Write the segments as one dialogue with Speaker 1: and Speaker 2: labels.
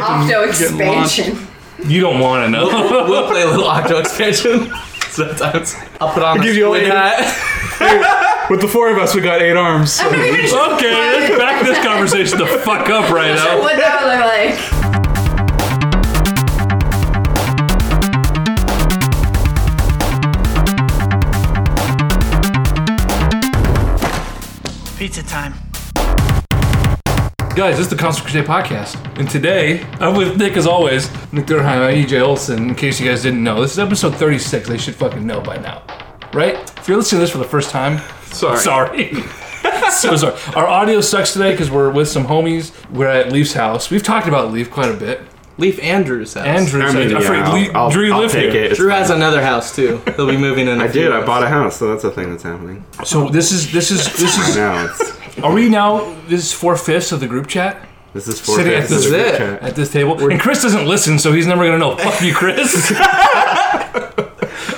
Speaker 1: Opto expansion.
Speaker 2: You don't want to know.
Speaker 3: we'll, we'll play a little Octo expansion. Sometimes I'll put on
Speaker 4: I'll
Speaker 3: a
Speaker 4: give you a
Speaker 3: squid
Speaker 4: little-
Speaker 3: hat.
Speaker 4: With the four of us, we got eight arms.
Speaker 1: I'm not even sure
Speaker 2: okay, let's back this conversation the fuck up right now.
Speaker 1: what that would look like.
Speaker 5: Pizza time.
Speaker 2: Guys, this is the Constant Crusade podcast. And today, I'm with Nick as always, Nick Durheim, I'm EJ Olson. In case you guys didn't know, this is episode 36. They should fucking know by now. Right? If you're listening to this for the first time,
Speaker 3: Sorry.
Speaker 2: sorry. so sorry. Our audio sucks today because we're with some homies. We're at Leaf's house. We've talked about Leaf quite a bit.
Speaker 3: Leaf Andrew's house.
Speaker 2: Andrew,
Speaker 6: I mean,
Speaker 2: said-
Speaker 6: yeah,
Speaker 2: I forget, Lee-
Speaker 6: I'll, I'll,
Speaker 2: Drew
Speaker 6: I'll
Speaker 2: lived
Speaker 6: take
Speaker 2: here.
Speaker 6: it. It's
Speaker 3: Drew
Speaker 6: fine.
Speaker 3: has another house too. He'll be moving in. I
Speaker 6: I did. I bought a house, so that's a thing that's happening.
Speaker 2: So this is this is this is.
Speaker 6: Now it's
Speaker 2: Are we now? This is four fifths of the group chat.
Speaker 6: this is four
Speaker 2: Sitting at this-
Speaker 6: fifths of the
Speaker 3: This is
Speaker 6: group chat.
Speaker 2: at this table. and Chris doesn't listen, so he's never gonna know. Fuck you, Chris.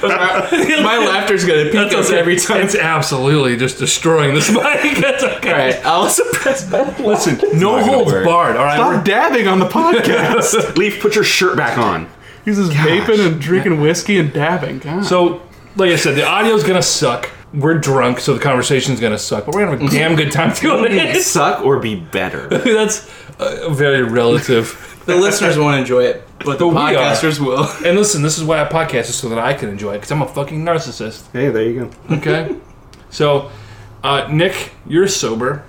Speaker 3: My laughter's gonna peak
Speaker 2: That's
Speaker 3: us
Speaker 2: okay.
Speaker 3: every time.
Speaker 2: It's absolutely just destroying this mic. That's okay.
Speaker 3: All right, I'll suppress my
Speaker 2: Listen, no
Speaker 6: not gonna
Speaker 2: holds
Speaker 6: work.
Speaker 2: barred. All right,
Speaker 4: Stop dabbing on the podcast.
Speaker 2: we're-
Speaker 6: Leaf, put your shirt back on.
Speaker 4: He's just vaping and drinking whiskey and dabbing. God.
Speaker 2: so like I said, the audio's gonna suck. We're drunk, so the conversation's gonna suck. But we're gonna
Speaker 3: Mm-hmm.
Speaker 2: have a damn good time doing it.
Speaker 6: Suck or be better.
Speaker 2: That's uh, very relative.
Speaker 3: The listeners won't enjoy it, but the
Speaker 2: But we are.
Speaker 3: podcasters will.
Speaker 2: And listen, this is why I podcast is so that I can enjoy it because I'm a fucking narcissist.
Speaker 6: Hey, there you go.
Speaker 2: Okay. so, uh, Nick, you're sober,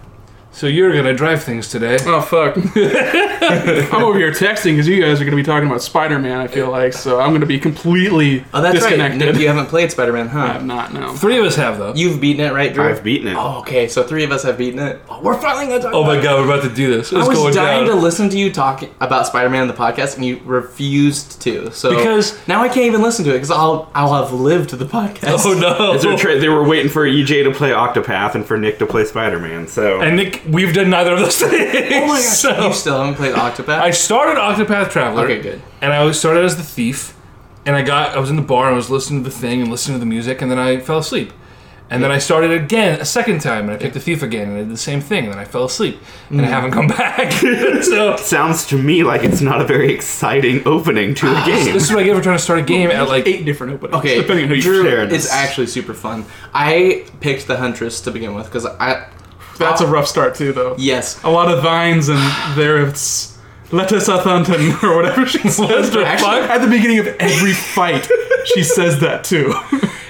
Speaker 2: so you're gonna drive things today.
Speaker 4: Oh fuck! I'm over here texting because you guys are going to be talking about Spider-Man. I feel like so I'm going to be completely
Speaker 3: Oh, that's right.
Speaker 4: disconnected.
Speaker 3: Nick, you haven't played Spider-Man, huh?
Speaker 4: I'm not now.
Speaker 2: Three of us have though.
Speaker 3: You've beaten it, right, Drew?
Speaker 6: I've beaten it.
Speaker 3: Oh, okay, so three of us have beaten it. Oh, we're finally gonna talk.
Speaker 2: Oh
Speaker 3: about
Speaker 2: my
Speaker 3: it.
Speaker 2: god, we're about to do this. It's
Speaker 3: I
Speaker 2: going
Speaker 3: was dying
Speaker 2: down.
Speaker 3: to listen to you talk about Spider-Man in the podcast, and you refused to. So
Speaker 2: Because-
Speaker 3: now I can't even listen to it because I'll I'll have lived the podcast.
Speaker 2: oh no.
Speaker 6: Is there a tra- they were waiting for EJ to play Octopath and for Nick to play Spider-Man. So
Speaker 2: and Nick, we've done neither of those things.
Speaker 3: Oh my gosh!
Speaker 2: So,
Speaker 3: you still haven't played Octopath?
Speaker 2: I started Octopath Traveler.
Speaker 3: Okay, good.
Speaker 2: And I was started as the thief, and I got I was in the bar and I was listening to the thing and listening to the music, and then I fell asleep. And then I started again a second time, and I picked the thief again, and I did the same thing, and then I fell asleep, and I haven't come back. so
Speaker 6: sounds to me like it's not a very exciting opening to a game.
Speaker 2: this is what I get for trying to start a game at like
Speaker 4: Eight different openings.
Speaker 3: okay,
Speaker 4: depending on who you
Speaker 3: Drew
Speaker 6: share
Speaker 3: is
Speaker 6: this.
Speaker 3: actually super fun. I picked the Huntress to begin with because I
Speaker 4: That's a rough start too, though.
Speaker 3: yes.
Speaker 4: A lot of vines and there it's let us Athanton or whatever she says.
Speaker 2: the
Speaker 3: Actually-
Speaker 4: At the beginning of every fight, she says that too.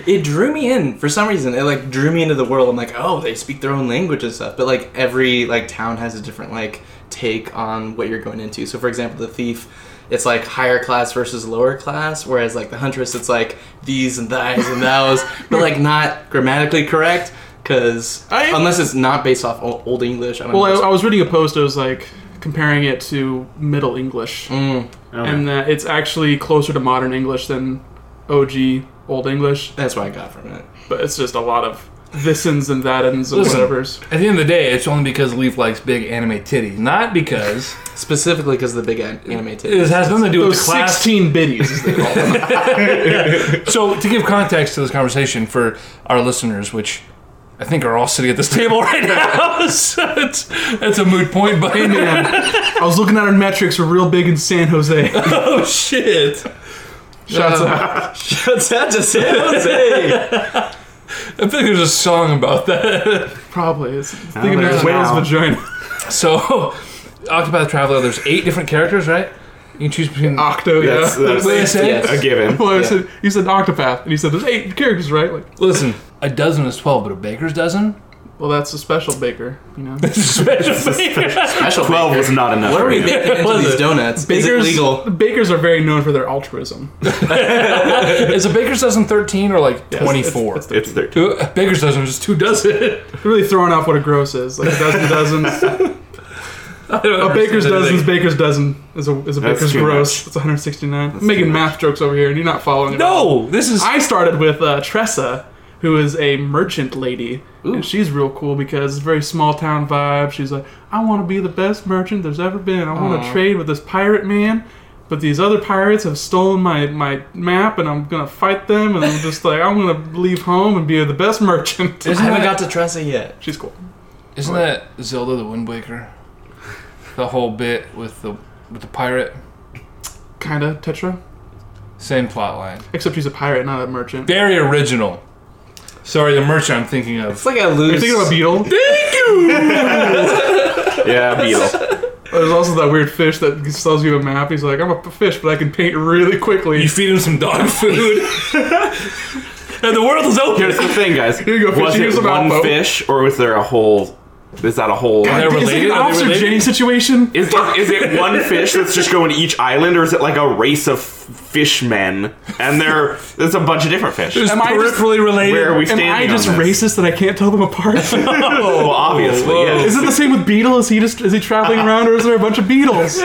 Speaker 3: It drew me in for some reason. It like drew me into the world. I'm like, oh, they speak their own language and stuff. But like every like town has a different like take on what you're going into. So for example, the thief, it's like higher class versus lower class. Whereas like the huntress, it's like these and thys and thous, but like not grammatically correct. Because
Speaker 4: I-
Speaker 3: unless it's not based off o- old English, I don't
Speaker 4: Well,
Speaker 3: know.
Speaker 4: I, I was reading a post. I was like comparing it to Middle English,
Speaker 2: Oh,
Speaker 4: and that it's actually closer to modern English than OG Old English.
Speaker 3: That's what I got from it.
Speaker 4: But it's just a lot of thisins and thatins and
Speaker 2: Listen.
Speaker 4: whatever's.
Speaker 2: At the end of the day, it's only because Leaf likes big anime titties, not because
Speaker 3: Specifically because the big an- anime
Speaker 2: it
Speaker 3: titties.
Speaker 2: has nothing to do with
Speaker 4: Those
Speaker 2: the class.
Speaker 4: sixteen biddies. is the-
Speaker 2: So, to give context to this conversation for our listeners, which I think are all sitting at this table right now, so it's, that's a moot point. But
Speaker 4: Man, I was looking at our metrics. We're real big in San Jose.
Speaker 2: oh shit!
Speaker 4: Shouts out.
Speaker 3: That's that just it.
Speaker 2: I think there's a song about that.
Speaker 4: Probably. It's, it's
Speaker 6: Oh,
Speaker 4: thinking
Speaker 6: there's
Speaker 4: about whale's
Speaker 6: now.
Speaker 4: vagina.
Speaker 2: So, Octopath Traveler. There's eight different characters, right? You can choose between.
Speaker 4: Octo. Yeah.
Speaker 6: that's, that's
Speaker 2: Wait a second.
Speaker 6: a given.
Speaker 4: Well, I said, you said Octopath, and you said there's eight characters, right? Like,
Speaker 2: Listen, a dozen is twelve, but a baker's dozen.
Speaker 4: well, that's a special baker, you know.
Speaker 2: Special baker.
Speaker 3: Special
Speaker 6: Twelve
Speaker 3: baker.
Speaker 6: was not enough.
Speaker 3: What are
Speaker 6: for
Speaker 3: we
Speaker 6: me.
Speaker 3: making into
Speaker 2: Was
Speaker 3: these
Speaker 2: it?
Speaker 3: donuts? Is it
Speaker 4: Bakers,
Speaker 3: legal?
Speaker 4: bakers are very known for their altruism.
Speaker 2: Is a baker's dozen thirteen or like
Speaker 4: it's-
Speaker 2: twenty-four?
Speaker 4: it's-
Speaker 6: It's thirteen.
Speaker 2: Two- a baker's dozen is two dozen.
Speaker 4: really throwing off what a gross is. Like a dozen dozens. A baker's dozens, baker's dozen is a is a
Speaker 6: That's
Speaker 4: baker's
Speaker 6: too
Speaker 4: gross.
Speaker 6: much.
Speaker 4: It's 169. I'm
Speaker 6: too
Speaker 4: making
Speaker 6: much.
Speaker 4: math jokes over here, and you're not following. at all.
Speaker 2: No, this is.
Speaker 4: I started with uh, Tressa, who is a merchant lady, and she's real cool because it's very small town vibe. She's like, I want to be the best merchant there's ever been. I want to trade with this pirate man. But these other pirates have stolen my, my map, and I'm gonna fight them. And I'm just like, I'm gonna leave home and be the best merchant.
Speaker 3: I haven't got to Tressa yet.
Speaker 4: She's cool.
Speaker 2: Isn't that Zelda the Wind Waker? The whole bit with the with the pirate.
Speaker 4: Kinda Tetra,
Speaker 2: Same plot line.
Speaker 4: except she's a pirate, not a merchant.
Speaker 2: Very original. Sorry, the merchant I'm thinking of.
Speaker 3: It's like a loose.
Speaker 4: You're thinking of a beetle.
Speaker 6: Yeah, beetle.
Speaker 4: There's also that weird fish that sells you a map. He's like, I'm a p- fish, but I can paint really quickly.
Speaker 2: You feed him some dog food. and the world is open.
Speaker 6: Here's the thing, guys.
Speaker 4: you go, fish.
Speaker 6: was
Speaker 4: Here's
Speaker 6: it
Speaker 4: an
Speaker 6: one
Speaker 4: alpo.
Speaker 6: fish, or was there a whole? Is that a whole?
Speaker 2: They're
Speaker 4: Is it
Speaker 2: related?
Speaker 4: an
Speaker 2: Are they
Speaker 4: Officer
Speaker 2: related?
Speaker 4: Jenny situation?
Speaker 6: Is, is, is it one fish that's just going to each island, or is it like a race of f- fish men? And they're there's a bunch of different fish.
Speaker 4: Am I just-
Speaker 2: peripherally related.
Speaker 6: Where are we
Speaker 4: Am
Speaker 6: standing?
Speaker 4: I
Speaker 6: on
Speaker 4: just
Speaker 6: this?
Speaker 4: racist that I can't tell them apart? is
Speaker 6: Well, obviously,
Speaker 2: Whoa.
Speaker 6: yeah.
Speaker 4: it the same with Beetle? Is he just is he traveling around, or is there a bunch of beetles?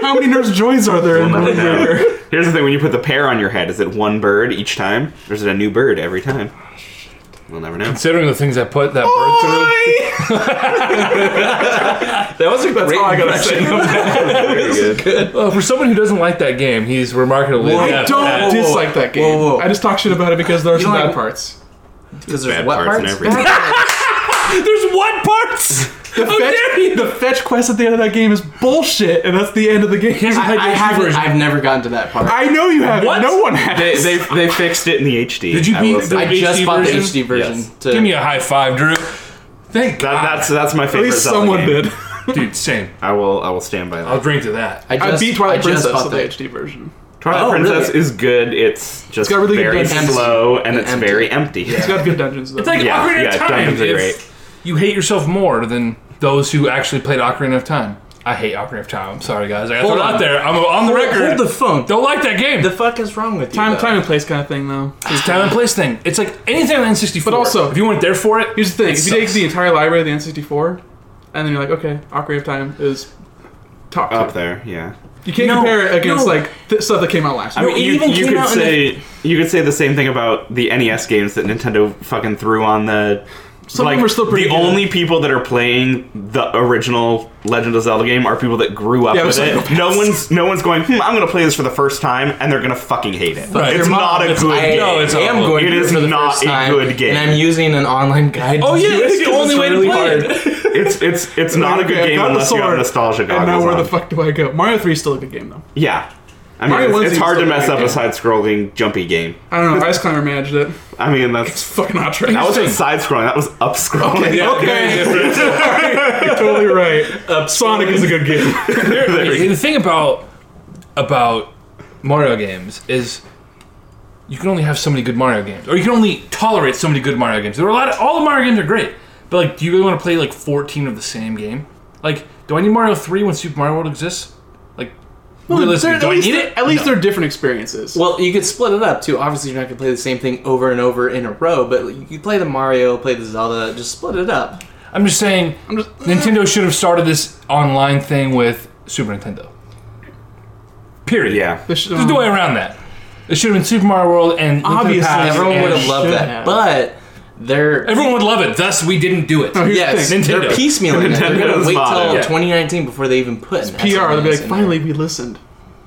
Speaker 4: How many Nurse Joys are there? in
Speaker 6: We'll never
Speaker 4: Norway?
Speaker 6: know. Here's the thing: when you put the pair on your head, is it one bird each time, or is it a new bird every time? We'll never know.
Speaker 2: Considering the things I put that bird through.
Speaker 3: that was a That's great
Speaker 4: all I gotta
Speaker 3: impression.
Speaker 2: Well, Uh, for someone who doesn't like that game, he's remarkably.
Speaker 3: Whoa.
Speaker 4: I
Speaker 2: adept
Speaker 4: don't
Speaker 2: at-
Speaker 3: whoa, whoa.
Speaker 4: dislike that game.
Speaker 3: Whoa, whoa.
Speaker 4: I just talk shit about it because there are
Speaker 3: You
Speaker 4: some
Speaker 3: don't
Speaker 4: bad
Speaker 3: like-
Speaker 4: parts.
Speaker 3: Because there's
Speaker 6: Bad
Speaker 3: what
Speaker 6: parts, and
Speaker 3: parts?
Speaker 6: everything.
Speaker 2: There's what parts?
Speaker 4: The,
Speaker 2: How dare
Speaker 4: fetch,
Speaker 2: you?
Speaker 4: the fetch quest at the end of that game is bullshit, and that's the end of the game.
Speaker 2: Here's a
Speaker 3: I, I
Speaker 2: HD
Speaker 3: haven't.
Speaker 2: version.
Speaker 3: I've never gotten to that part.
Speaker 4: I know you haven't.
Speaker 2: What?
Speaker 4: No one has.
Speaker 6: They, they, they fixed it in the HD.
Speaker 2: Did you
Speaker 6: I
Speaker 2: beat
Speaker 6: will
Speaker 2: the-
Speaker 6: say.
Speaker 3: I
Speaker 2: HD
Speaker 3: just bought
Speaker 2: version?
Speaker 3: the HD version.
Speaker 6: Yes.
Speaker 3: To,
Speaker 2: Give me a high five, Drew. Thank
Speaker 6: That,
Speaker 2: God.
Speaker 6: that's that's my
Speaker 4: At
Speaker 6: favorite.
Speaker 4: least
Speaker 6: Zelda
Speaker 4: someone
Speaker 6: game.
Speaker 4: did. Oh,
Speaker 2: Dude, same.
Speaker 6: I will I will stand by that.
Speaker 2: I'll drink to that.
Speaker 3: I, just,
Speaker 4: I beat Twilight
Speaker 3: I just
Speaker 4: Princess
Speaker 3: bought
Speaker 4: in the
Speaker 3: the
Speaker 4: HD version.
Speaker 6: Twilight
Speaker 3: Oh,
Speaker 6: Princess
Speaker 3: really?
Speaker 6: is good. It's just
Speaker 4: got really good
Speaker 6: very
Speaker 4: dungeons.
Speaker 6: slow and,
Speaker 3: And
Speaker 6: it's
Speaker 3: empty.
Speaker 6: very empty.
Speaker 4: It's got good dungeons though.
Speaker 2: It's like
Speaker 6: Yeah,
Speaker 2: Ocarina
Speaker 6: yeah,
Speaker 2: of Time.
Speaker 6: dungeons are
Speaker 2: It's-
Speaker 6: great.
Speaker 2: You hate yourself more than those who actually played Ocarina of Time. I hate Ocarina of Time. I'm sorry, guys. I got to throw
Speaker 3: Hold
Speaker 2: it
Speaker 3: on.
Speaker 2: out there. I'm on the record.
Speaker 3: Hold the phone.
Speaker 2: don't like that game.
Speaker 3: The fuck is wrong with you?
Speaker 4: time,
Speaker 3: though?
Speaker 4: time and place kind of thing though.
Speaker 2: It's a time and place thing. It's like anything on N64.
Speaker 4: But also-
Speaker 2: if you weren't there for it,
Speaker 4: Here's the thing:
Speaker 2: It
Speaker 4: if you take
Speaker 2: sucks.
Speaker 4: the entire library of the N64, and then you're like, okay, Ocarina of Time is top tier.
Speaker 6: Up there, yeah.
Speaker 4: You can't
Speaker 2: No,
Speaker 4: compare it against
Speaker 2: no.
Speaker 4: like th- stuff that came out last.
Speaker 6: I
Speaker 4: year.
Speaker 6: mean, you,
Speaker 2: even
Speaker 6: you
Speaker 2: came
Speaker 6: could
Speaker 2: out in
Speaker 6: say you could say the same thing about the NES games that Nintendo fucking threw on the.
Speaker 4: Some of them are still pretty
Speaker 6: The
Speaker 4: good.
Speaker 6: only people that are playing the original Legend of Zelda game are people that grew up
Speaker 4: Yeah,
Speaker 6: with it.
Speaker 4: psychopaths.
Speaker 6: No one's no one's going. Hmm, I'm gonna play this for the first time, and they're gonna fucking hate it.
Speaker 2: Right.
Speaker 6: It's
Speaker 2: Your
Speaker 6: not a good
Speaker 3: I
Speaker 6: game.
Speaker 2: No, it's
Speaker 3: am
Speaker 2: awful.
Speaker 3: going
Speaker 6: It
Speaker 3: to
Speaker 6: is
Speaker 3: for the
Speaker 6: not
Speaker 3: first
Speaker 6: a
Speaker 3: time,
Speaker 6: good game.
Speaker 3: And I'm using an online guide.
Speaker 2: Oh
Speaker 3: to
Speaker 2: yeah,
Speaker 3: do
Speaker 2: it's
Speaker 3: it
Speaker 2: the
Speaker 3: 'cause
Speaker 2: only
Speaker 3: it's
Speaker 2: way to
Speaker 3: really
Speaker 2: play it.
Speaker 3: hard.
Speaker 6: It's it's it's not a
Speaker 4: Okay,
Speaker 6: good
Speaker 4: I've
Speaker 6: game
Speaker 4: got the
Speaker 6: unless you have
Speaker 4: sword,
Speaker 6: nostalgia goggles
Speaker 4: And now where
Speaker 6: on.
Speaker 4: the fuck do I go? Mario 3 is still a good game though.
Speaker 6: Yeah. I mean,
Speaker 4: Mario
Speaker 6: it's,
Speaker 4: Odyssey
Speaker 6: it's
Speaker 4: is
Speaker 6: hard to
Speaker 4: still a
Speaker 6: mess
Speaker 4: good
Speaker 6: up a
Speaker 4: game.
Speaker 6: side-scrolling jumpy game.
Speaker 4: I don't know. Ice Climber managed it.
Speaker 6: I mean, that's
Speaker 4: It's fucking outrageous.
Speaker 6: that wasn't side-scrolling. That was up-scrolling.
Speaker 2: Yeah,
Speaker 4: Okay.
Speaker 2: very different.
Speaker 4: You're totally right. Sonic is a good game.
Speaker 2: Yeah, the thing about about Mario games is you can only have so many good Mario games, or you can only tolerate so many good Mario games. There are a lot of all the Mario games are great, but like, do you really want to play like fourteen of the same game? Like, do I need Mario three when Super Mario World exists? Like, realistically,
Speaker 4: They're-
Speaker 2: do
Speaker 4: at
Speaker 2: I
Speaker 4: least
Speaker 2: need
Speaker 4: they're-
Speaker 2: it?
Speaker 4: At least they're different experiences.
Speaker 3: Well, you could split it up too. Obviously, you're not gonna play the same thing over and over in a row, but you could play the Mario, play the Zelda, just split it up.
Speaker 2: I'm just saying, Nintendo should have started this online thing with Super Nintendo. Period.
Speaker 6: Yeah.
Speaker 4: They should- um,
Speaker 2: There's no way around that. It should have been Super Mario World and Link to the
Speaker 4: Obviously,
Speaker 2: Past
Speaker 3: Everyone
Speaker 2: and-
Speaker 3: would have loved
Speaker 4: should
Speaker 3: that,
Speaker 4: have.
Speaker 3: but they're
Speaker 2: Everyone would love it. Thus, we didn't do it.
Speaker 4: No, here's
Speaker 3: yes,
Speaker 4: the thing.
Speaker 2: Nintendo.
Speaker 3: they're piecemealing it. They're gonna
Speaker 6: Nintendo's
Speaker 3: wait
Speaker 6: motto.
Speaker 3: till
Speaker 6: Yeah.
Speaker 3: 2019 before they even put E an
Speaker 4: PR. They'll be
Speaker 3: SNES
Speaker 4: like,
Speaker 3: in there.
Speaker 4: finally, we listened.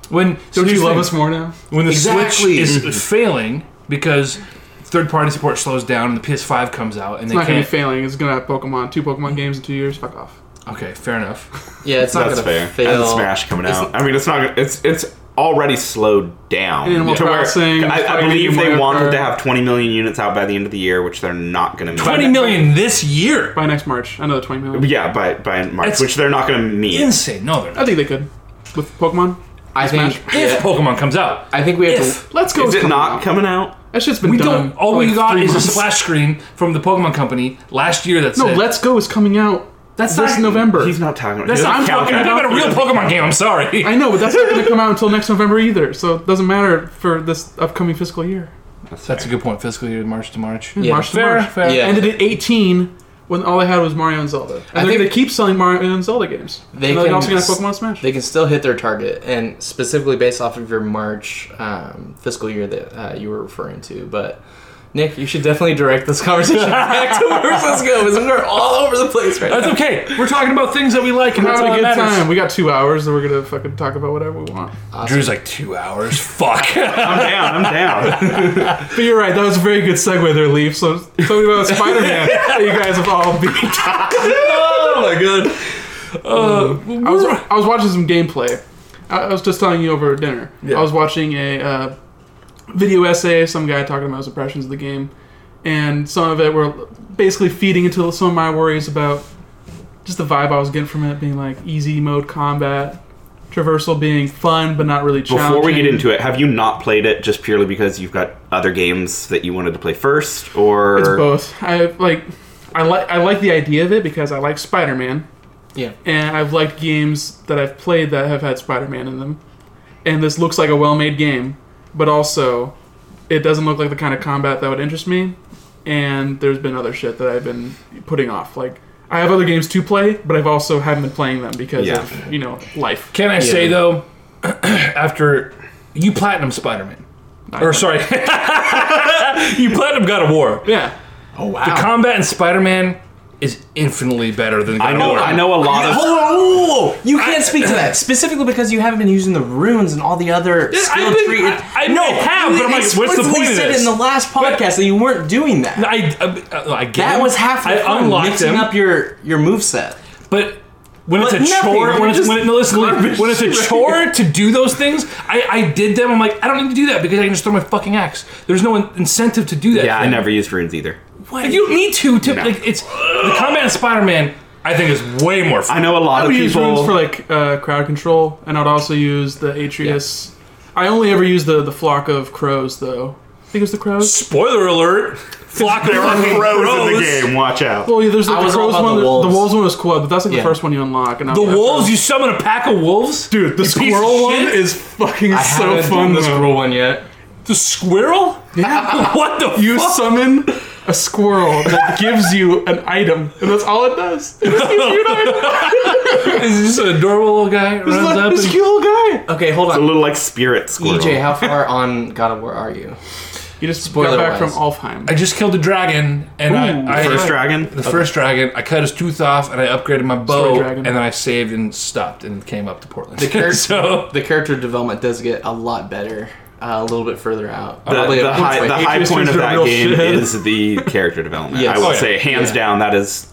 Speaker 2: When
Speaker 4: Don't
Speaker 2: here's
Speaker 4: you
Speaker 2: the
Speaker 4: love
Speaker 2: thing.
Speaker 4: us more now?
Speaker 2: When the
Speaker 3: Exactly.
Speaker 2: Switch is failing because third-party support slows down and the PS5 comes out and
Speaker 4: It's
Speaker 2: they
Speaker 4: not gonna be
Speaker 2: can't. Mm-hmm.
Speaker 4: failing. It's gonna have Pokemon, two Pokemon games in two years. Fuck off.
Speaker 2: okay, fair enough.
Speaker 3: Yeah, it's not
Speaker 6: That's
Speaker 3: gonna
Speaker 6: fair.
Speaker 3: fail.
Speaker 6: And Smash coming out. I mean, it's not. It's it's already slowed down
Speaker 4: Animal
Speaker 6: to where
Speaker 4: Crossing,
Speaker 6: I, I
Speaker 4: Fire
Speaker 6: believe they
Speaker 4: Emblem,
Speaker 6: wanted
Speaker 4: Mario
Speaker 6: to
Speaker 4: Kart.
Speaker 6: have 20 million units out by the end of the year, which they're not going to meet.
Speaker 2: Twenty million this year.
Speaker 4: By next March, another 20 million.
Speaker 6: Yeah, by by March,
Speaker 2: That's
Speaker 6: which they're not going to meet.
Speaker 2: Insane. No, they're
Speaker 4: I
Speaker 2: not.
Speaker 4: think they could with Pokemon.
Speaker 3: I think.
Speaker 4: Smash.
Speaker 2: If
Speaker 3: yeah,
Speaker 2: Pokemon comes out,
Speaker 3: I think we have
Speaker 2: If.
Speaker 3: to.
Speaker 4: Let's go.
Speaker 6: Is
Speaker 4: with
Speaker 6: it not
Speaker 4: Pokemon.
Speaker 6: coming out?
Speaker 4: That shit's been
Speaker 2: we
Speaker 4: done.
Speaker 2: don't. All
Speaker 4: for
Speaker 2: we
Speaker 4: like
Speaker 2: got
Speaker 4: three
Speaker 2: is a
Speaker 4: months.
Speaker 2: splash screen from the Pokemon company last year. That
Speaker 4: No,
Speaker 2: said,
Speaker 4: Let's Go is coming out
Speaker 2: That's
Speaker 4: this
Speaker 2: not-
Speaker 4: November.
Speaker 6: He's not talking.
Speaker 2: That's
Speaker 6: he
Speaker 2: not,
Speaker 6: doesn't
Speaker 2: I'm
Speaker 6: count
Speaker 2: talking
Speaker 6: that.
Speaker 2: about a real Pokemon game. I'm sorry.
Speaker 4: I know, but that's not going to come out until next November either. So it doesn't matter for this upcoming fiscal year.
Speaker 2: That's a good point. Fiscal year, March to March.
Speaker 3: Yeah.
Speaker 4: March to
Speaker 2: Fair,
Speaker 4: March.
Speaker 2: fair.
Speaker 3: Yeah.
Speaker 4: Ended at 18 when all they had was Mario and Zelda. And
Speaker 3: I
Speaker 4: they're
Speaker 3: think-
Speaker 4: going to keep selling Mario and Zelda games.
Speaker 3: They
Speaker 4: and they're
Speaker 3: can
Speaker 4: also going to have
Speaker 3: s-
Speaker 4: Pokemon Smash.
Speaker 3: They can still hit their target, and specifically based off of your March um, fiscal year that uh, you were referring to. But Nick, you should definitely direct this conversation back to where we're supposed to go because we're all over the place right
Speaker 2: That's
Speaker 3: now.
Speaker 2: okay. We're talking about things that we like and
Speaker 4: We're
Speaker 2: that's all
Speaker 4: having a
Speaker 2: that
Speaker 4: good
Speaker 2: matters.
Speaker 4: time. We got two hours, and we're going to fucking talk about whatever we want.
Speaker 2: Drew's like two hours. Fuck.
Speaker 6: I'm down. I'm down.
Speaker 4: But you're right. That was a very good segue there, Leaf. So tell me about Spider Man that you guys have all beat.
Speaker 3: Oh my god!
Speaker 2: Uh, Um,
Speaker 4: I was, I was watching some gameplay I, I was just telling you over dinner.
Speaker 2: Yeah.
Speaker 4: I was watching a uh, video essay, some guy talking about his impressions of the game, and some of it were basically feeding into some of my worries about just the vibe I was getting from it being like easy mode combat, traversal being fun but not really challenging.
Speaker 6: Before we get into it, have you not played it just purely because you've got other games that you wanted to play first, or
Speaker 4: it's both. I like, I like, I like the idea of it because I like Spider-Man.
Speaker 3: Yeah.
Speaker 4: and I've liked games that I've played that have had Spider-Man in them. And this looks like a well-made game, but also it doesn't look like the kind of combat that would interest me. And there's been other shit that I've been putting off. Like I have other games to play, but I've also haven't been playing them because
Speaker 6: Yeah.
Speaker 4: of you know life.
Speaker 2: Can I say though, after you platinum Spider Man, or sorry, you platinum God of War.
Speaker 4: Yeah,
Speaker 3: Oh wow.
Speaker 2: The combat in Spider Man is infinitely better than God
Speaker 6: I
Speaker 2: of
Speaker 6: know
Speaker 2: War.
Speaker 6: I know a lot of
Speaker 3: Hold on, whoa, whoa, whoa. You can't speak to that specifically because you haven't been using the runes and all the other skill
Speaker 2: I've been-
Speaker 3: tree.
Speaker 2: I- I have,
Speaker 3: you
Speaker 2: but I'm like, what's the
Speaker 3: explicitly
Speaker 2: point of
Speaker 3: said
Speaker 2: this?
Speaker 3: in the last podcast that you weren't doing that.
Speaker 2: I, I, I get
Speaker 3: that
Speaker 2: it.
Speaker 3: was half the
Speaker 2: I
Speaker 3: fun,
Speaker 2: unlocked
Speaker 3: mixing
Speaker 2: them.
Speaker 3: up your your move set.
Speaker 2: But when
Speaker 3: But
Speaker 2: it's a
Speaker 3: nothing,
Speaker 2: chore,
Speaker 3: you're
Speaker 2: when it's
Speaker 3: just
Speaker 2: when, it, no, listen,
Speaker 3: garbage.
Speaker 2: when it's a chore to do those things, I, I did them. I'm like, I don't need to do that because I can just throw my fucking axe. There's no in- incentive to do that.
Speaker 6: yeah. I
Speaker 2: thing.
Speaker 6: never used runes either.
Speaker 2: Like, you don't need to. to Like it's the combat in Spider-Man. I think is way more fun.
Speaker 6: I know a
Speaker 4: I
Speaker 6: lot of
Speaker 4: would use runes
Speaker 6: people.
Speaker 4: for like uh, crowd control, and I'd also use the Atreus. I only ever use the the flock of crows though. I think it was the crows.
Speaker 2: Spoiler alert: Flock of
Speaker 6: there are
Speaker 2: fucking
Speaker 6: crows in the
Speaker 2: crows.
Speaker 6: game. Watch out.
Speaker 4: Well, yeah, there's the,
Speaker 3: I
Speaker 4: the
Speaker 3: was all
Speaker 4: crows
Speaker 3: about
Speaker 4: one.
Speaker 3: the
Speaker 4: The wolves.
Speaker 3: wolves.
Speaker 4: one was cool, but that's like
Speaker 3: Yeah.
Speaker 4: the first one you unlock. And I
Speaker 2: The
Speaker 4: was like, "Oh,
Speaker 2: wolves. You summon a pack of wolves,
Speaker 4: Dude, the
Speaker 2: You piece of
Speaker 4: squirrel one
Speaker 2: shit.
Speaker 4: is fucking so fun.
Speaker 3: this
Speaker 4: though.
Speaker 3: rule one yet.
Speaker 2: The squirrel. what the
Speaker 4: You
Speaker 2: fuck?
Speaker 4: summon a squirrel that gives you an item, and that's all it does. It just gives you an item.
Speaker 2: Is this an adorable little guy?
Speaker 4: It's
Speaker 2: runs
Speaker 4: like
Speaker 2: up
Speaker 4: this
Speaker 2: and-
Speaker 4: cute little guy.
Speaker 3: Okay, hold
Speaker 6: A
Speaker 3: on.
Speaker 6: little like spirit squirrel.
Speaker 3: EJ, E how far on God of War are you?
Speaker 4: You just
Speaker 3: Spoiler
Speaker 4: got back
Speaker 3: wise.
Speaker 4: from Alfheim.
Speaker 2: I just killed a dragon, and
Speaker 4: Ooh,
Speaker 2: I, I
Speaker 6: First dragon.
Speaker 2: The first dragon, I cut his tooth off and I upgraded my bow,
Speaker 4: Story dragon.
Speaker 2: and then I saved and stopped and came up to Portland.
Speaker 3: The character,
Speaker 2: so
Speaker 3: the character development does get a lot better uh, a little bit further out.
Speaker 6: The, the high,
Speaker 3: E
Speaker 6: the high
Speaker 4: Atreus
Speaker 6: point
Speaker 4: turns
Speaker 6: of
Speaker 4: into
Speaker 6: that
Speaker 4: real
Speaker 6: game
Speaker 4: shit.
Speaker 6: is the character development.
Speaker 3: Yes.
Speaker 6: I would
Speaker 2: Oh, yeah.
Speaker 6: say hands
Speaker 3: Yeah.
Speaker 6: down that is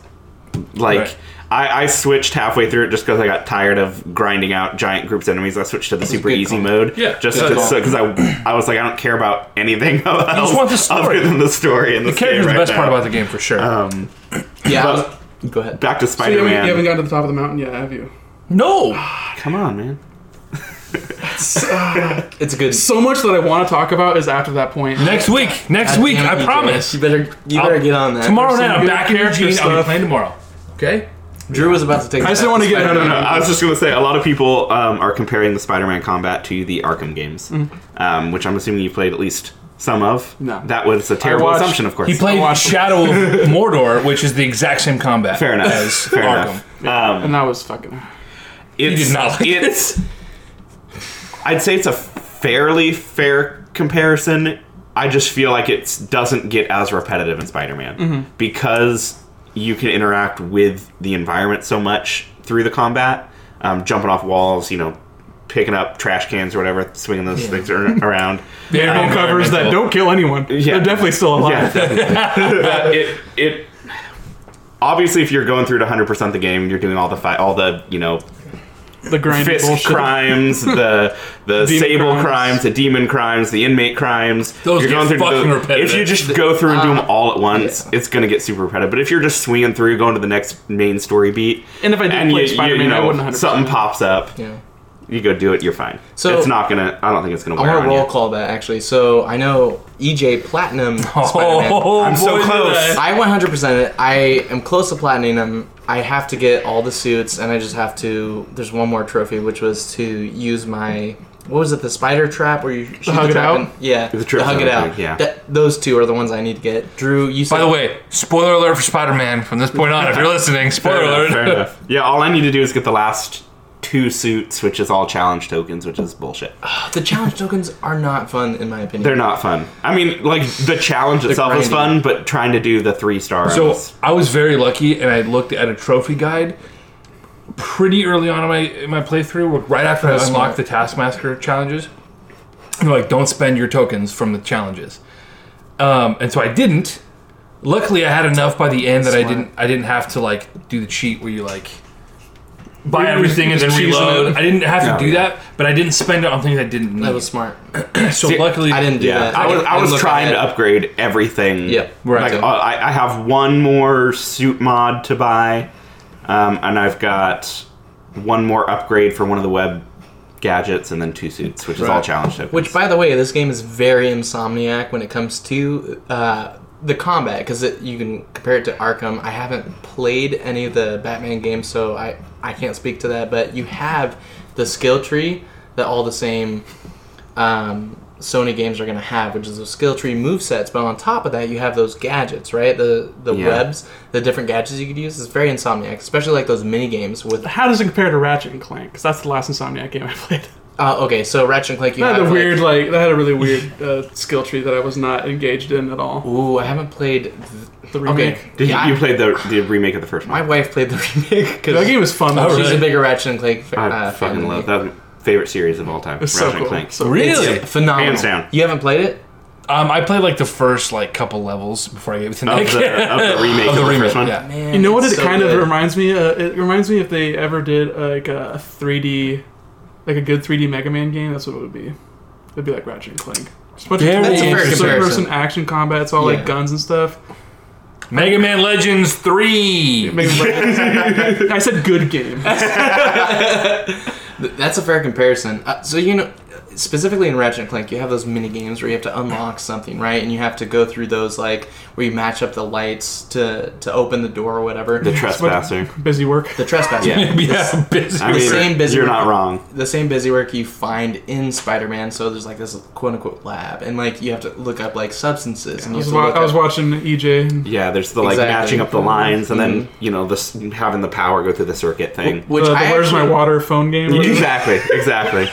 Speaker 6: like
Speaker 2: Right.
Speaker 6: I, I switched halfway through it just because I got tired of grinding out giant groups of enemies. I switched to the super
Speaker 3: good
Speaker 6: easy
Speaker 3: call.
Speaker 6: mode.
Speaker 2: Yeah,
Speaker 6: just
Speaker 2: good call.
Speaker 6: because I I was like I don't care about anything else
Speaker 2: want the story.
Speaker 6: other than the story. And the
Speaker 2: the character is
Speaker 6: right
Speaker 2: the best
Speaker 6: now.
Speaker 2: part about the game for sure.
Speaker 6: Um,
Speaker 3: yeah. I
Speaker 6: but-
Speaker 3: was- go ahead.
Speaker 6: back to
Speaker 4: So you,
Speaker 6: Spider
Speaker 4: haven't, you
Speaker 6: Man.
Speaker 4: haven't gotten to the top of the mountain yet, have you?
Speaker 2: no,
Speaker 6: Come on, man.
Speaker 3: It's a good.
Speaker 4: So much that I want to talk about is after that point.
Speaker 2: next week, next
Speaker 3: God
Speaker 2: week,
Speaker 3: damn it,
Speaker 2: I
Speaker 3: EJ.
Speaker 2: promise.
Speaker 3: E You better, you better
Speaker 2: I'll-
Speaker 3: get on that.
Speaker 2: Tomorrow night, I'm
Speaker 4: good
Speaker 2: back in
Speaker 4: character
Speaker 2: Eugene. I'll be
Speaker 4: stuff.
Speaker 2: playing tomorrow. Okay.
Speaker 3: Drew was about to take.
Speaker 4: I just didn't want to get
Speaker 6: No, no, no. I was just gonna say a lot of people um, are comparing the Spider-Man combat to the Arkham games, um, which I'm assuming you played at least some of.
Speaker 4: Mm-hmm. No.
Speaker 6: that was a terrible
Speaker 4: watched-
Speaker 6: assumption, of course.
Speaker 2: He played
Speaker 4: watched-
Speaker 2: Shadow of Mordor, which is the exact same combat.
Speaker 6: Fair enough.
Speaker 2: As
Speaker 6: Fair
Speaker 2: Arkham.
Speaker 6: enough. Um,
Speaker 4: and that was fucking.
Speaker 6: it's,
Speaker 2: did not like
Speaker 6: it's. I'd say it's a fairly fair comparison. I just feel like it doesn't get as repetitive in Spider-Man
Speaker 2: Mm-hmm.
Speaker 6: because you can interact with the environment so much through the combat, um, jumping off walls, you know, picking up trash cans or whatever, swinging those things ar- around.
Speaker 2: The
Speaker 4: Animal covers that don't kill anyone.
Speaker 6: Yeah.
Speaker 4: They're definitely still
Speaker 6: Yeah,
Speaker 4: alive.
Speaker 6: definitely. But it it obviously if you're going through to 100% the game, you're doing all the fi- all the, you know,
Speaker 4: The grind
Speaker 6: fist
Speaker 4: bullshit.
Speaker 6: crimes, the the
Speaker 4: Demon
Speaker 6: sable crimes.
Speaker 4: crimes.
Speaker 6: the demon crimes, the inmate crimes.
Speaker 2: Those
Speaker 6: you're
Speaker 2: get
Speaker 6: going through
Speaker 2: fucking
Speaker 6: those-
Speaker 2: repetitive.
Speaker 6: If you just go through and
Speaker 3: Uh,
Speaker 6: do them all at once, it's going to get super repetitive. But if you're just swinging through, going to the next main story beat,
Speaker 4: And if I did
Speaker 6: and
Speaker 4: play
Speaker 6: you, you,
Speaker 4: Spider-Man,
Speaker 6: you
Speaker 4: I
Speaker 6: know,
Speaker 4: wouldn't 100%.
Speaker 6: something pops up,
Speaker 3: Yeah.
Speaker 6: you go do it, you're fine.
Speaker 3: So-
Speaker 6: it's not gonna. I don't think it's
Speaker 3: I
Speaker 6: gonna wear
Speaker 3: want
Speaker 6: on
Speaker 3: to roll
Speaker 6: you.
Speaker 3: call that actually. So I know EJ Platinum. Spider-Man.
Speaker 2: Oh,
Speaker 6: I'm so
Speaker 2: boy, did
Speaker 6: close.
Speaker 2: I.
Speaker 3: I 100% it. I am close to platinum. I have to get all the suits, and I just have to. There's one more trophy, which was to use my. What was it? The spider trap, where you shoot
Speaker 4: hug
Speaker 3: the
Speaker 4: it
Speaker 3: trap
Speaker 4: out?
Speaker 3: and- yeah,
Speaker 6: The
Speaker 3: the,
Speaker 6: trip
Speaker 3: hug it
Speaker 6: zone
Speaker 3: out.
Speaker 6: thing, yeah.
Speaker 3: That- those two are the ones I need to get. Drew, you. Said,
Speaker 2: By the way, spoiler alert for Spider-Man. From this point on, if you're listening, spoiler
Speaker 6: Fair enough,
Speaker 2: alert.
Speaker 6: fair enough. Yeah, all I need to do is get the last two suits, which is all challenge tokens, which is bullshit.
Speaker 3: the challenge tokens are not fun, in my opinion.
Speaker 6: They're not fun. I mean, like the challenge itself is
Speaker 3: grinding.
Speaker 6: fun, but trying to do the three star.
Speaker 2: So I was very lucky, and I looked at a trophy guide pretty early on in my in my playthrough, like, right after I
Speaker 3: That's
Speaker 2: unlocked
Speaker 3: smart.
Speaker 2: the Taskmaster challenges. They're like, "Don't spend your tokens from the challenges," um, and so I didn't. Luckily, I had enough by the end that I
Speaker 3: Smart.
Speaker 2: didn't. I didn't have to like do the cheat where you like buy
Speaker 4: You're
Speaker 2: everything and
Speaker 4: just
Speaker 2: then
Speaker 4: cheesing
Speaker 2: reload.
Speaker 4: it.
Speaker 2: I didn't have to
Speaker 6: Yeah.
Speaker 2: do that, but I didn't spend it on things I didn't need.
Speaker 3: That was smart.
Speaker 2: so
Speaker 6: See,
Speaker 2: luckily,
Speaker 3: I didn't do
Speaker 6: Yeah,
Speaker 3: that.
Speaker 6: I was, I
Speaker 3: didn't
Speaker 6: was
Speaker 3: look
Speaker 6: trying
Speaker 3: at
Speaker 6: to
Speaker 3: it.
Speaker 6: upgrade everything.
Speaker 3: Yep.
Speaker 2: Right.
Speaker 6: Like, uh, I, I have one more suit mod to buy, um, and I've got one more upgrade for one of the web gadgets, and then two suits, which is all
Speaker 2: Right.
Speaker 6: challenge tokens.
Speaker 3: Which, by the way, this game is very insomniac when it comes to uh, the combat because you can compare it to Arkham. I haven't played any of the Batman games, so I I can't speak to that. But you have the skill tree that all the same um, Sony games are going to have, which is the skill tree move sets. But on top of that, you have those gadgets, right? The the
Speaker 6: Yeah.
Speaker 3: webs, the different gadgets you could use. It's very insomniac, especially like those mini games with.
Speaker 4: How does it compare to Ratchet and Clank? Because that's the last Insomniac game I played.
Speaker 3: Uh, okay, so Ratchet and Clank, you
Speaker 4: That
Speaker 3: have
Speaker 4: had a
Speaker 3: like-
Speaker 4: weird, like, that had a really weird uh, skill tree that I was not engaged in at all.
Speaker 3: Ooh, I haven't played. th-
Speaker 4: The remake.
Speaker 6: Did you,
Speaker 3: Yeah,
Speaker 6: you
Speaker 3: I-
Speaker 6: played the, the remake of the first
Speaker 3: My
Speaker 6: one?
Speaker 3: wife played the remake
Speaker 4: That
Speaker 3: because
Speaker 4: game was fun.
Speaker 2: Oh,
Speaker 4: though.
Speaker 2: really?
Speaker 3: she's a bigger Ratchet and Clank fan.
Speaker 6: I
Speaker 3: uh, fan
Speaker 6: fucking
Speaker 3: than
Speaker 6: love
Speaker 3: me.
Speaker 6: that. was my Favorite series of all time.
Speaker 4: It's so
Speaker 6: Ratchet and
Speaker 4: cool.
Speaker 6: Clank.
Speaker 4: So
Speaker 2: really,
Speaker 3: It's phenomenal.
Speaker 6: Hands down.
Speaker 3: You haven't played it?
Speaker 2: um, I played like the first like couple levels before I gave it to
Speaker 6: Of
Speaker 2: Nick.
Speaker 6: the, of the remake of
Speaker 2: Of
Speaker 6: the,
Speaker 2: the remake,
Speaker 6: first one.
Speaker 2: yeah.
Speaker 3: Man,
Speaker 4: You know what? It
Speaker 3: it's so
Speaker 4: kind of
Speaker 3: good.
Speaker 4: reminds me. Uh, it reminds me if they ever did uh, like a 3D, like a good 3D Mega Man game. That's what it would be. It'd be like Ratchet and Clank. Just a bunch of
Speaker 2: Very
Speaker 4: tools,
Speaker 2: interesting.
Speaker 4: third person action combat. It's all
Speaker 3: Yeah.
Speaker 4: like guns and stuff.
Speaker 2: Mega Man Legends Three.
Speaker 4: Mega Man- I said good game.
Speaker 3: Th- That's a fair comparison. Uh, so you know, specifically in Ratchet and Clank, you have those mini games where you have to unlock something, right? And you have to go through those like where you match up the lights to to open the door or whatever.
Speaker 6: The Trespasser.
Speaker 4: Busy work.
Speaker 3: the trespass.
Speaker 6: Yeah.
Speaker 2: yeah, busy.
Speaker 6: I mean,
Speaker 3: same busy
Speaker 6: you're
Speaker 3: work.
Speaker 6: not wrong.
Speaker 3: the same busy work you find in Spider-Man. So there's like this quote unquote lab, and like you have to look up like substances. and
Speaker 4: I was,
Speaker 3: you have to
Speaker 4: wa-
Speaker 3: look
Speaker 4: I was
Speaker 3: up-
Speaker 4: watching EJ. and
Speaker 6: Yeah, there's the like
Speaker 3: Exactly. Mm-hmm.
Speaker 6: matching up the lines, and then you know this having the power go through the circuit thing.
Speaker 3: which
Speaker 4: uh, the, the
Speaker 3: I
Speaker 4: Where's My
Speaker 3: actually-
Speaker 4: Water phone game. or whatever.
Speaker 6: Exactly, exactly.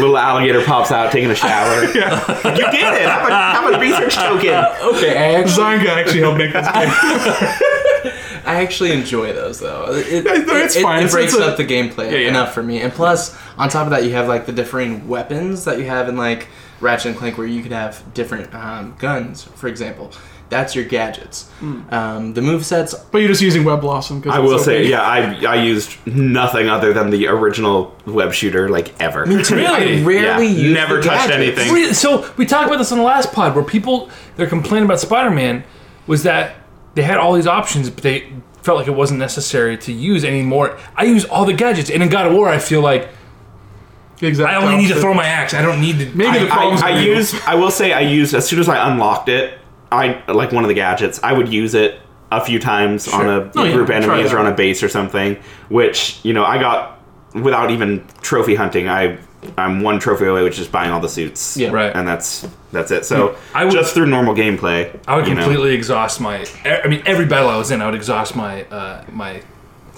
Speaker 6: Little alligator pops out taking a shower. You did it. I'm a, I'm a research token.
Speaker 3: Okay, I actually,
Speaker 4: Design guy actually helped make this game.
Speaker 3: I actually enjoy those though. It,
Speaker 4: No, it's
Speaker 3: it,
Speaker 4: fine.
Speaker 3: It,
Speaker 4: It's-
Speaker 3: breaks
Speaker 4: it's a-
Speaker 3: up the gameplay
Speaker 4: Yeah, yeah.
Speaker 3: enough for me. And plus, on top of that, you have like the differing weapons that you have in like Ratchet and Clank, where you could have different um, guns, for example. That's your gadgets. Um, the move sets.
Speaker 4: But you're just using Web Blossom. Cause
Speaker 6: I
Speaker 4: it's
Speaker 6: will say,
Speaker 4: okay.
Speaker 6: yeah, I I used nothing other than the original web shooter, like ever.
Speaker 2: Really?
Speaker 3: I rarely
Speaker 6: Yeah,
Speaker 3: use
Speaker 6: never
Speaker 3: the
Speaker 6: touched
Speaker 3: gadgets.
Speaker 6: anything.
Speaker 2: Really? So we talked about this on the last pod, where people their complaint about Spider-Man was that they had all these options, but they felt like it wasn't necessary to use anymore. I use all the gadgets, and in God of War, I feel like
Speaker 4: Exactly.
Speaker 2: I only need to throw my axe. I don't need to.
Speaker 4: Maybe
Speaker 2: I-
Speaker 4: the
Speaker 2: I-
Speaker 4: problem's
Speaker 6: I, I used. I will say, I used as soon as I unlocked it. I like one of the gadgets. I would use it a few times on a
Speaker 4: Oh, yeah,
Speaker 6: group of
Speaker 4: try
Speaker 6: enemies
Speaker 4: that.
Speaker 6: or on a base or something. Which you know, I got without even trophy hunting. I I'm one trophy away, which is buying all the suits.
Speaker 3: Yeah.
Speaker 2: Right.
Speaker 6: And that's that's it. So
Speaker 2: I would-
Speaker 6: just through normal gameplay,
Speaker 2: I would
Speaker 6: you know.
Speaker 2: completely exhaust my. e, I mean, every battle I was in, I would exhaust my uh, my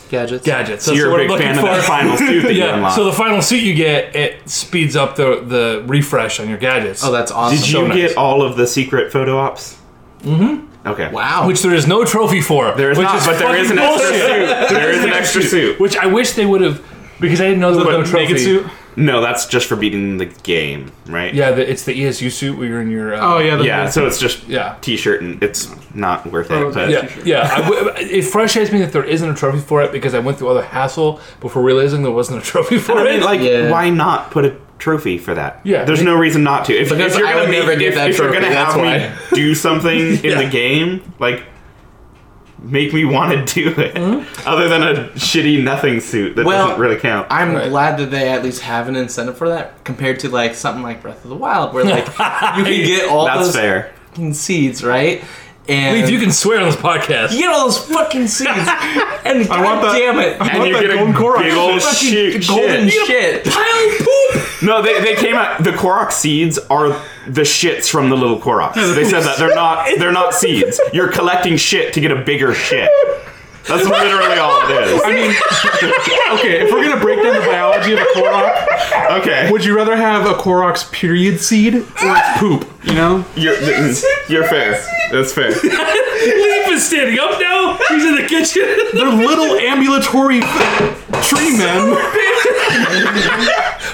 Speaker 3: Gadgets.
Speaker 2: gadgets. That's
Speaker 6: You're
Speaker 2: what
Speaker 6: a
Speaker 2: I'm
Speaker 6: big
Speaker 2: looking
Speaker 6: fan
Speaker 2: for.
Speaker 6: of that final suit that you
Speaker 2: yeah.
Speaker 6: unlocked.
Speaker 2: So the final suit you get, it speeds up the the refresh on your gadgets.
Speaker 3: Oh, that's awesome.
Speaker 6: Did you
Speaker 2: so nice.
Speaker 6: get all of the secret photo ops? Mm-hmm. Okay.
Speaker 3: wow.
Speaker 2: which there is no trophy for.
Speaker 6: There is
Speaker 2: which
Speaker 6: not,
Speaker 2: is
Speaker 6: but there
Speaker 2: fucking
Speaker 6: is an extra
Speaker 2: bullshit.
Speaker 6: suit. There is an extra suit.
Speaker 2: Which I wish they would have, because I didn't know there was no
Speaker 4: But make
Speaker 2: trophy.
Speaker 4: it suit.
Speaker 6: No, that's just for beating the game, right?
Speaker 2: Yeah, the, it's the ESU suit where you're in your. Uh,
Speaker 4: Oh yeah. The,
Speaker 6: Yeah, so it's just
Speaker 2: Yeah.
Speaker 6: t-shirt and it's not worth
Speaker 4: Oh,
Speaker 6: it. But
Speaker 2: Yeah, yeah. I w- it frustrates me that there isn't a trophy for it because I went through all the hassle before realizing there wasn't a trophy for
Speaker 6: I
Speaker 2: it.
Speaker 6: mean, like,
Speaker 3: Yeah.
Speaker 6: why not put a trophy for that?
Speaker 2: Yeah.
Speaker 6: there's no reason not to. If,
Speaker 3: Because
Speaker 6: if you're
Speaker 3: I
Speaker 6: gonna
Speaker 3: would
Speaker 6: make-
Speaker 3: never get
Speaker 6: if-
Speaker 3: that
Speaker 6: if you're
Speaker 3: trophy,
Speaker 6: gonna
Speaker 3: that's
Speaker 6: have
Speaker 3: why.
Speaker 6: me do something in the
Speaker 2: Yeah.
Speaker 6: game, like, make me want to do it. Other than a shitty nothing suit that
Speaker 3: Well,
Speaker 6: doesn't really count.
Speaker 3: I'm
Speaker 2: Right.
Speaker 3: glad that they at least have an incentive for that compared to like something like Breath of the Wild, where like you can get all
Speaker 6: that's
Speaker 3: those
Speaker 6: fair.
Speaker 3: fucking seeds, right? And
Speaker 2: Leaf, you
Speaker 3: you
Speaker 2: can swear on this podcast.
Speaker 3: get all those fucking seeds, and
Speaker 4: I want
Speaker 3: god
Speaker 4: that-
Speaker 3: damn it,
Speaker 4: I
Speaker 6: And
Speaker 4: want
Speaker 6: you
Speaker 4: that
Speaker 6: get a
Speaker 4: golden Korok
Speaker 6: big old shit.
Speaker 3: golden
Speaker 6: shit.
Speaker 3: shit.
Speaker 6: No, they, they came out. The Korok seeds are the shits from the little Koroks. They said that they're not they're not seeds. You're collecting shit to get a bigger shit. That's literally all it is.
Speaker 4: I mean, okay, if we're gonna break down the biology of a Korok,
Speaker 6: Okay,
Speaker 4: would you rather have a Korok's period seed or its poop? You know,
Speaker 6: you're, you're fair. That's fair.
Speaker 2: Leaf is standing up now. He's in the kitchen.
Speaker 4: they're little ambulatory tree men.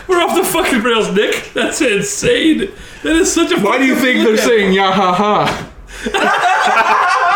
Speaker 2: We're off the fucking rails, Nick. That's insane. That is such a.
Speaker 4: Why do you think they're saying ya ha ha?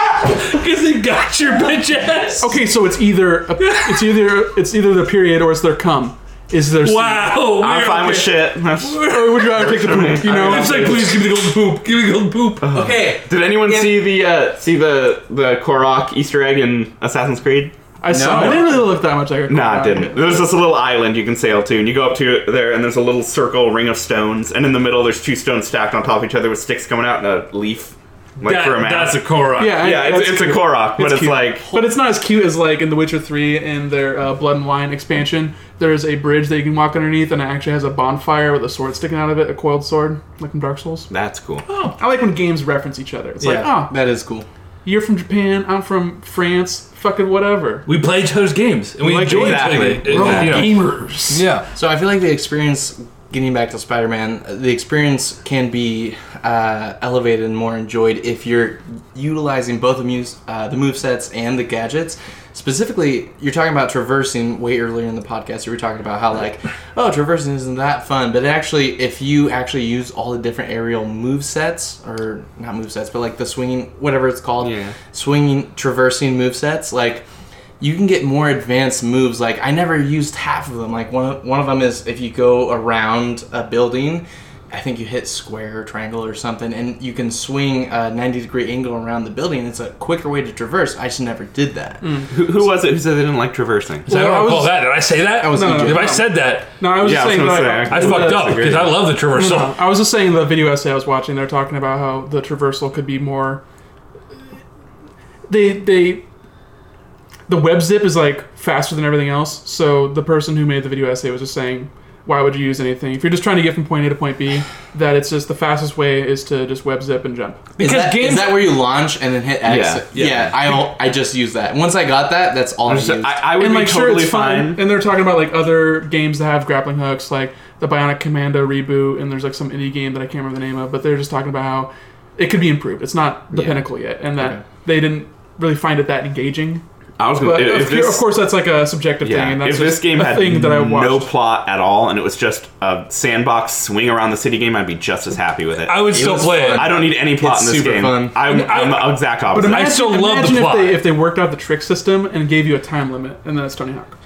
Speaker 2: Because they got your bitch ass.
Speaker 4: Okay, so it's either a, it's either it's either the period or it's their cum. Is there?
Speaker 2: Wow.
Speaker 6: I'm
Speaker 2: we're
Speaker 6: fine with
Speaker 2: okay.
Speaker 6: shit.
Speaker 4: Or would you rather take the poop? You know.
Speaker 2: It's like, please give me the golden poop. Give me the golden poop.
Speaker 6: Oh,
Speaker 3: Okay.
Speaker 6: Did anyone
Speaker 3: Yeah.
Speaker 6: see the uh, see the the Korok Easter egg in Assassin's Creed?
Speaker 4: I saw.
Speaker 3: No.
Speaker 4: I didn't really look that much like a cum.
Speaker 6: Nah, it didn't. There's this little island you can sail to, and you go up to it there, and there's a little circle ring of stones, and in the middle there's two stones stacked on top of each other with sticks coming out and a leaf, like
Speaker 2: That-
Speaker 6: for a map.
Speaker 2: that's a Korok.
Speaker 4: Yeah, I-
Speaker 6: yeah, it's,
Speaker 4: that's
Speaker 6: it's a
Speaker 4: cute.
Speaker 6: Korok, but it's,
Speaker 4: cute.
Speaker 6: like
Speaker 4: But it's not as cute as like in The Witcher 3 in their uh, Blood and Wine expansion. There's a bridge that you can walk underneath, and it actually has a bonfire with a sword sticking out of it, a coiled sword, like from Dark Souls.
Speaker 6: that's cool.
Speaker 4: I like when games reference each other. It's
Speaker 3: Yeah,
Speaker 4: like, oh,
Speaker 3: that is cool.
Speaker 4: you're from Japan, I'm from France, fucking whatever.
Speaker 2: We play each other's games and we
Speaker 6: Like,
Speaker 2: enjoy
Speaker 6: exactly.
Speaker 2: each other.
Speaker 6: We're all
Speaker 2: Yeah.
Speaker 4: gamers.
Speaker 2: Yeah.
Speaker 3: So I feel like the experience, getting back to Spider-Man, the experience can be uh, elevated and more enjoyed if you're utilizing both the muse, uh, the move sets and the gadgets. Specifically, you're talking about traversing way earlier in the podcast. You were talking about how like, oh, traversing isn't that fun, but actually, if you actually use all the different aerial move sets or not move sets, but like the swinging, whatever it's called,
Speaker 6: Yeah.
Speaker 3: swinging, traversing move sets, like you can get more advanced moves. Like I never used half of them. Like one of, one of them is if you go around a building, I think you hit square or triangle or something, and you can swing a ninety degree angle around the building. It's a quicker way to traverse. I just never did that.
Speaker 2: Hmm.
Speaker 6: Who, who was it who said they didn't like traversing?
Speaker 2: So I
Speaker 4: Well, I
Speaker 2: don't recall
Speaker 4: was-
Speaker 2: that. Did I say that?
Speaker 3: was No, no,
Speaker 2: if
Speaker 4: no.
Speaker 2: I said that,
Speaker 4: No, I was
Speaker 6: Yeah, I
Speaker 4: just
Speaker 6: was
Speaker 4: saying.
Speaker 6: gonna
Speaker 4: that
Speaker 6: say,
Speaker 2: I fucked up
Speaker 6: disagree.
Speaker 2: because I love the traversal.
Speaker 4: No, I was just saying the video essay I was watching. They're talking about how the traversal could be more. They they. The web zip is like faster than everything else. So the person who made the video essay was just saying, why would you use anything if you're just trying to get from point A to point B? That it's just the fastest way is to just web zip and jump.
Speaker 2: Because
Speaker 3: is that,
Speaker 2: games
Speaker 3: is that where you launch and then hit X?
Speaker 6: Yeah,
Speaker 3: Yeah, I don't- I just use that. Once I got that, that's all I used.
Speaker 6: I, I would
Speaker 4: And
Speaker 6: be
Speaker 4: like sure,
Speaker 6: totally
Speaker 4: it's fun.
Speaker 6: fine.
Speaker 4: And they're talking about like other games that have grappling hooks, like the Bionic Commando reboot, and there's like some indie game that I can't remember the name of, but they're just talking about how it could be improved. It's not the
Speaker 6: Yeah.
Speaker 4: pinnacle yet, and that they didn't really find it that engaging.
Speaker 6: I was gonna.
Speaker 4: But
Speaker 6: if
Speaker 4: of,
Speaker 6: this,
Speaker 4: of course, that's like a subjective thing, and that's
Speaker 6: if this
Speaker 4: just
Speaker 6: game
Speaker 4: a
Speaker 6: had
Speaker 4: thing that I watched.
Speaker 6: no plot at all and it was just a sandbox swing around the city game, I'd be just as happy with it.
Speaker 2: I
Speaker 6: I,
Speaker 2: would still
Speaker 3: was
Speaker 2: play
Speaker 3: fun.
Speaker 2: it.
Speaker 6: don't need any plot
Speaker 3: It's
Speaker 6: in this
Speaker 3: super
Speaker 6: game.
Speaker 3: fun.
Speaker 6: I'm, I'm the exact
Speaker 4: but
Speaker 6: opposite.
Speaker 4: imagine,
Speaker 2: still love the
Speaker 4: imagine
Speaker 2: plot.
Speaker 4: if they if they worked out the trick system and gave you a time limit, and then it's Tony Hawk.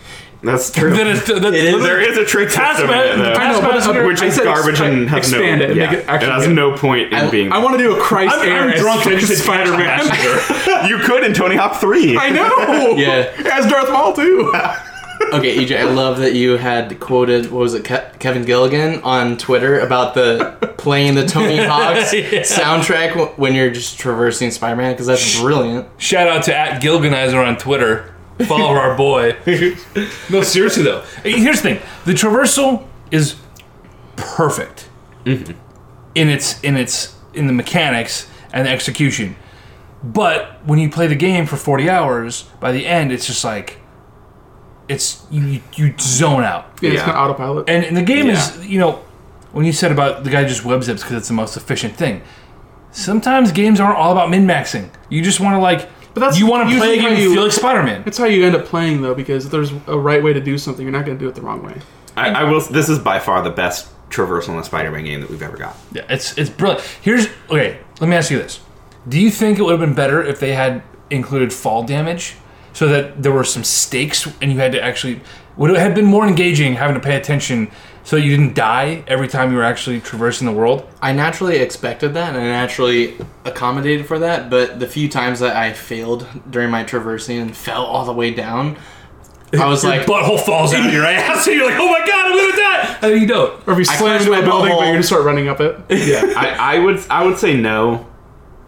Speaker 6: That's true.
Speaker 2: Then it's, that's
Speaker 6: there is a trick system in
Speaker 2: Taskman-
Speaker 6: it, though,
Speaker 4: I know, but I'm-
Speaker 6: which
Speaker 4: I
Speaker 6: is
Speaker 4: said ex-
Speaker 6: garbage and has no.
Speaker 4: expand it and
Speaker 6: yeah.
Speaker 4: make it actually
Speaker 6: has
Speaker 4: good.
Speaker 6: no point in
Speaker 3: I-
Speaker 6: being.
Speaker 4: I want to do a Christ
Speaker 2: I'm,
Speaker 4: era
Speaker 2: I'm
Speaker 4: as
Speaker 2: drunk and just
Speaker 4: Spider Man.
Speaker 6: you could in Tony Hawk Three.
Speaker 4: I know.
Speaker 3: Yeah.
Speaker 4: as Darth Maul too.
Speaker 3: Okay, EJ, I love that you had quoted what was it, Ke- Kevin Gilligan on Twitter about the playing the Tony Hawk's
Speaker 2: Yeah.
Speaker 3: soundtrack w- when you're just traversing Spider-Man because that's brilliant.
Speaker 2: Shout out to at Gilganizer on Twitter. Follow our boy. no, seriously though. Hey, Here's the thing: the traversal is perfect in its in its in the mechanics and the execution. But when you play the game for 40 hours, by the end, it's just like it's you you zone out.
Speaker 4: Yeah, it's
Speaker 6: Yeah.
Speaker 4: not autopilot.
Speaker 2: And, and the game
Speaker 6: Yeah.
Speaker 2: is, you know, when you said about the guy just web zips because it's the most efficient thing. Sometimes games aren't all about min maxing. You just want to like,
Speaker 4: But that's
Speaker 2: you want to
Speaker 4: usually
Speaker 2: play a game
Speaker 4: how
Speaker 2: and
Speaker 4: you-
Speaker 2: feel like Spider Man.
Speaker 4: It's how you end up playing though, because if there's a right way to do something, you're not going to do it the wrong way.
Speaker 6: I, I will. This is by far the best traversal in a Spider-Man game that we've ever got.
Speaker 2: Yeah, it's it's brilliant. Here's okay. Let me ask you this: Do you think it would have been better if they had included fall damage, so that there were some stakes and you had to actually? Would it have been more engaging having to pay attention so that you didn't die every time you were actually traversing the world?
Speaker 3: I naturally expected that and I naturally accommodated for that, but the few times that I failed during my traversing and fell all the way down, I was like,
Speaker 2: Butthole falls out of your ass, and you're like, "Oh my god, I'm gonna die!" And then you don't.
Speaker 4: Or if you
Speaker 3: I
Speaker 4: slam
Speaker 3: crashed
Speaker 4: into
Speaker 3: my
Speaker 4: a building, but
Speaker 3: butthole.
Speaker 4: you just start running up it.
Speaker 6: I, I would I would say no,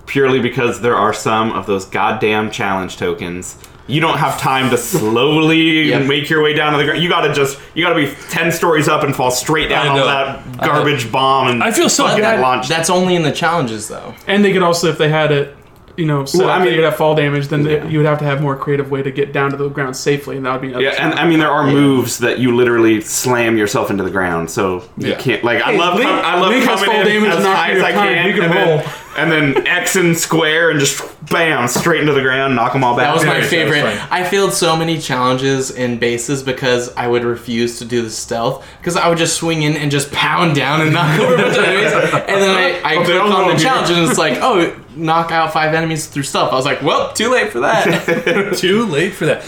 Speaker 6: purely because there are some of those goddamn challenge tokens. You don't have time to slowly
Speaker 3: Yep.
Speaker 6: make your way down to the ground. You gotta just you gotta be ten stories up and fall straight down
Speaker 2: I
Speaker 6: on
Speaker 2: know.
Speaker 6: that garbage bomb and
Speaker 2: I feel so
Speaker 6: fucking
Speaker 2: bad.
Speaker 6: launched.
Speaker 3: that's only in the challenges though.
Speaker 4: And they could also, if they had it, you know, set
Speaker 6: Well, I
Speaker 4: I
Speaker 6: mean-
Speaker 4: mean, you'd have fall damage, then they- you would have to have more creative way to get down to the ground safely, and that would be another.
Speaker 6: yeah, and I mean there are moves that you literally slam yourself into the ground, so you
Speaker 2: Yeah.
Speaker 6: can't. Like I
Speaker 4: Hey,
Speaker 6: love,
Speaker 4: Link-
Speaker 6: com- I love
Speaker 4: Link has
Speaker 6: coming
Speaker 4: full
Speaker 6: in
Speaker 4: damage
Speaker 6: as
Speaker 4: knocked
Speaker 6: high
Speaker 4: through
Speaker 6: as
Speaker 4: your
Speaker 6: I
Speaker 4: time.
Speaker 6: can.
Speaker 4: You can
Speaker 6: and then
Speaker 4: roll.
Speaker 6: and then X and square, and just bam, straight into the ground, knock them all back.
Speaker 3: That was my
Speaker 2: Very
Speaker 3: favorite.
Speaker 2: satisfying.
Speaker 3: I failed so many challenges in bases because I would refuse to do the stealth because I would just swing in and just pound down and knock over a bunch of enemies. And then I, I
Speaker 6: Oh, they
Speaker 3: clicked
Speaker 6: don't know
Speaker 3: on the
Speaker 6: here.
Speaker 3: challenge and it's like, oh, knock out five enemies through stealth. I was like, well, too late for that.
Speaker 2: Too late for that.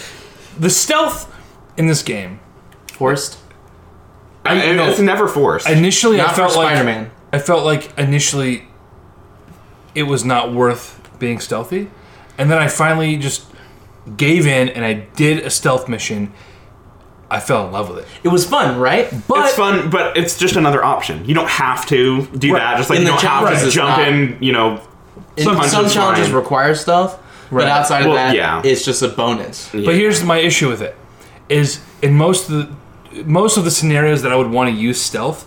Speaker 2: The stealth in this game.
Speaker 3: Forced.
Speaker 6: And
Speaker 3: I know.
Speaker 6: it's never forced.
Speaker 2: Initially, I
Speaker 3: Not for
Speaker 2: felt like
Speaker 3: Spider-Man.
Speaker 2: I felt like initially it was not worth being stealthy, and then I finally just gave in and I did a stealth mission. I fell in love with it.
Speaker 3: It was fun, right? But
Speaker 6: it's fun, but it's just another option. You don't have to do
Speaker 2: Right.
Speaker 6: that. Just like
Speaker 3: In
Speaker 6: you
Speaker 3: the
Speaker 6: don't have
Speaker 3: challenges,
Speaker 6: to
Speaker 3: it's
Speaker 6: jump
Speaker 3: not.
Speaker 6: in. You know,
Speaker 3: in-
Speaker 6: some
Speaker 3: some,
Speaker 6: punches
Speaker 3: challenges
Speaker 6: fine.
Speaker 3: require stealth.
Speaker 2: Right.
Speaker 3: But outside
Speaker 6: Well,
Speaker 3: of that,
Speaker 6: yeah.
Speaker 3: it's just a bonus.
Speaker 2: But here's my issue with it: is in most of the most of the scenarios that I would want to use stealth,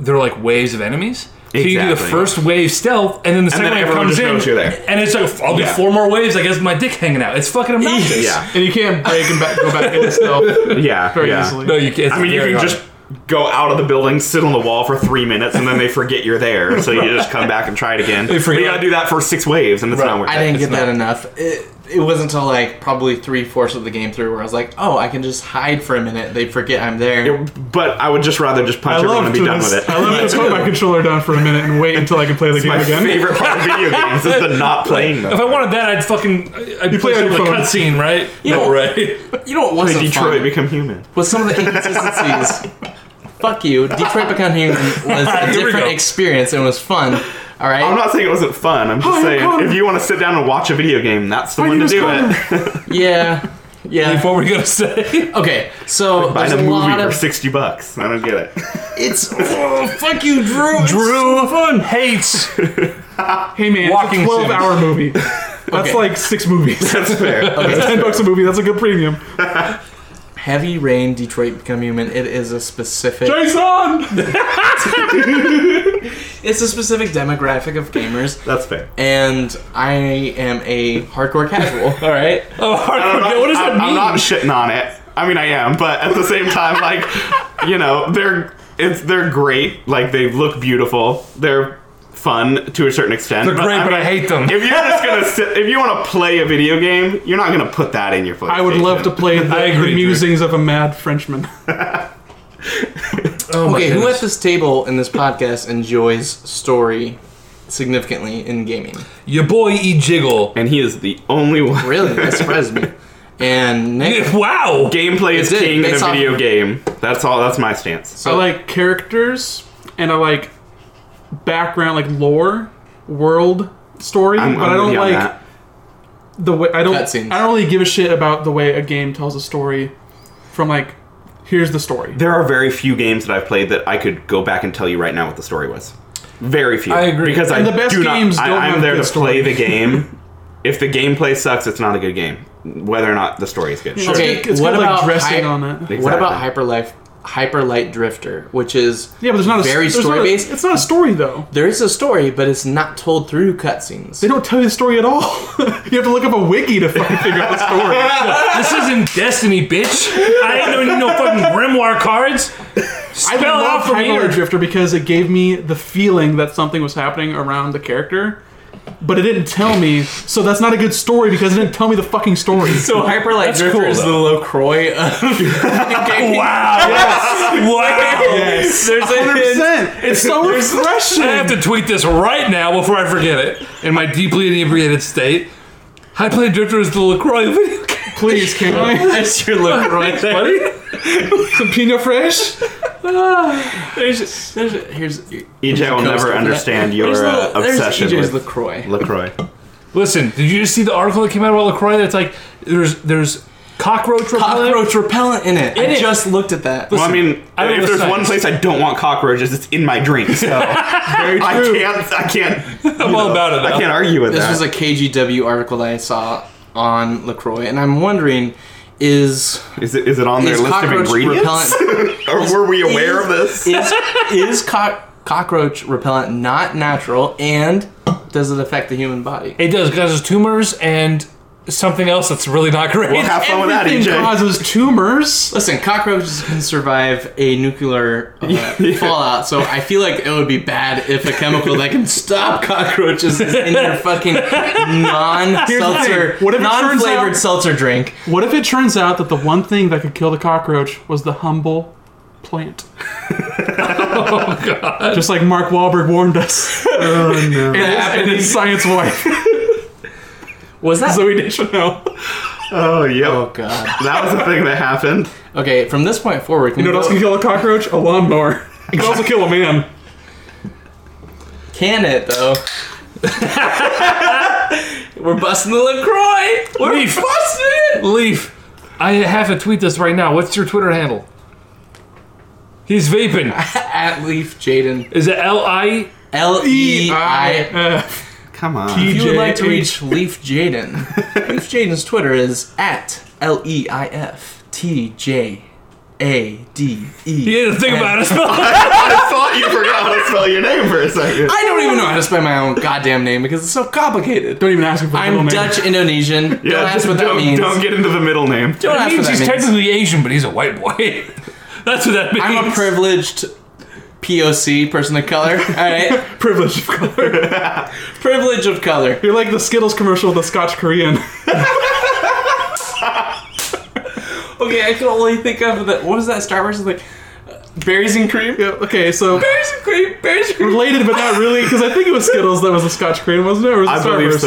Speaker 2: they're like waves of enemies. So you do the
Speaker 6: Exactly.
Speaker 2: first wave stealth, and then the second
Speaker 6: then
Speaker 2: wave
Speaker 6: everyone
Speaker 2: comes
Speaker 6: just
Speaker 2: in,
Speaker 6: knows you're there.
Speaker 2: and it's like I'll do
Speaker 6: Yeah.
Speaker 2: four more waves. I guess my dick hanging out. It's fucking obnoxious.
Speaker 6: yeah,
Speaker 4: And you can't break and back, go back into stealth
Speaker 6: yeah,
Speaker 4: very
Speaker 6: yeah.
Speaker 4: easily.
Speaker 2: No, you can't.
Speaker 6: I mean, you
Speaker 2: very
Speaker 6: can
Speaker 2: hard.
Speaker 6: just go out of the building, sit on the wall for three minutes, and then they forget you're there. So you just come back and try it again. But
Speaker 2: forget.
Speaker 6: you gotta do that for six waves, and it's not worth
Speaker 3: I
Speaker 6: it.
Speaker 3: didn't get that enough. It, it wasn't until like probably three fourths of the game through where I was like, oh, I can just hide for a minute. They forget I'm there.
Speaker 6: It- But I would just rather just punch everyone and be done with
Speaker 4: just-
Speaker 6: it.
Speaker 4: I love to put my controller down for a minute and wait until I can play the game
Speaker 6: my
Speaker 4: again.
Speaker 6: favorite part of video games is the not playing
Speaker 2: If
Speaker 6: them.
Speaker 2: I wanted that, I'd fucking I'd
Speaker 4: play
Speaker 2: play
Speaker 4: on
Speaker 2: a
Speaker 4: your phone.
Speaker 2: cutscene, right?
Speaker 3: know-
Speaker 2: no, right?
Speaker 3: you know what wasn't
Speaker 6: Detroit
Speaker 3: fun?
Speaker 6: become human.
Speaker 3: With some of the inconsistencies. Fuck you. Detroit Become Human was a
Speaker 2: Here we
Speaker 3: different
Speaker 2: go.
Speaker 3: experience and was fun. All right?
Speaker 6: I'm not saying it wasn't fun. I'm just
Speaker 4: Oh,
Speaker 6: saying
Speaker 4: God.
Speaker 6: if you want to sit down and watch a video game, that's the
Speaker 4: Why
Speaker 6: one
Speaker 4: you
Speaker 6: to
Speaker 4: just
Speaker 6: do
Speaker 4: call
Speaker 6: it.
Speaker 3: yeah. Yeah.
Speaker 2: what were you gonna say?
Speaker 3: Okay, so
Speaker 6: Buy
Speaker 3: there's
Speaker 6: the
Speaker 3: a
Speaker 6: movie
Speaker 3: lot
Speaker 6: for
Speaker 3: of
Speaker 6: sixty bucks. I don't get it.
Speaker 3: it's oh, fuck you, Drew.
Speaker 2: Drew hates.
Speaker 4: Hey man,
Speaker 2: Walking
Speaker 4: it's a 12
Speaker 2: Sims.
Speaker 4: hour movie. That's
Speaker 3: Okay.
Speaker 4: like six movies.
Speaker 6: That's fair.
Speaker 4: That's 10 bucks a movie. That's a good premium.
Speaker 3: Heavy Rain, Detroit Become Human. It is a specific.
Speaker 4: Jason!
Speaker 3: It's a specific demographic of gamers,
Speaker 6: That's fair.
Speaker 3: and I am a hardcore casual. All right,
Speaker 2: Oh, hardcore.
Speaker 6: I'm not-
Speaker 2: what does that
Speaker 6: I'm-
Speaker 2: mean?
Speaker 6: I'm not shitting on it. I mean, I am, but at the same time, like, you know, they're it's they're great. Like, they look beautiful. They're fun to a certain extent.
Speaker 2: They're great, but I
Speaker 6: mean,
Speaker 2: hate them.
Speaker 6: If you're just gonna sit, if you want to play a video game, you're not gonna put that in your PlayStation.
Speaker 4: I would love to play the,
Speaker 2: I agree,
Speaker 4: the musings of a mad Frenchman.
Speaker 2: Oh my
Speaker 3: okay. Who
Speaker 2: goodness.
Speaker 3: at this table in this podcast enjoys story significantly in gaming?
Speaker 2: Your boy E Jiggle.
Speaker 6: And he is the only one.
Speaker 3: Really, that surprised me. And Nick,
Speaker 2: Wow.
Speaker 6: Gameplay is
Speaker 3: It's it,
Speaker 6: king in a
Speaker 3: based off-
Speaker 6: video game. That's all. That's my stance.
Speaker 4: I like characters and I like background, like lore, world story,
Speaker 6: I'm,
Speaker 4: but
Speaker 6: I'm
Speaker 4: I
Speaker 6: with
Speaker 4: don't
Speaker 6: you on
Speaker 4: like
Speaker 6: that.
Speaker 4: the way I don't.
Speaker 3: Cutscenes.
Speaker 4: I don't really give a shit about the way a game tells a story. From like, here's the story.
Speaker 6: There are very few games that I've played that I could go back and tell you right now what the story was. Very few.
Speaker 2: I agree.
Speaker 6: Because
Speaker 4: And
Speaker 6: I
Speaker 4: the best
Speaker 6: do not,
Speaker 4: games
Speaker 6: I,
Speaker 4: don't
Speaker 6: I'm
Speaker 4: have
Speaker 6: there
Speaker 4: good
Speaker 6: to play the game. if the gameplay sucks, it's not a good game. Whether or not the story is good.
Speaker 4: It's
Speaker 3: Okay,
Speaker 4: good- it's
Speaker 3: what
Speaker 4: good, like,
Speaker 3: about
Speaker 4: dressing
Speaker 3: hi-
Speaker 4: on it?
Speaker 3: what about
Speaker 6: Exactly.
Speaker 3: Hyperlife? Hyperlight Drifter, which is
Speaker 4: Yeah, but there's not a
Speaker 3: very
Speaker 4: there's not a-
Speaker 3: story based.
Speaker 4: It's not a story though.
Speaker 3: There is a story, but it's not told through cutscenes.
Speaker 4: They don't tell you the story at all. you have to look up a wiki to fucking figure out the story.
Speaker 2: This isn't Destiny, bitch. I ain't no need no fucking grimoire cards.
Speaker 4: I
Speaker 2: Spell
Speaker 4: love
Speaker 2: out for me.
Speaker 4: Hyper
Speaker 2: Or...
Speaker 4: Drifter because it gave me the feeling that something was happening around the character, but it didn't tell me. So that's not a good story because it didn't tell me the fucking story.
Speaker 3: So Hyperlight
Speaker 2: That's
Speaker 3: Drifter
Speaker 2: cool,
Speaker 3: is the
Speaker 2: though.
Speaker 3: Locroy of gaming.
Speaker 2: Wow. Wow. There's a hint.
Speaker 4: it's so refreshing.
Speaker 2: I have to tweet this right now before I forget it. In my deeply inebriated state, I play Drifter as the Lacroix video game.
Speaker 4: Please, can I?
Speaker 3: That's your Locroy. there.
Speaker 2: buddy.
Speaker 4: Some Pinot Fresh?
Speaker 3: Ah. There's, there's, here's, here's
Speaker 6: EJ E will never understand your
Speaker 3: the-
Speaker 6: uh,
Speaker 3: there's
Speaker 6: obsession
Speaker 4: E
Speaker 3: EJ's
Speaker 6: with
Speaker 3: Lacroix.
Speaker 6: Lacroix.
Speaker 2: Listen, did you just see the article that came out about Lacroix? That's like there's there's cockroach repellent.
Speaker 3: Cockroach repellent in it. I
Speaker 2: it.
Speaker 3: just looked at that.
Speaker 6: Well, I mean,
Speaker 2: I don't know
Speaker 6: if there's
Speaker 2: science.
Speaker 6: one place I don't want cockroaches, it's in my drink. So I can't. I can't.
Speaker 2: I'm all about it.
Speaker 6: I
Speaker 2: now.
Speaker 6: can't argue with
Speaker 3: This
Speaker 6: that.
Speaker 3: was a KGW article that I saw on Lacroix, and I'm wondering, is
Speaker 6: is it is it on their
Speaker 3: is
Speaker 6: list of
Speaker 3: cockroach
Speaker 6: ingredients?
Speaker 3: repellent-
Speaker 6: or were we aware
Speaker 3: is-
Speaker 6: of this?
Speaker 3: is is cock, cockroach repellent not natural, and does it affect the human body?
Speaker 2: It does causes tumors and something else that's really not great.
Speaker 6: We'll have fun with that, E
Speaker 4: Everything
Speaker 6: EJ.
Speaker 4: causes tumors.
Speaker 3: Listen, cockroaches can survive a nuclear uh, fallout, so I feel like it would be bad if a chemical that can stop cockroaches is in your fucking non-seltzer,
Speaker 4: thing. What if it turns
Speaker 3: non-flavored
Speaker 4: out-
Speaker 3: seltzer drink.
Speaker 4: What if it turns out that the one thing that could kill the cockroach was the humble plant? oh god! Just like Mark Wahlberg warned us
Speaker 3: It
Speaker 4: in
Speaker 3: happened.
Speaker 4: his science wife,
Speaker 3: Was that?
Speaker 4: so we didn't know.
Speaker 6: Oh, yeah.
Speaker 3: Oh god.
Speaker 6: That was the thing that happened.
Speaker 3: Okay, from this point forward, can
Speaker 4: You know
Speaker 3: we
Speaker 4: what else
Speaker 3: go-
Speaker 4: can kill a cockroach? A lawnmower. It can also kill a man.
Speaker 3: Can it though? We're busting the Lacroix. We're
Speaker 2: Leaf.
Speaker 3: busting it.
Speaker 2: Leaf, I have to tweet this right now. What's your Twitter handle? He's vaping.
Speaker 3: At Leaf Jaden.
Speaker 2: Is it L I?
Speaker 3: L E I.
Speaker 6: Come on.
Speaker 3: If you would like
Speaker 2: E
Speaker 3: to
Speaker 4: J H.
Speaker 3: reach Leaf Jaden, Leaf Jaden's Twitter is at L E I F T J A D E.
Speaker 2: You didn't think about it. Spell it.
Speaker 6: I thought you forgot how to spell your name for a second.
Speaker 3: I don't even know how to spell my own goddamn name because it's so complicated.
Speaker 4: Don't even ask him for the middle
Speaker 3: I'm
Speaker 4: name.
Speaker 3: Dutch Indonesian. don't ask
Speaker 6: just
Speaker 3: what that
Speaker 6: don't,
Speaker 3: means.
Speaker 6: Don't get into the middle name.
Speaker 3: Don't
Speaker 2: It
Speaker 3: ask what
Speaker 2: means
Speaker 3: that
Speaker 2: he's
Speaker 3: means.
Speaker 2: technically Asian, but he's a white boy. That's what that means.
Speaker 3: I'm a privileged POC person of color. All right,
Speaker 4: Privilege of color.
Speaker 3: privilege of color.
Speaker 4: You're like the Skittles commercial with the Scotch Korean.
Speaker 3: Okay, I can only think of that. What is that Star Wars? It's like uh, berries and cream.
Speaker 4: Yeah, okay, so
Speaker 3: Berries and cream. Berries and cream.
Speaker 4: related, but not really, because I think it was Skittles that was the Scotch Korean, wasn't it? Or was it
Speaker 6: I
Speaker 4: Starburst?
Speaker 6: believe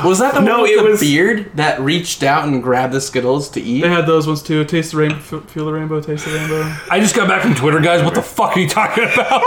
Speaker 6: so.
Speaker 3: Was that the
Speaker 6: No,
Speaker 3: one
Speaker 6: it
Speaker 3: with the
Speaker 6: was-
Speaker 3: beard that reached out and grabbed the Skittles to eat?
Speaker 4: They had those ones too. Taste the rainbow, feel the rainbow, taste the rainbow.
Speaker 2: I just got back from Twitter, guys. What the fuck are you talking about?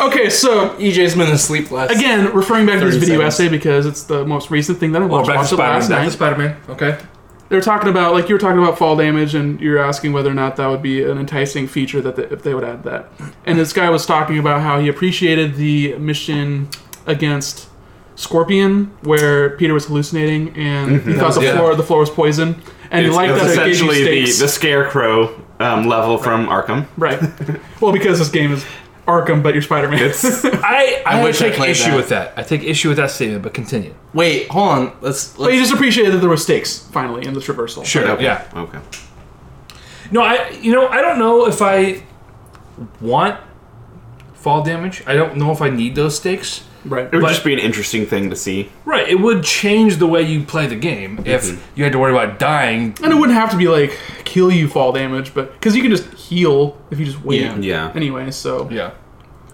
Speaker 4: Okay, so
Speaker 3: EJ's been asleep last.
Speaker 4: again, referring back to this
Speaker 3: 30
Speaker 4: video
Speaker 3: seconds.
Speaker 4: essay because it's the most recent thing that I
Speaker 2: Well,
Speaker 4: watched,
Speaker 2: back to
Speaker 4: watched it last
Speaker 2: Spider-Man.
Speaker 4: night.
Speaker 2: Back to Spider-Man. Okay.
Speaker 4: They're talking about like you were talking about fall damage, and you're asking whether or not that would be an enticing feature that they, if they would add that. And this guy was talking about how he appreciated the mission against Scorpion, where Peter was hallucinating and he thought the
Speaker 2: Yeah.
Speaker 4: floor the floor was poison, and he
Speaker 6: It's-
Speaker 4: liked
Speaker 6: it's
Speaker 4: that it gave you
Speaker 6: essentially the,
Speaker 4: stakes.
Speaker 6: the scarecrow um, level from Arkham.
Speaker 4: Right. well, because this game is Arkham, but you're Spider-Man.
Speaker 6: It's
Speaker 2: I, I,
Speaker 3: wish I
Speaker 2: take
Speaker 3: played
Speaker 2: issue
Speaker 3: that.
Speaker 2: with that. I take issue with that statement, but continue.
Speaker 3: Wait, hold on. Let's.
Speaker 4: But
Speaker 3: let's
Speaker 4: you just appreciated that there were stakes finally in this reversal.
Speaker 2: Sure. Yeah.
Speaker 6: Okay.
Speaker 2: No, I you know I don't know if I want fall damage. I don't know if I need those stakes.
Speaker 4: Right.
Speaker 6: It would
Speaker 2: But-
Speaker 6: just be an interesting thing to see.
Speaker 2: Right. It would change the way you play the game if you had to worry about dying.
Speaker 4: And it wouldn't have to be like kill you fall damage, but because you can just heal if you just wait.
Speaker 3: Yeah.
Speaker 6: Yeah.
Speaker 4: Anyway, so
Speaker 2: Yeah.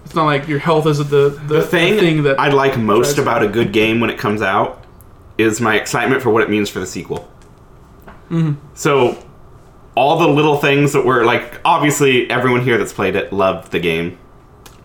Speaker 4: it's not like your health is the the,
Speaker 6: The thing,
Speaker 4: that
Speaker 6: I like most
Speaker 4: drives-
Speaker 6: about a good game when it comes out is my excitement for what it means for the sequel. So, all the little things that were like, obviously, everyone here that's played it loved the game,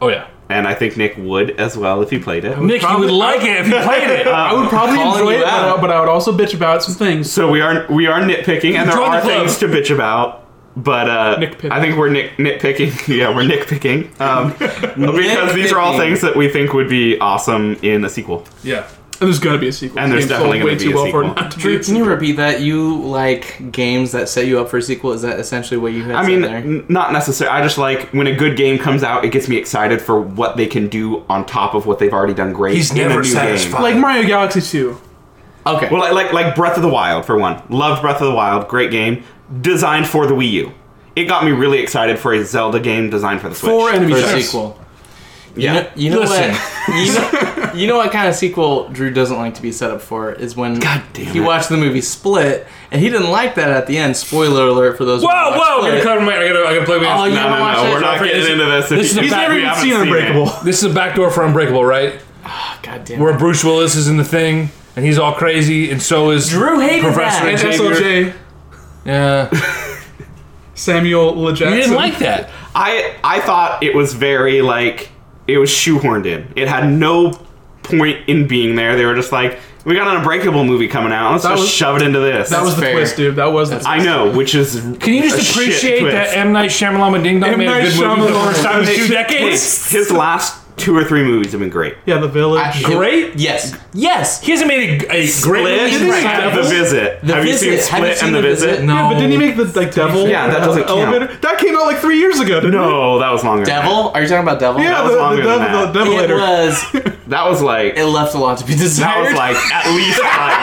Speaker 2: Oh yeah.
Speaker 6: and I think Nick would as well if he played it.
Speaker 2: Nick, you
Speaker 4: probably-
Speaker 2: would like it if you played it.
Speaker 4: I would probably
Speaker 3: Calling
Speaker 4: enjoy
Speaker 3: you
Speaker 4: it, but I,
Speaker 3: out.
Speaker 4: but I would also bitch about some things.
Speaker 6: So we are we are nitpicking, and there
Speaker 2: Join the
Speaker 6: are
Speaker 2: club.
Speaker 6: things to bitch about. But uh,
Speaker 4: Nitpicking.
Speaker 6: I think we're nick, nitpicking. yeah, we're nitpicking um, because these are all
Speaker 3: Nitpicking.
Speaker 6: things that we think would be awesome in a sequel.
Speaker 2: yeah.
Speaker 4: And there's gonna be a sequel.
Speaker 6: And there's
Speaker 4: Game's
Speaker 6: definitely
Speaker 4: sold way
Speaker 6: gonna
Speaker 4: too
Speaker 6: be a
Speaker 4: well for it
Speaker 6: sequel.
Speaker 4: not to
Speaker 3: Drew,
Speaker 4: be.
Speaker 3: can you repeat that? You like games that set you up for a sequel? Is that essentially what you had
Speaker 6: I
Speaker 3: said
Speaker 6: mean,
Speaker 3: there?
Speaker 6: n- not necessarily. I just like when a good game comes out, it gets me excited for what they can do on top of what they've already done great.
Speaker 2: He's
Speaker 6: in a
Speaker 2: never
Speaker 6: new game.
Speaker 2: satisfied.
Speaker 4: Like Mario Galaxy Two.
Speaker 3: Okay.
Speaker 6: Well, I like like Breath of the Wild for one. Loved Breath of the Wild. Great game, designed for the Wii U. It got me really excited for a Zelda game designed for the Switch.
Speaker 4: Four enemy
Speaker 3: for a
Speaker 4: ships.
Speaker 3: sequel.
Speaker 6: yeah.
Speaker 3: You know, you know
Speaker 2: Listen.
Speaker 3: what? You know, you know what kind of sequel Drew doesn't like to be set up for is when
Speaker 6: God damn
Speaker 3: he
Speaker 6: it.
Speaker 3: watched the movie Split and he didn't like that at the end. Spoiler alert for those. who
Speaker 2: Whoa,
Speaker 3: watched
Speaker 2: whoa! I'm gonna
Speaker 3: Split.
Speaker 2: cover my. I gotta. I gotta play. with-
Speaker 3: Oh, you
Speaker 6: no,
Speaker 3: haven't
Speaker 6: no,
Speaker 3: watched
Speaker 6: no.
Speaker 3: it?
Speaker 6: We're not
Speaker 2: Okay,
Speaker 6: getting
Speaker 2: this-
Speaker 6: into this.
Speaker 2: this is a
Speaker 6: He's
Speaker 2: fact
Speaker 6: never
Speaker 2: we
Speaker 6: even
Speaker 4: seen Unbreakable.
Speaker 2: This is a backdoor for Unbreakable, right?
Speaker 3: God damn.
Speaker 2: Where
Speaker 3: it.
Speaker 2: Bruce Willis is in the thing, and he's all crazy, and so is
Speaker 3: Drew hated
Speaker 2: Professor
Speaker 3: that.
Speaker 2: Xavier.
Speaker 4: SLJ,
Speaker 2: Yeah.
Speaker 4: Samuel L. Jackson.
Speaker 2: You didn't like that.
Speaker 6: I I thought it was very like it was shoehorned in. It had no point in being there. They were just like, we got an Unbreakable movie coming out. Let's just
Speaker 4: was-
Speaker 6: shove it into this.
Speaker 4: that was the
Speaker 3: fair.
Speaker 4: twist, dude. That was the
Speaker 6: I know, which is
Speaker 2: Can you just appreciate that M Night Shyamalan Ding Dong
Speaker 4: M.
Speaker 2: made a
Speaker 4: Night
Speaker 2: good movie for the
Speaker 4: Shyamalan.
Speaker 2: first time in two decades?
Speaker 6: his last two or three movies have been great.
Speaker 4: Yeah, the village.
Speaker 2: Great?
Speaker 3: Yes. Yes.
Speaker 2: He hasn't made a, a great
Speaker 6: Split
Speaker 2: movie.
Speaker 3: Right.
Speaker 6: and The Visit.
Speaker 3: The
Speaker 6: have
Speaker 3: Visit.
Speaker 6: you seen
Speaker 3: Have
Speaker 6: Split
Speaker 3: you seen
Speaker 6: and The
Speaker 3: The
Speaker 6: Visit?
Speaker 3: Visit?
Speaker 2: No.
Speaker 4: Yeah, but didn't he make the like devil?
Speaker 6: Yeah, that doesn't count.
Speaker 4: That came out like three years ago, didn't it?
Speaker 6: No, that was longer. than
Speaker 3: Devil? Are you talking about Devil?
Speaker 4: Yeah,
Speaker 6: was
Speaker 4: the,
Speaker 6: longer
Speaker 4: the,
Speaker 6: than
Speaker 4: devil,
Speaker 6: that.
Speaker 4: the
Speaker 3: It
Speaker 4: devil.
Speaker 3: was.
Speaker 6: that. That was like
Speaker 3: It left a lot to be
Speaker 6: that
Speaker 3: desired.
Speaker 6: was like at least five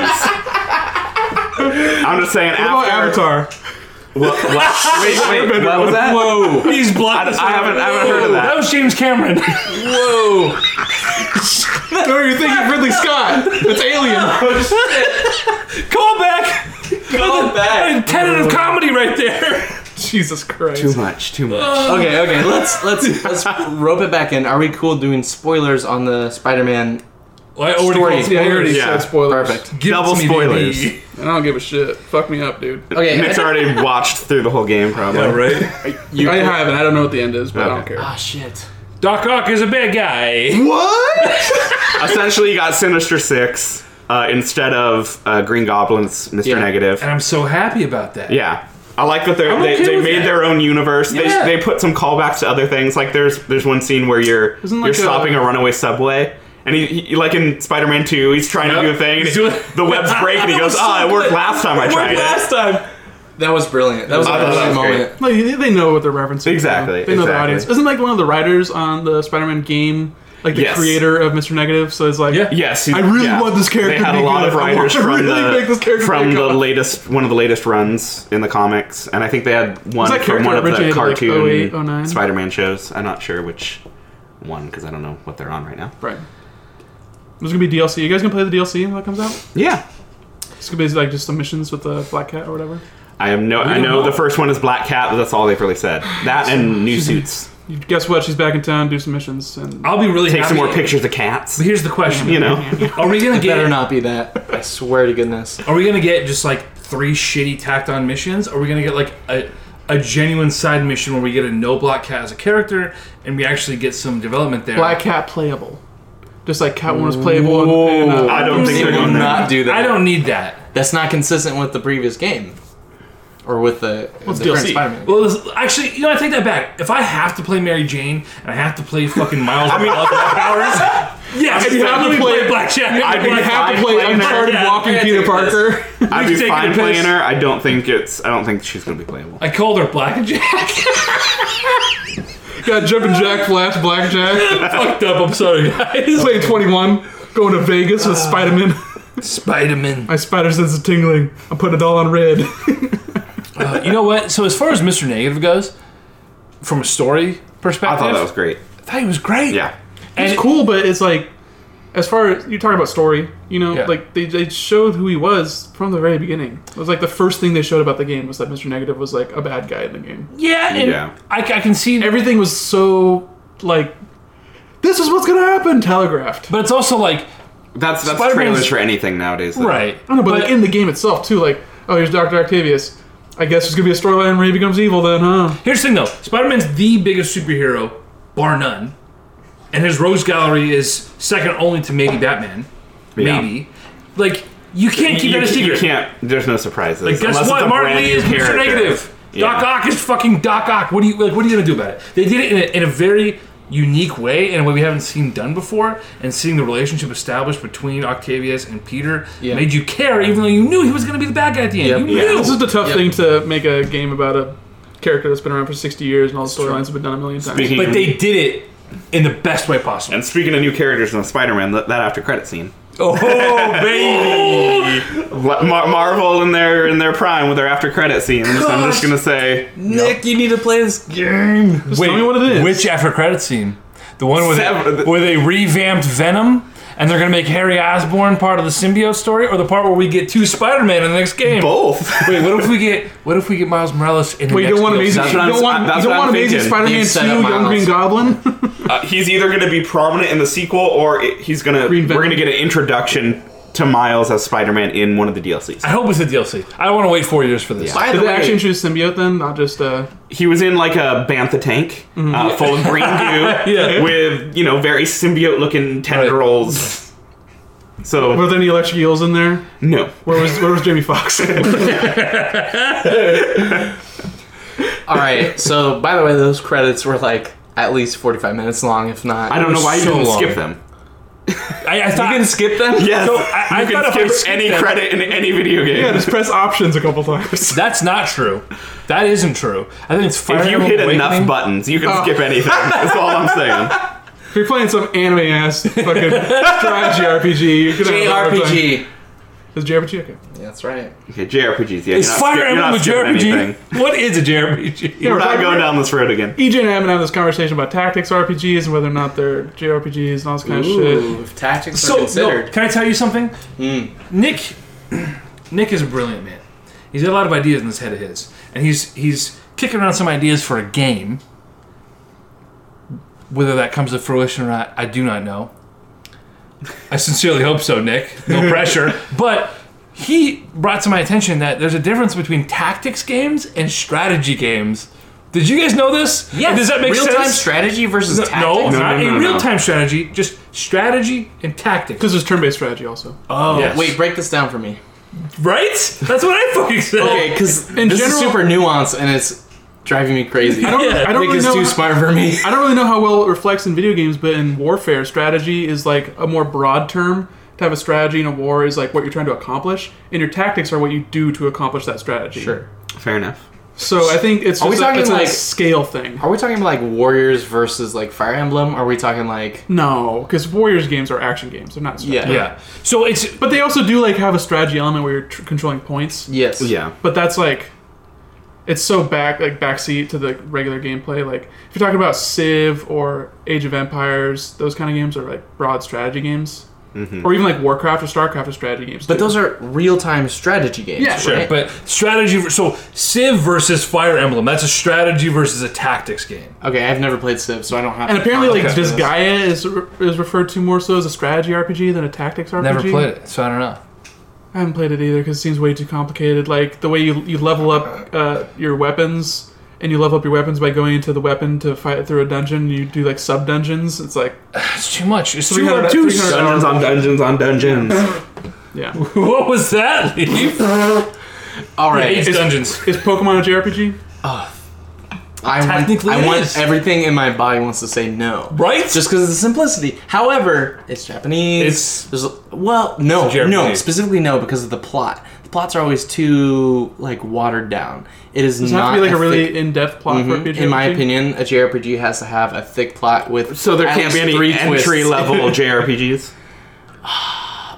Speaker 6: years. ago. at least. I'm just saying.
Speaker 4: What about
Speaker 6: after
Speaker 4: Avatar?
Speaker 6: What, what- wait, wait,
Speaker 3: What was that?
Speaker 6: Whoa.
Speaker 2: He's blocked.
Speaker 6: I-
Speaker 2: us
Speaker 6: I
Speaker 2: out.
Speaker 6: haven't- I haven't heard of that.
Speaker 2: That was James Cameron. Whoa.
Speaker 4: No, you're thinking Ridley Scott. It's Alien.
Speaker 2: Call back.
Speaker 3: Go back.
Speaker 2: Tentative comedy right there.
Speaker 4: Jesus Christ.
Speaker 6: Too much. Too much.
Speaker 3: Okay, okay. Let's let's let's rope it back in. Are we cool doing spoilers on the Spider-Man?
Speaker 2: Well, I already
Speaker 3: Story.
Speaker 2: called
Speaker 4: Yeah, I
Speaker 2: spoilers.
Speaker 4: already
Speaker 6: Yeah.
Speaker 4: said spoilers.
Speaker 3: Perfect.
Speaker 2: Give it
Speaker 6: Double
Speaker 2: to me,
Speaker 6: spoilers.
Speaker 2: baby.
Speaker 4: I don't give a shit. Fuck me up, dude.
Speaker 3: Okay,
Speaker 6: Nick's already watched through the whole game, probably.
Speaker 2: All right.
Speaker 4: I haven't. I don't know what the end is, but I don't
Speaker 6: Okay.
Speaker 4: care.
Speaker 3: Ah, shit.
Speaker 2: Doc Ock is a bad guy.
Speaker 6: What? Essentially, you got Sinister Six uh, instead of uh, Green Goblin's Mr.
Speaker 3: Yeah.
Speaker 6: Negative.
Speaker 2: And I'm so happy about that.
Speaker 6: Yeah. I like that they're,
Speaker 2: I'm
Speaker 6: they
Speaker 2: okay
Speaker 6: they
Speaker 2: with
Speaker 6: made
Speaker 2: that.
Speaker 6: their own universe.
Speaker 2: Yeah.
Speaker 6: They, they put some callbacks to other things. Like there's there's one scene where you're
Speaker 4: Isn't
Speaker 6: you're
Speaker 4: like a-
Speaker 6: stopping a runaway subway, and he, he like in Spider-Man Two, he's trying
Speaker 2: Yep.
Speaker 6: to do a thing. and
Speaker 2: He's
Speaker 6: he-
Speaker 2: doing-
Speaker 6: the webs break, and he goes, "Ah, it worked last time I tried it."
Speaker 3: time. That was brilliant. That was a
Speaker 6: I thought that
Speaker 3: brilliant
Speaker 6: was
Speaker 3: moment.
Speaker 6: great.
Speaker 4: No, you- they know what they're referencing. you know.
Speaker 6: Exactly,
Speaker 4: They know the
Speaker 6: exactly.
Speaker 4: audience. Isn't like one of the writers on the Spider-Man game, like the
Speaker 6: Yes.
Speaker 4: creator of Mr. Negative? So it's like,
Speaker 2: Yeah.
Speaker 6: Yes, he-
Speaker 4: I really
Speaker 6: yeah.
Speaker 4: want this character.
Speaker 6: They had
Speaker 4: to
Speaker 6: a
Speaker 4: be
Speaker 6: lot
Speaker 4: good.
Speaker 6: of writers
Speaker 4: I
Speaker 6: from
Speaker 4: want to really
Speaker 6: the
Speaker 4: make this character
Speaker 6: from
Speaker 4: big.
Speaker 6: the latest one of the latest runs in the comics, and I think they had one
Speaker 4: that
Speaker 6: from
Speaker 4: character
Speaker 6: one of the
Speaker 4: originated, like,
Speaker 6: cartoon
Speaker 4: 08, 09?
Speaker 6: Spider-Man shows. I'm not sure which one because I don't know what they're on right now.
Speaker 4: Right. There's gonna be DLC. You guys gonna play the DLC when that comes out?
Speaker 6: Yeah,
Speaker 4: It's gonna be like just some missions with the Black Cat or whatever.
Speaker 6: I am no. I
Speaker 2: don't
Speaker 6: know,
Speaker 2: know.
Speaker 6: the first one is Black Cat, but that's all they've really said. That and new suits.
Speaker 4: You, guess what? She's back in town. Do some missions and
Speaker 2: I'll be really
Speaker 6: Take
Speaker 2: happy.
Speaker 6: some more pictures of cats.
Speaker 2: But here's the question.
Speaker 6: You know,
Speaker 2: Are we gonna
Speaker 3: Better
Speaker 2: get?
Speaker 3: not be that. I swear to goodness.
Speaker 2: Are we gonna get just like three shitty tacked on missions? Are we gonna get like a a genuine side mission where we get a no black cat as a character and we actually get some development there?
Speaker 4: Black Cat playable, just like Catwoman was playable. And, and, uh,
Speaker 6: I don't think
Speaker 3: They
Speaker 6: they're
Speaker 3: will
Speaker 6: going there.
Speaker 3: not do that.
Speaker 2: I don't need that.
Speaker 3: That's not consistent with the previous game, or with the,
Speaker 4: What's
Speaker 3: the current
Speaker 4: DLC?
Speaker 3: Spider-Man.
Speaker 2: Well, this- actually, you know, I take that back. If I have to play Mary Jane and I have to play fucking Miles Morales, yes,
Speaker 6: just
Speaker 2: you have to
Speaker 6: saying.
Speaker 2: play Black Jack.
Speaker 6: I'd be
Speaker 4: You have
Speaker 6: fine
Speaker 4: to play
Speaker 6: playing that.
Speaker 4: Uncharted
Speaker 2: Yeah,
Speaker 4: Walking
Speaker 2: yeah,
Speaker 4: Peter
Speaker 2: take this.
Speaker 4: Parker.
Speaker 6: I'd
Speaker 2: We
Speaker 6: be
Speaker 2: can take
Speaker 6: fine
Speaker 2: the piss.
Speaker 6: playing her. I don't think it's. I don't think she's going to be playable.
Speaker 2: I called her Black Jack.
Speaker 4: Got Jumping Jack Flash, Blackjack.
Speaker 2: Fucked up. I'm sorry, guys.
Speaker 4: Play 21. Going to Vegas with Spider-Man.
Speaker 2: Spider-Man.
Speaker 4: My spider sense is tingling. I'm putting it all on red.
Speaker 2: You know what? So as far as Mr. Negative goes, from a story
Speaker 6: I
Speaker 2: perspective,
Speaker 6: thought that was great.
Speaker 2: I thought he was great.
Speaker 6: Yeah.
Speaker 2: And
Speaker 4: it's cool, but it's like, as far as you're talking about story, you know,
Speaker 2: Yeah.
Speaker 4: like they, they showed who he was from the very beginning. It was like the first thing they showed about the game was that Mr. Negative was like a bad guy in the game.
Speaker 2: Yeah, and
Speaker 6: Yeah.
Speaker 2: I, I can see.
Speaker 4: Everything was so like, this is what's gonna happen, telegraphed.
Speaker 2: but it's also like
Speaker 6: That's that's
Speaker 2: Spider-Man's-
Speaker 6: trailers for anything nowadays. though.
Speaker 2: right.
Speaker 4: I don't know, but, like in the game itself too, like, oh, here's Doctor Octavius. I guess there's gonna be a storyline where he becomes evil, then, huh?
Speaker 2: here's the thing though: Spider-Man's the biggest superhero, bar none, and his Rose Gallery is second only to maybe Batman.
Speaker 6: Yeah.
Speaker 2: Maybe, like you can't keep
Speaker 6: you,
Speaker 2: that a
Speaker 6: you
Speaker 2: secret.
Speaker 6: can't. There's no surprises.
Speaker 2: Like, guess
Speaker 6: unless it's
Speaker 2: what?
Speaker 6: a
Speaker 2: Martin
Speaker 6: brand
Speaker 2: Lee
Speaker 6: new
Speaker 2: is Mr.
Speaker 6: character.
Speaker 2: Negative.
Speaker 6: Yeah.
Speaker 2: Doc Ock is fucking Doc Ock. What do you like? What are you gonna do about it? They did it in a, in a very unique way and a way we haven't seen done before. And seeing the relationship established between Octavius and Peter
Speaker 3: Yeah.
Speaker 2: made you care, even though you knew he was gonna be the bad guy at the end.
Speaker 3: Yep.
Speaker 2: You
Speaker 6: Yeah.
Speaker 2: knew.
Speaker 4: This is the tough
Speaker 3: Yep.
Speaker 4: thing to make a game about a character that's been around for 60 years and all the storylines have been done a million times.
Speaker 6: Speaking
Speaker 2: but
Speaker 6: of-
Speaker 2: they did it in the best way possible.
Speaker 6: And speaking of new characters in Spider-Man, that, that after credit scene,
Speaker 2: Oh baby!
Speaker 6: Mar- Marvel in their in their prime with their after credit scene. I'm just, I'm just gonna say
Speaker 3: Nick, you need to play this game.
Speaker 4: Just tell me what it is.
Speaker 2: Which after credit scene? The one where they,
Speaker 6: Sever-
Speaker 2: where they revamped Venom and they're gonna make Harry Osborn part of the symbiote story, or the part where we get two Spider-Man in the next game.
Speaker 6: both.
Speaker 2: Wait, what if we get what if we get Miles Morales in the
Speaker 4: Well, you
Speaker 2: next
Speaker 4: don't want
Speaker 2: DLC?
Speaker 4: Amazing,
Speaker 6: That's
Speaker 4: you
Speaker 6: what I'm-
Speaker 4: don't want,
Speaker 6: that's
Speaker 4: you don't
Speaker 6: what
Speaker 4: want
Speaker 6: I'm
Speaker 4: Amazing
Speaker 6: thinking.
Speaker 4: Spider-Man
Speaker 3: They've set
Speaker 4: 2,
Speaker 3: up
Speaker 4: Young
Speaker 3: Miles.
Speaker 4: Green Goblin.
Speaker 6: Uh, he's either gonna be prominent in the sequel, or it, he's gonna
Speaker 4: Green Venom.
Speaker 6: we're gonna get an introduction to Miles as Spider-Man in one of the DLCs.
Speaker 2: I hope it's a DLC. I don't want to wait four years for this.
Speaker 3: By
Speaker 4: Did
Speaker 3: the
Speaker 4: they
Speaker 3: way,
Speaker 4: actually introduce Symbiote then? Not just, uh...
Speaker 6: He was in like a bantha tank, uh, full of green goo,
Speaker 2: Mm-hmm. Yeah.
Speaker 6: with you know very symbiote-looking tendrils.
Speaker 4: Were
Speaker 6: So
Speaker 4: there any electric eels in there?
Speaker 6: no,
Speaker 4: Where was where was Jamie Foxx?
Speaker 3: all right. So, by the way, those credits were like at least forty-five minutes long, if not.
Speaker 6: I don't know why you
Speaker 2: So
Speaker 6: didn't
Speaker 2: long.
Speaker 6: skip them.
Speaker 2: I, I thought
Speaker 3: You can skip them.
Speaker 6: Yes,
Speaker 2: So, I- I
Speaker 6: you
Speaker 2: thought if I
Speaker 6: can skip
Speaker 2: skipped
Speaker 6: any
Speaker 2: them-
Speaker 6: credit in any video game.
Speaker 4: yeah, just press options a couple times.
Speaker 2: that's not true. That isn't true. I think it's Fire
Speaker 6: If you
Speaker 2: Emblem
Speaker 6: hit enough
Speaker 2: Awakening. Oh.
Speaker 6: buttons, you can skip anything. That's all I'm saying.
Speaker 4: If you're playing some anime-ass fucking strategy RPG, you're gonna have a lot of time.
Speaker 3: JRPG.
Speaker 4: Is JRPG okay?
Speaker 3: Yeah, that's right.
Speaker 6: Okay, JRPGs. Yeah,
Speaker 2: It's
Speaker 6: you're not
Speaker 2: Fire
Speaker 6: skip- you're
Speaker 2: Emblem a
Speaker 6: not skipping
Speaker 2: JRPG.
Speaker 6: anything.
Speaker 2: What is a JRPG?
Speaker 6: We're not
Speaker 4: Fire
Speaker 6: going down this road again.
Speaker 4: EJ E and I have been having this conversation about tactics RPGs and whether or not they're JRPGs and all this kind of shit.
Speaker 3: Ooh, if tactics
Speaker 2: So,
Speaker 3: are
Speaker 2: no,
Speaker 3: considered. Hmm.
Speaker 2: can I tell you something? Nick, Nick is a brilliant man. He's got a lot of ideas in this head of his, and he's he's kicking around some ideas for a game. Whether that comes to fruition or not, I do not know. I sincerely hope so, Nick. No pressure, but he brought to my attention that there's a difference between tactics games and strategy games. Did you guys know this?
Speaker 3: Yeah,
Speaker 2: Does that make
Speaker 3: real
Speaker 2: sense?
Speaker 3: time strategy versus
Speaker 2: No,
Speaker 3: tactics?
Speaker 2: no, not
Speaker 6: no,
Speaker 2: a
Speaker 6: no.
Speaker 2: real-time strategy, just strategy and tactics.
Speaker 4: Because there's turn-based strategy also.
Speaker 3: Oh,
Speaker 6: Yes.
Speaker 3: wait, break this down for me.
Speaker 2: Right? That's what I fucking said.
Speaker 3: Okay, because this
Speaker 4: in
Speaker 3: is
Speaker 4: general-
Speaker 3: super nuanced and it's driving me crazy.
Speaker 4: I don't,
Speaker 2: Yeah,
Speaker 4: I don't
Speaker 3: Nick
Speaker 4: really
Speaker 3: is
Speaker 4: know.
Speaker 3: too smart for me.
Speaker 4: I don't really know how well it reflects in video games, but in warfare, strategy is like a more broad term. To have a strategy in a war is like what you're trying to accomplish, and your tactics are what you do to accomplish that strategy.
Speaker 6: Fair enough.
Speaker 4: So I think it's
Speaker 3: Are we
Speaker 4: just a,
Speaker 3: talking
Speaker 4: it's a
Speaker 3: like-
Speaker 4: scale thing.
Speaker 3: Are we talking about like warriors versus like Fire Emblem? Are we talking like
Speaker 4: No, because warriors games are action games; they're not. Strategy.
Speaker 3: Yeah.
Speaker 2: Yeah. So it's
Speaker 4: But they also do like have a strategy element where you're tr- controlling points.
Speaker 3: yes?
Speaker 6: Yeah.
Speaker 4: But that's like, it's so back like backseat to the regular gameplay. Like if you're talking about Civ or Age of Empires, those kind of games are like broad strategy games, or even like Warcraft or Starcraft are strategy games.
Speaker 3: Mm-hmm. But those are real time strategy games.
Speaker 4: Yeah, sure,
Speaker 3: right?
Speaker 2: but strategy. So Civ versus Fire Emblem. That's a strategy versus a tactics game.
Speaker 3: okay, I've never played Civ, so I don't have.
Speaker 4: and
Speaker 3: the
Speaker 4: apparently like
Speaker 3: context for this.
Speaker 4: Disgaea is re- is referred to more so as a strategy RPG than a tactics RPG.
Speaker 2: Never played it, so I don't know.
Speaker 4: I haven't played it either because it seems way too complicated. Like the way you you level up uh, your weapons. And you level up your weapons by going into the weapon to fight through a dungeon. You do like sub dungeons. It's like,
Speaker 2: It's too much. It's too
Speaker 4: 300
Speaker 2: much. Too
Speaker 4: 300
Speaker 6: Dungeons on dungeons on dungeons.
Speaker 4: yeah,
Speaker 2: what was that? Leaf?
Speaker 3: all right,
Speaker 2: It's dungeons.
Speaker 4: is Pokemon a JRPG?
Speaker 3: I want,
Speaker 2: technically
Speaker 3: I
Speaker 2: it
Speaker 3: want
Speaker 2: is.
Speaker 3: everything in my body wants to say no,
Speaker 2: Right?
Speaker 3: Just because of the simplicity. However, it's Japanese.
Speaker 2: It's-
Speaker 3: There's a- well, no,
Speaker 2: It's Japanese.
Speaker 3: no, specifically no because of the plot. The plots are always too like watered down. It is
Speaker 4: Does it
Speaker 3: not
Speaker 4: have to be like a really
Speaker 3: thick-
Speaker 4: in-depth plot for a
Speaker 3: Mhm.
Speaker 4: JRPG?
Speaker 3: in my opinion, a JRPG has to have a thick plot with
Speaker 6: So there
Speaker 3: at
Speaker 6: can't be
Speaker 3: least
Speaker 6: any
Speaker 3: three
Speaker 6: entry
Speaker 3: twists.
Speaker 6: level JRPGs.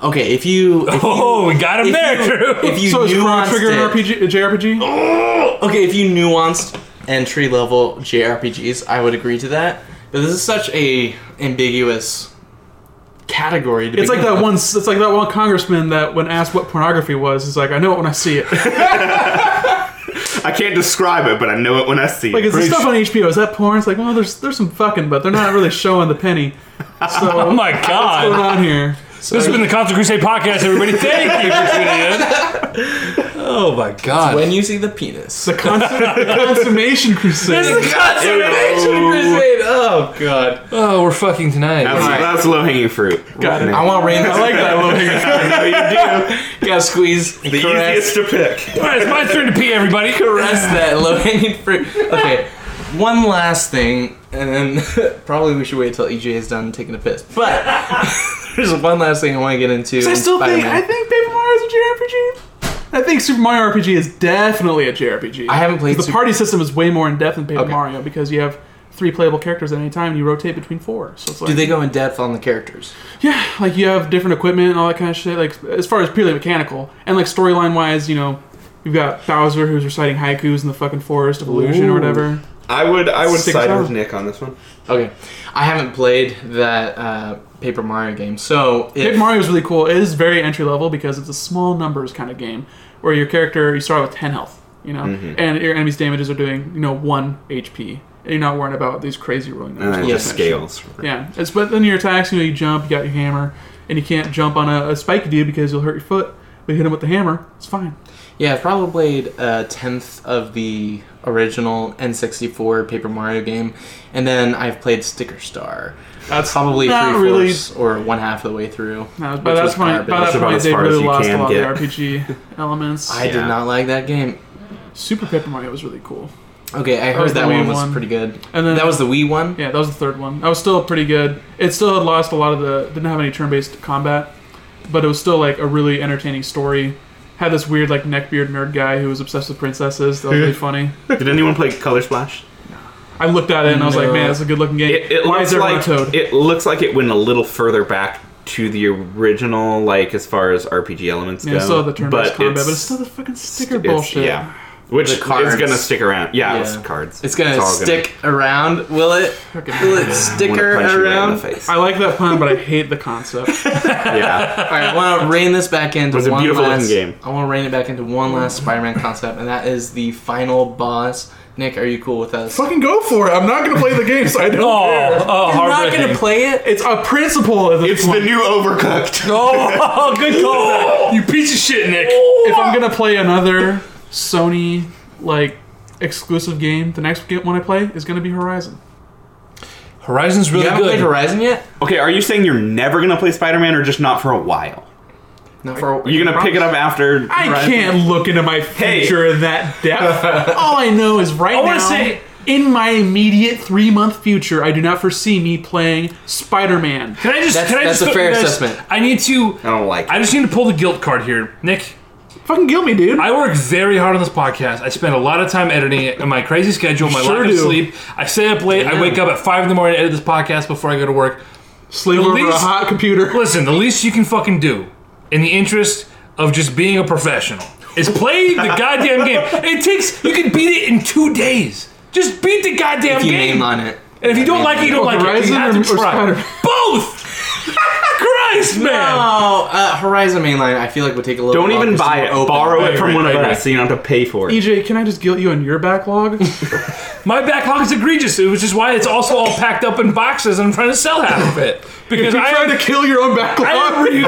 Speaker 3: Okay, if you, if you
Speaker 2: Oh, we got him
Speaker 3: if
Speaker 2: there,
Speaker 3: you-
Speaker 2: Drew.
Speaker 3: if you
Speaker 4: So is Chrono
Speaker 3: nuanced
Speaker 4: Trigger an
Speaker 3: it-
Speaker 4: RPG, a JRPG?
Speaker 3: Okay, if you nuanced entry level JRPGs, I would agree to that. But this is such a ambiguous category. To
Speaker 4: It's like
Speaker 3: begin
Speaker 4: that
Speaker 3: with.
Speaker 4: one. It's like that one congressman that, when asked what pornography was, is like, "I know it when I see it." Like,
Speaker 6: I can't describe it, but I know it when I see it.
Speaker 4: it's the
Speaker 6: Pretty
Speaker 4: stuff
Speaker 6: sure-
Speaker 4: on HBO. Is that porn? It's like, well, there's there's some fucking, but they're not really showing the penny.
Speaker 2: oh
Speaker 4: So
Speaker 2: my
Speaker 4: what's going
Speaker 2: god.
Speaker 4: on here?
Speaker 2: This has been the Console Crusade podcast, everybody. Thank you for tuning in. Oh my god.
Speaker 3: When you see the penis.
Speaker 4: The consum- consummation crusade.
Speaker 2: This is the consummation crusade. Oh god. Oh, we're fucking tonight.
Speaker 6: That's,
Speaker 3: Alright.
Speaker 6: that's low hanging fruit.
Speaker 4: Got it.
Speaker 3: I want to rain. I like that one.
Speaker 6: I know you
Speaker 3: Gotta squeeze, the
Speaker 6: do. The
Speaker 3: caress,
Speaker 6: easiest to pick.
Speaker 2: All right, it's my turn to pee, everybody.
Speaker 3: caress that low hanging fruit. Okay, one last thing, and then probably we should wait till EJ is done taking a piss. But there's one last thing I want to get into.
Speaker 4: I
Speaker 3: in
Speaker 4: still think
Speaker 3: Spider-Man.
Speaker 4: I think Paper Mario is a JRPG. I think Super Mario RPG is definitely a JRPG.
Speaker 3: I haven't played
Speaker 4: The
Speaker 3: Super-
Speaker 4: party system is way more in depth than Paper
Speaker 3: Okay.
Speaker 4: Mario because you have three playable characters at any time and you rotate between four. So it's like
Speaker 3: Do they go in depth on the characters?
Speaker 4: yeah, like you have different equipment and all that kind of shit. Like as far as purely mechanical and like storyline wise, you know, you've got Bowser who's reciting haikus in the fucking forest of illusion or whatever.
Speaker 6: I would I would
Speaker 4: Six
Speaker 6: side
Speaker 4: hours.
Speaker 6: with Nick on this one.
Speaker 3: Okay, I haven't played that uh, Paper Mario game, so if,
Speaker 4: Paper Mario is really cool. It is very entry level because it's a small numbers kind of game where your character you start with ten health, you know,
Speaker 6: Mm-hmm.
Speaker 4: and your enemy's damages are doing you know one HP, and you're not worrying about these crazy rolling
Speaker 6: And
Speaker 4: numbers. It's
Speaker 6: then it Uh, just
Speaker 4: just nice.
Speaker 6: scales.
Speaker 4: Yeah, it's but then your attacks, you know, you jump, you got your hammer, and you can't jump on a, a spiky dude because you'll hurt your foot. But you hit him with the hammer, it's fine.
Speaker 3: yeah, I've probably played a tenth of the original N64 Paper Mario game, and then I've played Sticker Star.
Speaker 4: That's
Speaker 3: Probably three
Speaker 4: not really.
Speaker 3: fourths or one half of the way through.
Speaker 4: No,
Speaker 3: which
Speaker 4: by that
Speaker 3: was
Speaker 4: point,
Speaker 3: garbage.
Speaker 4: by
Speaker 6: That's
Speaker 4: that
Speaker 6: about
Speaker 4: point,
Speaker 6: as
Speaker 4: they
Speaker 6: far as
Speaker 4: really
Speaker 6: you
Speaker 4: lost a
Speaker 6: can
Speaker 4: lot
Speaker 6: get.
Speaker 4: of the RPG elements.
Speaker 3: I did
Speaker 6: Yeah.
Speaker 3: not like that game.
Speaker 4: Super Paper Mario was really cool.
Speaker 3: Okay, I
Speaker 4: was
Speaker 3: heard that
Speaker 4: the Wii
Speaker 3: one was
Speaker 4: one.
Speaker 3: pretty good.
Speaker 4: And then
Speaker 3: that was the Wii one.
Speaker 4: Yeah, that was the third one. That was still pretty good. It still had lost a lot of the didn't have any turn-based combat, but it was still like a really entertaining story. Had this weird like neckbeard nerd guy who was obsessed with princesses. That was really funny.
Speaker 6: Did anyone play Color Splash?
Speaker 4: I looked at it and I was like,
Speaker 3: No.
Speaker 4: man, that's a good looking game.
Speaker 6: It, it
Speaker 4: Why
Speaker 6: looks
Speaker 4: is there
Speaker 6: like
Speaker 4: a toad?
Speaker 6: it looks like it went a little further back to the original, like as far as RPG elements
Speaker 4: Yeah,
Speaker 6: go.
Speaker 4: I still have the turn based combat, but it's still the fucking sticker bullshit.
Speaker 6: Yeah, which
Speaker 3: The
Speaker 6: is
Speaker 3: cards.
Speaker 6: gonna stick around. Yeah, it's
Speaker 3: Yeah.
Speaker 6: cards.
Speaker 3: It's gonna
Speaker 6: all
Speaker 3: stick around. Will it?
Speaker 4: Okay.
Speaker 3: Will it
Speaker 6: I'm
Speaker 3: stick
Speaker 6: gonna
Speaker 3: her
Speaker 6: punch you right in
Speaker 3: around?
Speaker 6: the face.
Speaker 4: I like that pun, but I hate the concept.
Speaker 6: yeah,
Speaker 3: All right, I want to rein this back into
Speaker 6: It was a
Speaker 3: one
Speaker 6: beautiful
Speaker 3: last
Speaker 6: looking game.
Speaker 3: I want to rein it back into one last Spider-Man concept, and that is the final boss. Nick, are you cool with us?
Speaker 4: fucking go for it. I'm not gonna play the game, so I don't
Speaker 2: Oh, oh,
Speaker 3: You're not gonna
Speaker 2: heartbreaking.
Speaker 3: play it.
Speaker 4: It's a principle of
Speaker 6: it's the new Overcooked.
Speaker 2: Oh, good call. you piece of shit, Nick.
Speaker 4: if I'm gonna play another Sony like exclusive game, the next ga- one I play is gonna be Horizon.
Speaker 2: Horizon's
Speaker 3: You
Speaker 2: really
Speaker 3: haven't
Speaker 2: good.
Speaker 3: played Horizon yet?
Speaker 6: Okay, are you saying you're never gonna play Spider-Man or just not for a while?
Speaker 3: Not for.
Speaker 6: You're gonna pick it up after.
Speaker 4: I
Speaker 6: Horizon?
Speaker 4: can't look into my future in that depth. All I know is right
Speaker 2: wanna
Speaker 4: now,
Speaker 2: say-
Speaker 4: in my immediate three month future, I do not foresee me playing Spider Man.
Speaker 2: Can I just?
Speaker 3: That's-
Speaker 2: can I
Speaker 3: that's
Speaker 2: just
Speaker 3: a fair
Speaker 2: you guys-
Speaker 3: assessment.
Speaker 2: I need to.
Speaker 6: I don't like.
Speaker 2: I
Speaker 6: It.
Speaker 2: just need to pull the guilt card here, Nick.
Speaker 4: Fucking kill me, dude.
Speaker 2: I work very hard on this podcast. I spend a lot of time editing it in my crazy schedule, my
Speaker 4: Sure
Speaker 2: lack of
Speaker 4: do.
Speaker 2: sleep. I stay up late. I wake up at five in the morning, edit this podcast before I go to work.
Speaker 4: Sleep over a
Speaker 2: least-
Speaker 4: hot computer.
Speaker 2: Listen, the least you can fucking do, in the interest of just being a professional, is play the goddamn game. It takes. You can beat it in two days. Just beat the goddamn
Speaker 3: If you
Speaker 2: game.
Speaker 3: name on it.
Speaker 2: And if you don't like it, you don't like it. You
Speaker 4: Horizon
Speaker 2: have
Speaker 4: or-
Speaker 2: to
Speaker 4: or
Speaker 2: try.
Speaker 4: Spider-Man?
Speaker 2: Both. Christ, man.
Speaker 3: Oh, uh, Horizon Mainline. I feel like would take a little.
Speaker 6: Don't
Speaker 3: while
Speaker 6: even
Speaker 3: for some
Speaker 6: buy it.
Speaker 3: to open.
Speaker 6: Borrow it from
Speaker 2: Right,
Speaker 6: one of
Speaker 2: right, right.
Speaker 6: us, so you don't have to pay for it.
Speaker 4: EJ, can I just guilt you on your backlog?
Speaker 2: My backlog is egregious, which is why it's also all packed up in boxes and I'm trying to sell half of it. Because I
Speaker 4: Trying
Speaker 2: am,
Speaker 4: to kill your own backlog.
Speaker 2: I am re-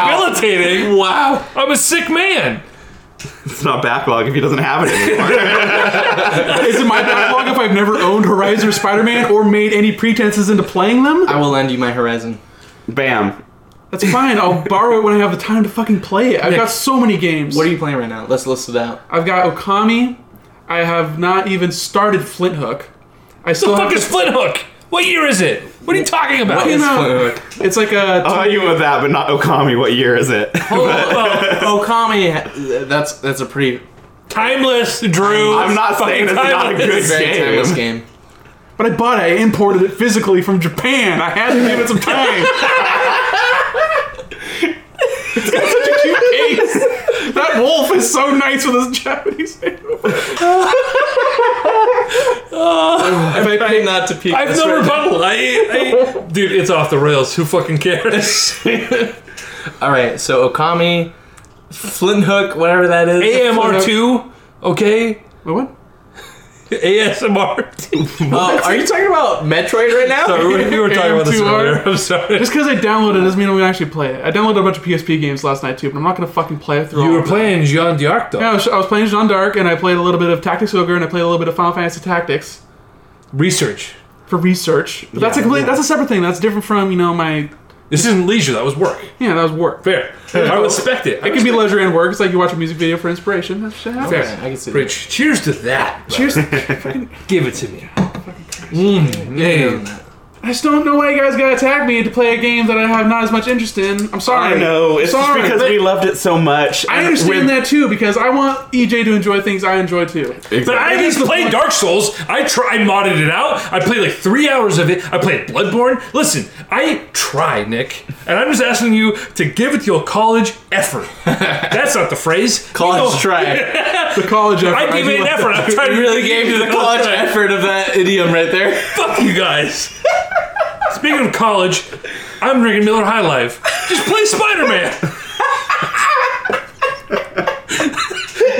Speaker 2: rehabilitating.
Speaker 3: Wow.
Speaker 2: I'm a sick man.
Speaker 6: It's not backlog if he doesn't have it anymore.
Speaker 4: Is it my backlog if I've never owned Horizon or Spider Man or made any pretenses into playing them?
Speaker 3: I will lend you my Horizon.
Speaker 6: Bam.
Speaker 4: That's fine. I'll borrow it when I have the time to fucking play it. I've got so many games.
Speaker 3: What are you playing right now? Let's list it out.
Speaker 4: I've got Okami. I have not even started Flint Hook. I still
Speaker 2: The
Speaker 4: have
Speaker 2: fuck is
Speaker 4: to-
Speaker 2: Flint Hook? What year is it? What are you talking about?
Speaker 3: What
Speaker 4: You
Speaker 3: is
Speaker 4: know,
Speaker 3: Flint Hook?
Speaker 4: It's like a
Speaker 2: Uh,
Speaker 6: I'll help you with that, but not Okami. What year is it?
Speaker 3: Oh, Okami. That's that's a pretty
Speaker 2: Timeless, Drew.
Speaker 6: I'm not
Speaker 2: Fucking
Speaker 6: saying it's not a good
Speaker 2: timeless.
Speaker 3: very
Speaker 6: game.
Speaker 3: timeless game.
Speaker 4: but I bought it. I imported it physically from Japan. I had to give it some time. It's got such a cute case. That wolf is so nice with his Japanese name.
Speaker 3: I'm trying not to peek.
Speaker 2: I have
Speaker 3: this
Speaker 2: no
Speaker 3: right now.
Speaker 2: rebuttal. I, I, dude, it's off the rails. Who fucking cares?
Speaker 3: All right, so Okami, Flint Hook, whatever that is.
Speaker 2: AMR2, okay?
Speaker 4: Wait, what?
Speaker 2: ASMR2.
Speaker 3: Oh, are you talking about Metroid right now?
Speaker 2: Sorry, we- we were talking about this
Speaker 4: AM2R.
Speaker 2: earlier. I'm sorry.
Speaker 4: Just because I downloaded it doesn't mean I'm gonna actually play it. I downloaded a bunch of PSP games last night too, but I'm not gonna fucking play it through.
Speaker 2: You
Speaker 4: all
Speaker 2: were
Speaker 4: of them.
Speaker 2: playing Jean d'Arc, though.
Speaker 4: Yeah, I was, I was playing Jean d'Arc, and I played a little bit of Tactics Ogre, and I played a little bit of Final Fantasy Tactics
Speaker 2: Research.
Speaker 4: for research. But that's a complete, that's a separate thing. That's different from you know my
Speaker 2: This isn't leisure. That was work.
Speaker 4: yeah that was work.
Speaker 2: Fair. I respect it. I
Speaker 4: It can be leisure and work. It's like you watch a music video for inspiration. That's shit happens.
Speaker 3: Fair. I can see that.
Speaker 2: Rich, cheers to that.
Speaker 4: Cheers.
Speaker 2: Give it to me. Mm, man.
Speaker 4: I just don't know why you guys gotta attack me to play a game that I have not as much interest in. I'm sorry.
Speaker 6: I know. It's
Speaker 4: Sorry,
Speaker 6: just because
Speaker 4: but
Speaker 6: we loved it so much.
Speaker 4: I
Speaker 6: and
Speaker 4: understand
Speaker 6: with-
Speaker 4: that too because I want EJ to enjoy things I enjoy too.
Speaker 2: But I at least played Dark Souls. I tried, I modded it out. I played like three hours of it. I played Bloodborne. Listen, I try, Nick, and I'm just asking you to give it your college effort. That's not the phrase.
Speaker 4: Oh.
Speaker 3: College
Speaker 2: You know-
Speaker 3: try.
Speaker 4: The college effort.
Speaker 2: I gave
Speaker 4: do
Speaker 2: it an
Speaker 4: like-
Speaker 2: effort. I'm trying
Speaker 3: You
Speaker 2: to
Speaker 3: really gave you the college effort of that idiom right there.
Speaker 2: Fuck you guys. Speaking of college, I'm drinking Miller High Life. Just play Spider Man.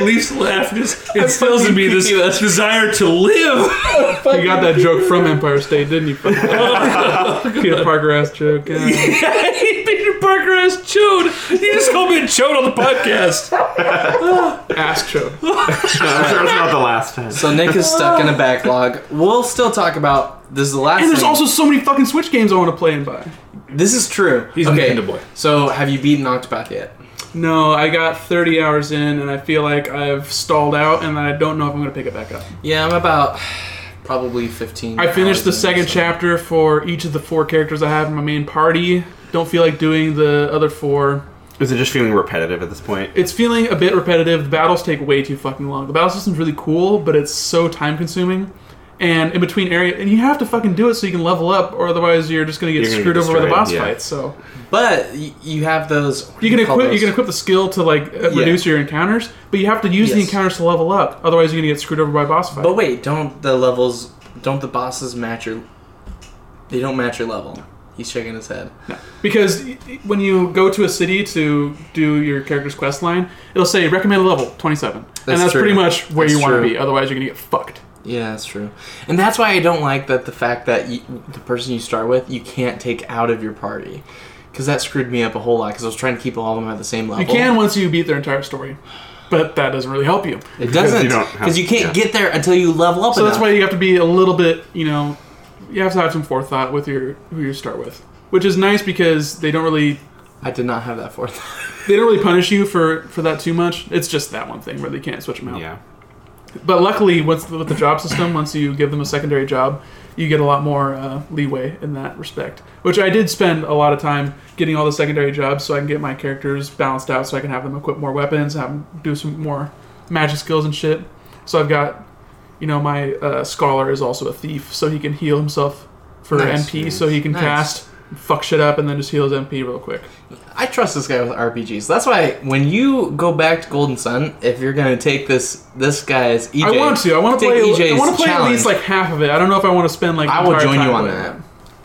Speaker 2: Leaf's laugh just instills in me this
Speaker 3: creepy, that's-
Speaker 2: desire to live.
Speaker 4: You got that joke from Empire State, didn't you? Peter Parker ass joke. yeah.
Speaker 2: Peter Parker as chode. You just called me a chode on the podcast.
Speaker 4: ass joke.
Speaker 6: I'm sure it's not the last time.
Speaker 3: So Nick is stuck in a backlog. We'll still talk about this. Is the last.
Speaker 4: And there's
Speaker 3: thing.
Speaker 4: also so many fucking Switch games I want to play and buy.
Speaker 3: this is true.
Speaker 2: He's a
Speaker 3: okay.
Speaker 2: Nintendo boy.
Speaker 3: So have you beaten Octopath yet?
Speaker 4: No, I got 30 hours in, and I feel like I've stalled out, and I don't know if I'm gonna pick it back up.
Speaker 3: Yeah, I'm about probably 15.
Speaker 4: I finished the
Speaker 3: hours in,
Speaker 4: second
Speaker 3: so-
Speaker 4: chapter for each of the four characters I have in my main party. Don't feel like doing the other four.
Speaker 6: Is it just feeling repetitive at this point?
Speaker 4: It's feeling a bit repetitive. The battles take way too fucking long. The battle system's really cool, but it's so time consuming. and in between area, and you have to fucking do it so you can level up, or otherwise you're just gonna get
Speaker 6: You're gonna
Speaker 4: screwed
Speaker 6: get
Speaker 4: over by the
Speaker 6: destroyed,
Speaker 4: boss
Speaker 6: yeah.
Speaker 4: fights. So
Speaker 3: But y- you have those. what do
Speaker 4: you can
Speaker 3: call
Speaker 4: equip you
Speaker 3: those?
Speaker 4: can equip the skill to like uh,
Speaker 3: Yeah.
Speaker 4: reduce your encounters, but you have to use the
Speaker 3: Yes.
Speaker 4: encounters to level up. Otherwise, you're gonna get screwed over by boss fights.
Speaker 3: But Oh, wait, don't the levels? Don't the bosses match your? They don't match your level. He's shaking his head.
Speaker 4: Because y- y- when you go to a city to do your character's quest line, it'll say recommended level 27. and
Speaker 3: That's
Speaker 4: that's
Speaker 3: true.
Speaker 4: pretty much where
Speaker 3: That's
Speaker 4: you want
Speaker 3: true.
Speaker 4: to be. Otherwise, you're going to get fucked.
Speaker 3: Yeah, that's true. And that's why I don't like that the fact that you, the person you start with you can't take out of your party, because that screwed me up a whole lot. Because I was trying to keep all of them at the same level.
Speaker 4: You can once you beat their entire story, but that doesn't really help you.
Speaker 3: It doesn't
Speaker 6: you don't have-
Speaker 3: because you, can't
Speaker 6: yeah.
Speaker 3: get there until you level up.
Speaker 4: So that's
Speaker 3: enough.
Speaker 4: why you have to be a little bit, you know, you have to have some forethought with your who you start with, which is nice because they don't really
Speaker 3: I did not have that fourth.
Speaker 4: they don't really punish you for for that too much. It's just that one thing where they can't switch them out.
Speaker 6: Yeah.
Speaker 4: But luckily, once with the job system, once you give them a secondary job, you get a lot more uh, leeway in that respect. Which I did spend a lot of time getting all the secondary jobs so I can get my characters balanced out, so I can have them equip more weapons, have them do some more magic skills and shit. So I've got, you know, my uh, scholar is also a thief, so he can heal himself for
Speaker 3: Nice.
Speaker 4: MP, so he can
Speaker 3: Nice.
Speaker 4: cast fuck shit up and then just heal his MP real quick.
Speaker 3: I trust this guy with RPGs. That's why when you go back to Golden Sun, if you're gonna take this this guy's EJ,
Speaker 4: I want to. I want to
Speaker 3: E take E
Speaker 4: play. I
Speaker 3: EJ's
Speaker 4: want to play at
Speaker 3: challenge.
Speaker 4: least like half of it. I don't know if I want to spend like.
Speaker 3: I will
Speaker 4: entire
Speaker 3: join
Speaker 4: time
Speaker 3: you on
Speaker 4: playing
Speaker 3: that.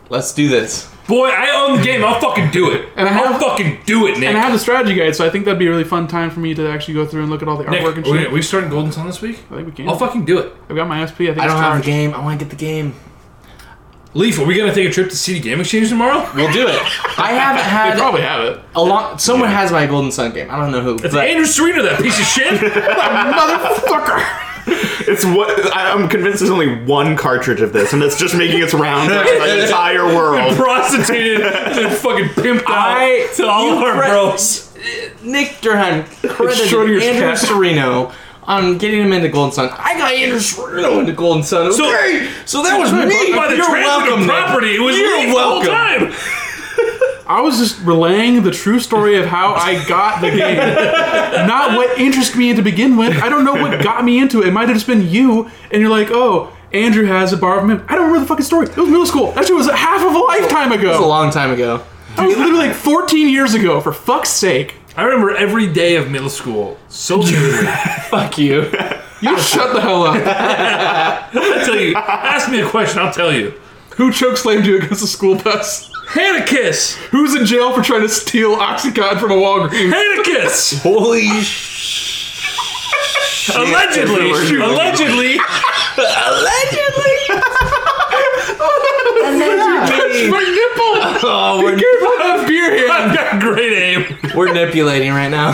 Speaker 3: Let's do this.
Speaker 2: Boy, I own the game. I'll fucking do it.
Speaker 4: And I
Speaker 2: I'll
Speaker 4: have-
Speaker 2: fucking do it, Nick.
Speaker 4: And I have the strategy guide, so I think that'd be a really fun time for me to actually go through and look at all the
Speaker 2: Nick,
Speaker 4: artwork and
Speaker 2: are we,
Speaker 4: shit.
Speaker 2: are we starting Golden Sun this week?
Speaker 4: I think we can.
Speaker 2: I'll fucking do it.
Speaker 4: I've got my SP. I think
Speaker 3: I
Speaker 4: it's
Speaker 3: don't have
Speaker 4: charged.
Speaker 3: the game. I want to get the game.
Speaker 2: Leaf, are we gonna take a trip to CD Game Exchange tomorrow?
Speaker 3: We'll do it. I haven't
Speaker 4: They
Speaker 3: had
Speaker 4: probably have it.
Speaker 3: a long. Someone has my Golden Sun game. I don't know who. But
Speaker 2: It's Andrew Serena, that piece of shit.
Speaker 4: Motherfucker!
Speaker 6: It's what I- I'm convinced there's only one cartridge of this, and it's just making its rounds around the entire world.
Speaker 2: Prostituted and fucking pimped out
Speaker 3: I-
Speaker 2: to all
Speaker 3: you
Speaker 2: of our
Speaker 3: pre-
Speaker 2: bros.
Speaker 3: Nick Durham credited
Speaker 4: Schrodinger's
Speaker 3: Andrew
Speaker 4: cat.
Speaker 3: Serino on getting him into Golden Sun. I got Andrew Serino into Golden Sun. Okay,
Speaker 2: So-
Speaker 3: so, that was
Speaker 2: By
Speaker 3: me.
Speaker 2: the
Speaker 3: You're
Speaker 2: transitive
Speaker 3: welcome, Nick.
Speaker 2: property, it was
Speaker 3: You're
Speaker 2: Leaf the whole
Speaker 3: welcome.
Speaker 2: time.
Speaker 4: I was just relaying the true story of how I got the game, not what interested me to begin with. I don't know what got me into it. It might have just been you, and you're like, oh. Andrew has a bar of him. I don't remember the fucking story. It was middle school. That shit was half of a lifetime
Speaker 3: It was a
Speaker 4: ago.
Speaker 3: long time ago.
Speaker 4: That was literally like 14 years ago. For fuck's sake,
Speaker 2: I remember every day of middle school so vividly.
Speaker 3: Fuck you.
Speaker 4: you shut the hell up.
Speaker 2: I tell you, ask me a question, I'll tell you.
Speaker 4: Who chokeslammed you against the school bus?
Speaker 2: Hanukkah!
Speaker 4: Who's in jail for trying to steal Oxycontin from a Walgreens?
Speaker 2: Hanukkah!
Speaker 3: Holy sh!
Speaker 2: Allegedly, allegedly,
Speaker 3: Allegedly.
Speaker 1: And then
Speaker 4: My nipple!
Speaker 3: Oh, we're
Speaker 4: Careful, I have beer hand!
Speaker 2: I've got great aim.
Speaker 3: we're manipulating right now.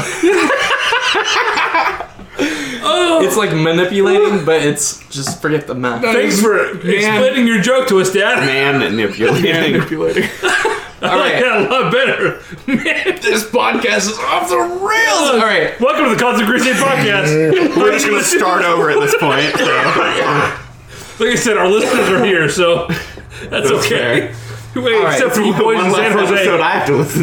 Speaker 3: It's like manipulating, but it's just forget the math.
Speaker 2: Thanks for explaining your joke to us, Dad.
Speaker 6: Man manipulating.
Speaker 4: Manipulating.
Speaker 3: All
Speaker 2: I like
Speaker 3: right,
Speaker 2: that a lot better.
Speaker 3: this podcast is off the rails. All right.
Speaker 2: Welcome to the Cosmic Crusade podcast.
Speaker 6: We're just gonna start over at this point.
Speaker 2: Like I said, our listeners are here, so that's okay. Wait,
Speaker 3: right,
Speaker 2: except for you
Speaker 6: So
Speaker 2: boys
Speaker 6: one
Speaker 2: in San
Speaker 6: last episode
Speaker 2: Jose.
Speaker 6: I have to listen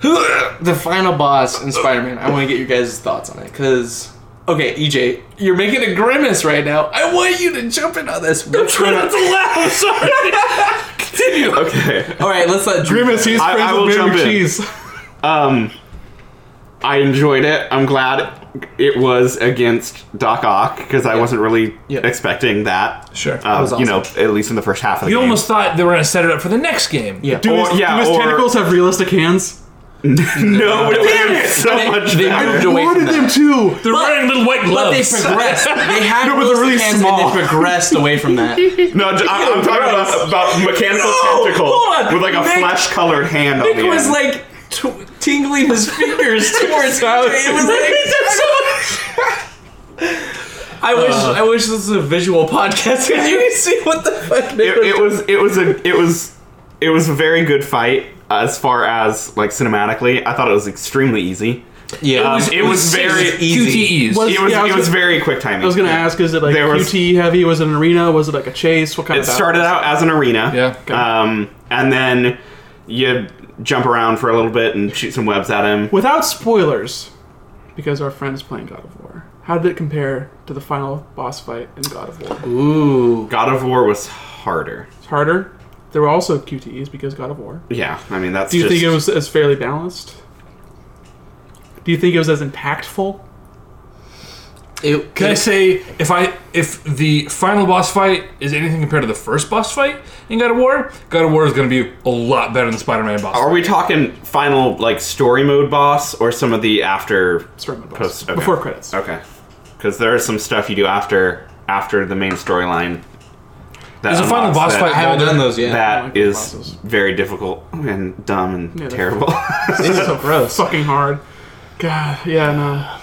Speaker 3: The
Speaker 6: to.
Speaker 3: final boss. the final boss in Spider-Man. I want to get your guys' thoughts on it because. Okay, EJ, you're making a grimace right now. I want you to jump in on this. We're
Speaker 2: Try not
Speaker 3: trying
Speaker 2: to
Speaker 3: to-
Speaker 2: laugh. I'm sorry. Continue.
Speaker 6: Okay.
Speaker 3: All right, let's let Drew-
Speaker 4: Grimace, he's
Speaker 6: I-
Speaker 4: friends
Speaker 6: I will
Speaker 4: with Mary
Speaker 6: jump in.
Speaker 4: Cheese.
Speaker 6: Um, I enjoyed it. I'm glad it was against Doc Ock because I wasn't really
Speaker 3: Yep.
Speaker 6: expecting that.
Speaker 2: Sure.
Speaker 6: Um,
Speaker 2: That
Speaker 3: was
Speaker 6: You know, at least in the first half of the
Speaker 2: You
Speaker 6: game.
Speaker 2: almost thought they were going to set it up for the next game.
Speaker 3: Yeah.
Speaker 4: Do
Speaker 6: Or-
Speaker 4: his,
Speaker 6: yeah,
Speaker 4: do his
Speaker 6: or-
Speaker 4: tentacles have realistic hands?
Speaker 6: no, but it was so
Speaker 3: They-
Speaker 6: much
Speaker 3: they
Speaker 6: better.
Speaker 3: moved away from
Speaker 4: Wanted them
Speaker 3: that.
Speaker 4: too!
Speaker 2: They're wearing little white
Speaker 3: But they
Speaker 2: gloves.
Speaker 3: progressed. They had
Speaker 4: No, but they're really
Speaker 3: realistic hands
Speaker 4: small.
Speaker 3: And they progressed away from that.
Speaker 6: No, j- I, am talking about, about mechanical
Speaker 3: No,
Speaker 6: tentacle
Speaker 3: hold on.
Speaker 6: with like a
Speaker 3: Nick-
Speaker 6: flesh-colored hand on
Speaker 3: Nick
Speaker 6: the
Speaker 3: was
Speaker 6: end.
Speaker 3: like t- tingling his fingers towards Howard. It was like I wish I wish this was a visual podcast because you can see what the fuck Nick
Speaker 6: it, it was it was a it was it was a very good fight as far as like cinematically. I thought it was extremely easy.
Speaker 3: yeah.
Speaker 6: Um, it was very
Speaker 2: six
Speaker 3: easy.
Speaker 2: QTEs.
Speaker 4: Was-
Speaker 6: It was
Speaker 4: Yeah, I
Speaker 6: it was
Speaker 4: gonna-
Speaker 6: very quick timing.
Speaker 4: I was gonna ask, is it like
Speaker 6: There was-
Speaker 4: QT heavy? Was it an arena? Was it like a chase? What kind
Speaker 6: It
Speaker 4: of
Speaker 6: started out as an arena.
Speaker 2: Yeah, okay.
Speaker 6: Um, and then you jump around for a little bit and shoot some webs at him.
Speaker 4: Without spoilers, because our friend is playing God of War. How did it compare to the final boss fight in God of War?
Speaker 3: Ooh.
Speaker 6: God of War was harder.
Speaker 4: It's harder. There were also QTEs because God of War.
Speaker 6: Yeah, I mean that's.
Speaker 4: Do you
Speaker 6: just,
Speaker 4: think it was as fairly balanced? Do you think it was as impactful?
Speaker 3: It,
Speaker 2: Can I
Speaker 3: it-
Speaker 2: say if I if the final boss fight is anything compared to the first boss fight in God of War, God of War is going to be a lot better than Spider-Man boss.
Speaker 6: Are we talking final like story mode boss or some of the after
Speaker 4: Sorry, my boss.
Speaker 6: Post- okay.
Speaker 4: Before credits.
Speaker 6: Okay. Because there is some stuff you do after after the main storyline. that
Speaker 2: There's a final boss
Speaker 6: unlocks that,
Speaker 2: fight
Speaker 3: I haven't done those yet.
Speaker 4: I like
Speaker 6: That
Speaker 4: the
Speaker 6: is
Speaker 4: bosses.
Speaker 6: very difficult and dumb and
Speaker 4: Yeah, they're-
Speaker 6: terrible.
Speaker 3: This is so gross.
Speaker 4: Fucking hard. God, yeah, no.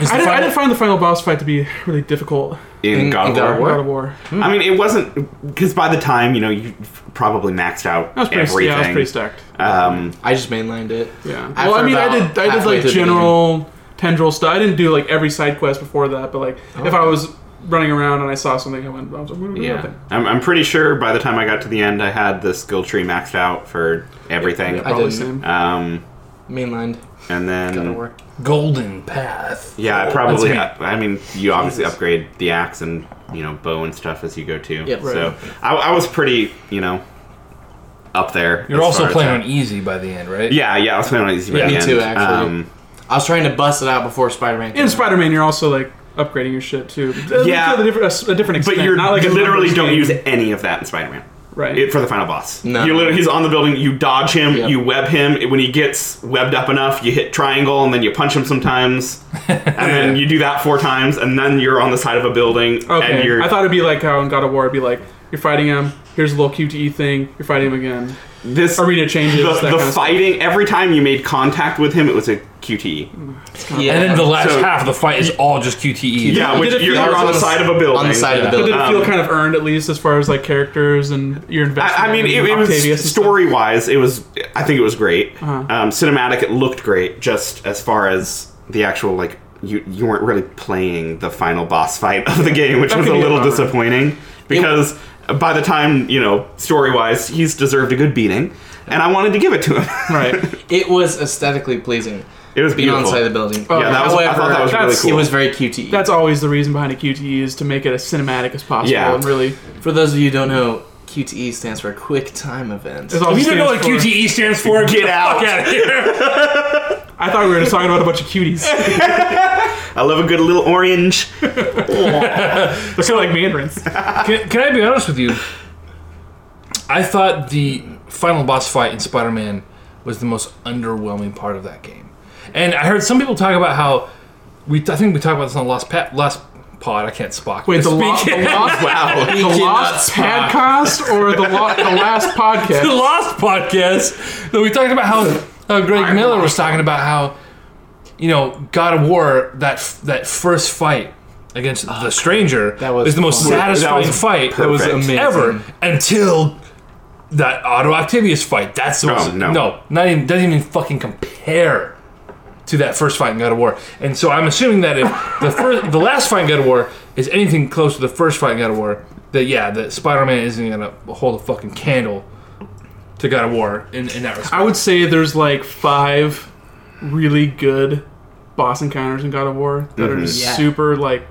Speaker 2: Is the
Speaker 4: I didn't, I
Speaker 2: final-
Speaker 4: didn't find the final boss fight to be really difficult.
Speaker 6: in
Speaker 3: in
Speaker 6: God of
Speaker 3: God
Speaker 6: War.
Speaker 3: of
Speaker 4: God of War.
Speaker 6: I mean, it wasn't because by the time you know you probably maxed out
Speaker 4: That was pretty,
Speaker 6: everything.
Speaker 4: yeah, that was pretty stacked.
Speaker 6: um,
Speaker 3: I just mainlined it.
Speaker 4: Yeah.
Speaker 3: After
Speaker 4: well, I mean, I
Speaker 3: about
Speaker 4: did. I did
Speaker 3: halfway
Speaker 4: like
Speaker 3: through the
Speaker 4: general tendril stuff. I didn't do like every side quest before that, but like if I was running around and I saw something, I went. I was like, what do we do about
Speaker 6: yeah,
Speaker 4: that?
Speaker 6: I'm, I'm pretty sure by the time I got to the end, I had the skill tree maxed out for everything.
Speaker 3: I
Speaker 4: Probably
Speaker 3: didn't.
Speaker 4: same.
Speaker 6: Um,
Speaker 3: Mainlined.
Speaker 6: and
Speaker 3: Gotta
Speaker 6: then
Speaker 3: work.
Speaker 2: Golden Path?
Speaker 6: yeah, I probably.
Speaker 2: me.
Speaker 6: I, I mean, you obviously upgrade the axe and you know bow and stuff as you go too.
Speaker 3: Yep.
Speaker 6: So I, I was pretty, you know, up there.
Speaker 2: You're
Speaker 6: as
Speaker 2: also
Speaker 6: far as
Speaker 2: playing
Speaker 6: that.
Speaker 2: on easy by the end, right?
Speaker 6: Yeah, yeah, I was playing on easy. by
Speaker 3: Yeah,
Speaker 6: the
Speaker 3: me
Speaker 6: end.
Speaker 3: too, actually.
Speaker 6: Um,
Speaker 3: I was trying to bust it out before Spider-Man.
Speaker 4: In Spider Man, you're also like upgrading your shit too.
Speaker 6: Yeah.
Speaker 4: To a different, a different
Speaker 6: but
Speaker 4: extent.
Speaker 6: you're
Speaker 4: not like a
Speaker 6: literally
Speaker 4: numbers
Speaker 6: don't
Speaker 4: game.
Speaker 6: use any of that in Spider-Man.
Speaker 4: right.
Speaker 6: it for the final boss.
Speaker 3: No.
Speaker 6: You literally, he's on the building, you dodge him,
Speaker 3: Yep.
Speaker 6: you web him. When he gets webbed up enough, you hit triangle and then you punch him sometimes. and then you do that four times, and then you're on the side of a building.
Speaker 4: okay.
Speaker 6: And you're,
Speaker 4: I thought it'd be like how in God of War, it'd be like you're fighting him. Here's a little QTE thing. You're fighting him again.
Speaker 6: this
Speaker 4: Arena changes.
Speaker 6: The,
Speaker 4: that
Speaker 6: the
Speaker 4: kind of stuff.
Speaker 6: fighting, every time you made contact with him, it was a QTE.
Speaker 3: Yeah.
Speaker 2: And then the last
Speaker 6: So-
Speaker 2: half of the fight is all just E. QTE.
Speaker 6: Yeah,
Speaker 4: did
Speaker 6: which
Speaker 4: it
Speaker 6: you're,
Speaker 4: feel-
Speaker 6: you're on the side of a building.
Speaker 3: on the side of the
Speaker 4: But
Speaker 3: building.
Speaker 4: did it feel
Speaker 6: Um,
Speaker 4: kind of earned at least as far as like characters and your investment?
Speaker 6: I, I mean, it,
Speaker 4: in
Speaker 6: it
Speaker 4: Octavius
Speaker 6: was
Speaker 4: and stuff?
Speaker 6: story wise, it was. I think it was great.
Speaker 4: Uh-huh.
Speaker 6: Um, cinematic, it looked great. Just as far as the actual like, you you weren't really playing the final boss fight of the game, which
Speaker 4: That
Speaker 6: was
Speaker 4: could
Speaker 6: a
Speaker 4: be a
Speaker 6: little
Speaker 4: bummer.
Speaker 6: disappointing because by the time you know story wise, he's deserved a good beating, and I wanted to give it to him.
Speaker 4: Right.
Speaker 3: It was aesthetically pleasing.
Speaker 6: it was
Speaker 3: Being on the
Speaker 6: beautiful.
Speaker 3: side of the building.
Speaker 4: Oh,
Speaker 6: yeah, that was, I thought that was really
Speaker 4: that's-
Speaker 6: cool.
Speaker 3: It was very E. QTE.
Speaker 4: That's always the reason behind a QTE is to make it as cinematic as possible.
Speaker 6: Yeah.
Speaker 4: And really,
Speaker 3: For those of you who don't know, QTE stands for Quick Time Event.
Speaker 4: it's all
Speaker 2: If you don't know what
Speaker 4: stands for-
Speaker 2: QTE stands for, get, the
Speaker 6: out.
Speaker 2: fuck out of here.
Speaker 4: I thought we were just talking about a bunch of cuties.
Speaker 6: I love a good little orange.
Speaker 4: They're kind of like mandarins.
Speaker 2: can, can I be honest with you? I thought the final boss fight in Spider-Man was the most underwhelming part of that game, and I heard some people talk about how we. I think we talked about this on the last pa- last pod. I can't Spock.
Speaker 4: Wait, the,
Speaker 2: Speak.
Speaker 4: lo- the lost,
Speaker 6: Wow.
Speaker 4: the lost podcast or the, lo- the last
Speaker 2: the
Speaker 4: podcast?
Speaker 2: Lost podcast that we talked about how uh, Greg Miller was talking about how you know God of War that f- that first fight against
Speaker 6: Ah,
Speaker 2: the stranger
Speaker 3: that was
Speaker 2: is the most
Speaker 3: fun.
Speaker 2: satisfying
Speaker 6: That was
Speaker 2: fight
Speaker 6: That was perfect.
Speaker 3: amazing.
Speaker 2: ever until that Otto Octavius fight. That's the
Speaker 6: No,
Speaker 2: most,
Speaker 6: no.
Speaker 2: not even doesn't even fucking compare to that first fight in God of War. And so I'm assuming that if the first, the last fight in God of War is anything close to the first fight in God of War, that yeah, that Spider-Man isn't gonna hold a fucking candle to God of War in, in that respect.
Speaker 4: I would say there's like five really good boss encounters in God of War that
Speaker 6: Mm-hmm.
Speaker 4: are just
Speaker 3: Yeah.
Speaker 4: super like,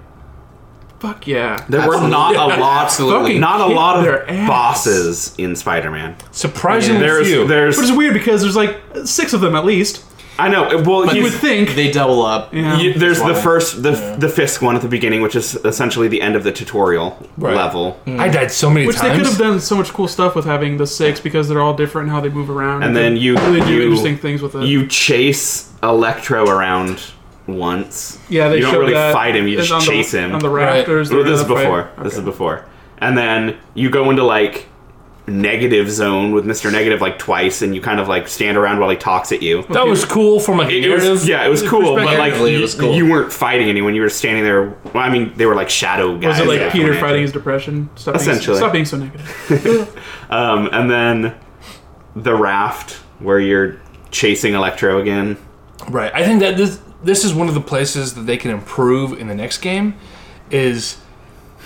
Speaker 4: fuck yeah.
Speaker 6: There were not a lot,
Speaker 3: Absolutely.
Speaker 6: not a
Speaker 4: Kick
Speaker 6: lot
Speaker 4: their
Speaker 6: of
Speaker 4: ass.
Speaker 6: bosses in Spider-Man.
Speaker 2: Surprisingly
Speaker 6: There's,
Speaker 2: few.
Speaker 6: there's,
Speaker 4: Which is weird because there's like six of them at least.
Speaker 6: I know. Well,
Speaker 4: You
Speaker 6: he's-
Speaker 4: would think.
Speaker 3: They double up.
Speaker 4: Yeah.
Speaker 6: You, there's the
Speaker 3: why.
Speaker 6: first, the the Fisk one at the beginning, which is essentially the end of the tutorial
Speaker 2: Right.
Speaker 6: level,
Speaker 4: Mm.
Speaker 2: I died so many
Speaker 4: Which they could
Speaker 2: times.
Speaker 4: have done so much cool stuff with having the six because they're all different and how they move around.
Speaker 6: and then you
Speaker 4: really do
Speaker 6: you,
Speaker 4: interesting things with it.
Speaker 6: you chase Electro around once.
Speaker 4: yeah, they
Speaker 6: you don't
Speaker 4: showed
Speaker 6: really
Speaker 4: that
Speaker 6: fight him; you
Speaker 4: is
Speaker 6: just
Speaker 4: on the-
Speaker 6: chase him.
Speaker 4: on the
Speaker 2: Right.
Speaker 4: rafters.
Speaker 6: Well,
Speaker 4: they're
Speaker 6: this is
Speaker 4: in the fight.
Speaker 6: before. This is before, and then you go into like negative zone with Mister Negative like twice, and you kind of like stand around while he talks at you.
Speaker 2: That was cool from a
Speaker 6: It
Speaker 2: narrative.
Speaker 6: was, yeah, it was cool, but like
Speaker 3: Narratively, it
Speaker 6: you,
Speaker 3: was cool.
Speaker 6: you weren't fighting anyone. You were standing there. Well, I mean, they were like shadow guys.
Speaker 4: Was it
Speaker 6: that
Speaker 4: like
Speaker 6: went
Speaker 4: Peter
Speaker 6: at
Speaker 4: fighting
Speaker 6: you.
Speaker 4: his depression? Stop being-
Speaker 6: Essentially.
Speaker 4: stop being so negative.
Speaker 6: Um, and then the raft where you're chasing Electro again.
Speaker 2: Right. I think that this this is one of the places that they can improve in the next game is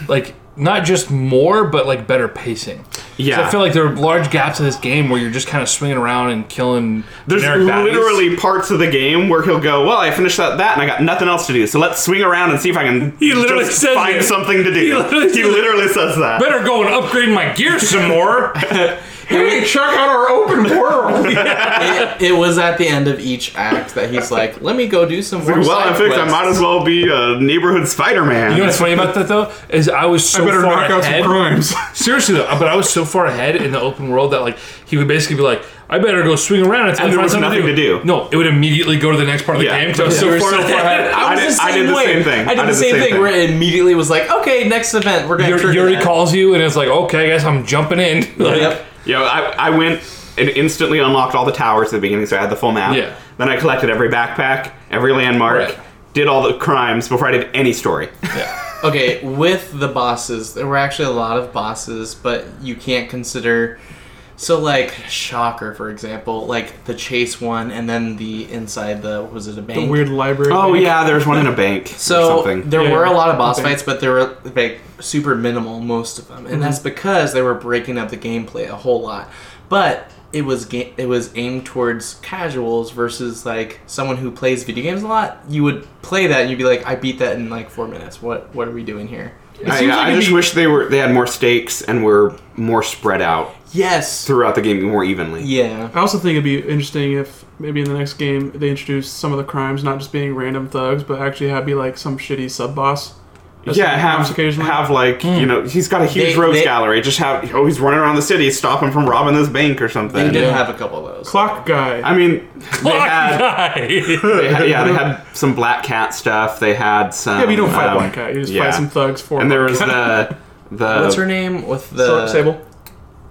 Speaker 2: like not just more but like better pacing.
Speaker 6: Yeah.
Speaker 2: 'Cause I feel like there are large gaps in this game where you're just kind of swinging around and killing.
Speaker 6: There's
Speaker 2: generic baddies.
Speaker 6: literally parts of the game where he'll go, "Well, I finished that, that, and I got nothing else to do. So let's swing around and see if I can
Speaker 2: He literally
Speaker 6: just
Speaker 2: says
Speaker 6: find
Speaker 2: it.
Speaker 6: something to do."
Speaker 2: He
Speaker 6: He
Speaker 2: literally
Speaker 6: literally,
Speaker 2: says-
Speaker 6: says that.
Speaker 2: better go and upgrade my gear some more.
Speaker 3: Hey, check out our open world. it, it was at the end of each act that he's like, "Let me go do some." More
Speaker 6: well,
Speaker 3: side
Speaker 6: in fact, I
Speaker 3: quests."
Speaker 6: might as well be a neighborhood Spider-Man.
Speaker 2: You know what's funny about that though is I was so
Speaker 4: I better
Speaker 2: far
Speaker 4: knock out
Speaker 2: ahead.
Speaker 4: some crimes.
Speaker 2: Seriously though, but I was so far ahead in the open world that like he would basically be like, "I better go swing around until
Speaker 6: And
Speaker 2: I
Speaker 6: there
Speaker 2: find
Speaker 6: was
Speaker 2: something
Speaker 6: nothing to do.
Speaker 2: No, it would immediately go to the next part of the
Speaker 6: Yeah.
Speaker 2: game because I was
Speaker 6: Yeah.
Speaker 2: so
Speaker 6: You were
Speaker 2: far
Speaker 6: so far
Speaker 2: ahead.
Speaker 6: ahead.
Speaker 3: I, was
Speaker 6: I
Speaker 3: the
Speaker 6: did-
Speaker 3: same
Speaker 6: I did the
Speaker 3: way.
Speaker 6: same thing.
Speaker 3: I did the same, thing, where it immediately was like, okay, next event, we're gonna.
Speaker 2: Yuri,
Speaker 3: trigger
Speaker 2: Yuri
Speaker 3: that.
Speaker 2: calls you and it's like, "Okay, I guess I'm jumping in." Like,
Speaker 3: Yep.
Speaker 6: Yeah, I, I went and instantly unlocked all the towers at the beginning, so I had the full map.
Speaker 2: Yeah.
Speaker 6: Then I collected every backpack, every landmark,
Speaker 2: Right.
Speaker 6: did all the crimes before I did any story.
Speaker 3: Okay, with the bosses, there were actually a lot of bosses, but you can't consider. So, like Shocker, for example, like the chase one, and then the inside the what was it a bank?
Speaker 4: the weird library.
Speaker 6: oh
Speaker 4: thing.
Speaker 6: yeah, there's one in a bank.
Speaker 3: So
Speaker 6: or something.
Speaker 3: there
Speaker 4: Yeah,
Speaker 3: were a lot of
Speaker 4: I
Speaker 3: boss
Speaker 4: think.
Speaker 3: fights, but they were like super minimal, most of them,
Speaker 4: Mm-hmm.
Speaker 3: and that's because they were breaking up the gameplay a whole lot. But it was ga- it was aimed towards casuals versus like someone who plays video games a lot. You would play that and you'd be like, I beat that in like four minutes. What what are we doing here?
Speaker 6: I,
Speaker 4: seems
Speaker 6: I
Speaker 4: like it'd
Speaker 6: just
Speaker 4: be-
Speaker 6: wish they were they had more stakes and were more spread out
Speaker 3: Yes.
Speaker 6: throughout the game more evenly.
Speaker 3: Yeah.
Speaker 4: I also think it'd be interesting if maybe in the next game they introduce some of the crimes not just being random thugs, but actually have be like some shitty sub boss.
Speaker 6: Yeah, have have like you
Speaker 4: Hmm.
Speaker 6: know he's got a huge
Speaker 3: They-
Speaker 6: rogues
Speaker 3: they-
Speaker 6: gallery. Just have oh he's running around the city, stop him from robbing this bank or
Speaker 3: They
Speaker 6: something.
Speaker 3: did
Speaker 4: Yeah.
Speaker 3: have a couple of those.
Speaker 4: clock guy.
Speaker 6: I mean, they
Speaker 2: Fuck,
Speaker 6: had
Speaker 2: guy.
Speaker 6: They had, yeah, they had some black cat stuff. They had some.
Speaker 4: yeah, but you don't fight
Speaker 6: um,
Speaker 4: black cat. You just
Speaker 6: yeah.
Speaker 4: fight some thugs for.
Speaker 6: And there
Speaker 4: Black
Speaker 6: was
Speaker 4: Cat.
Speaker 6: the the
Speaker 3: What's her name with the
Speaker 4: Silver Sable.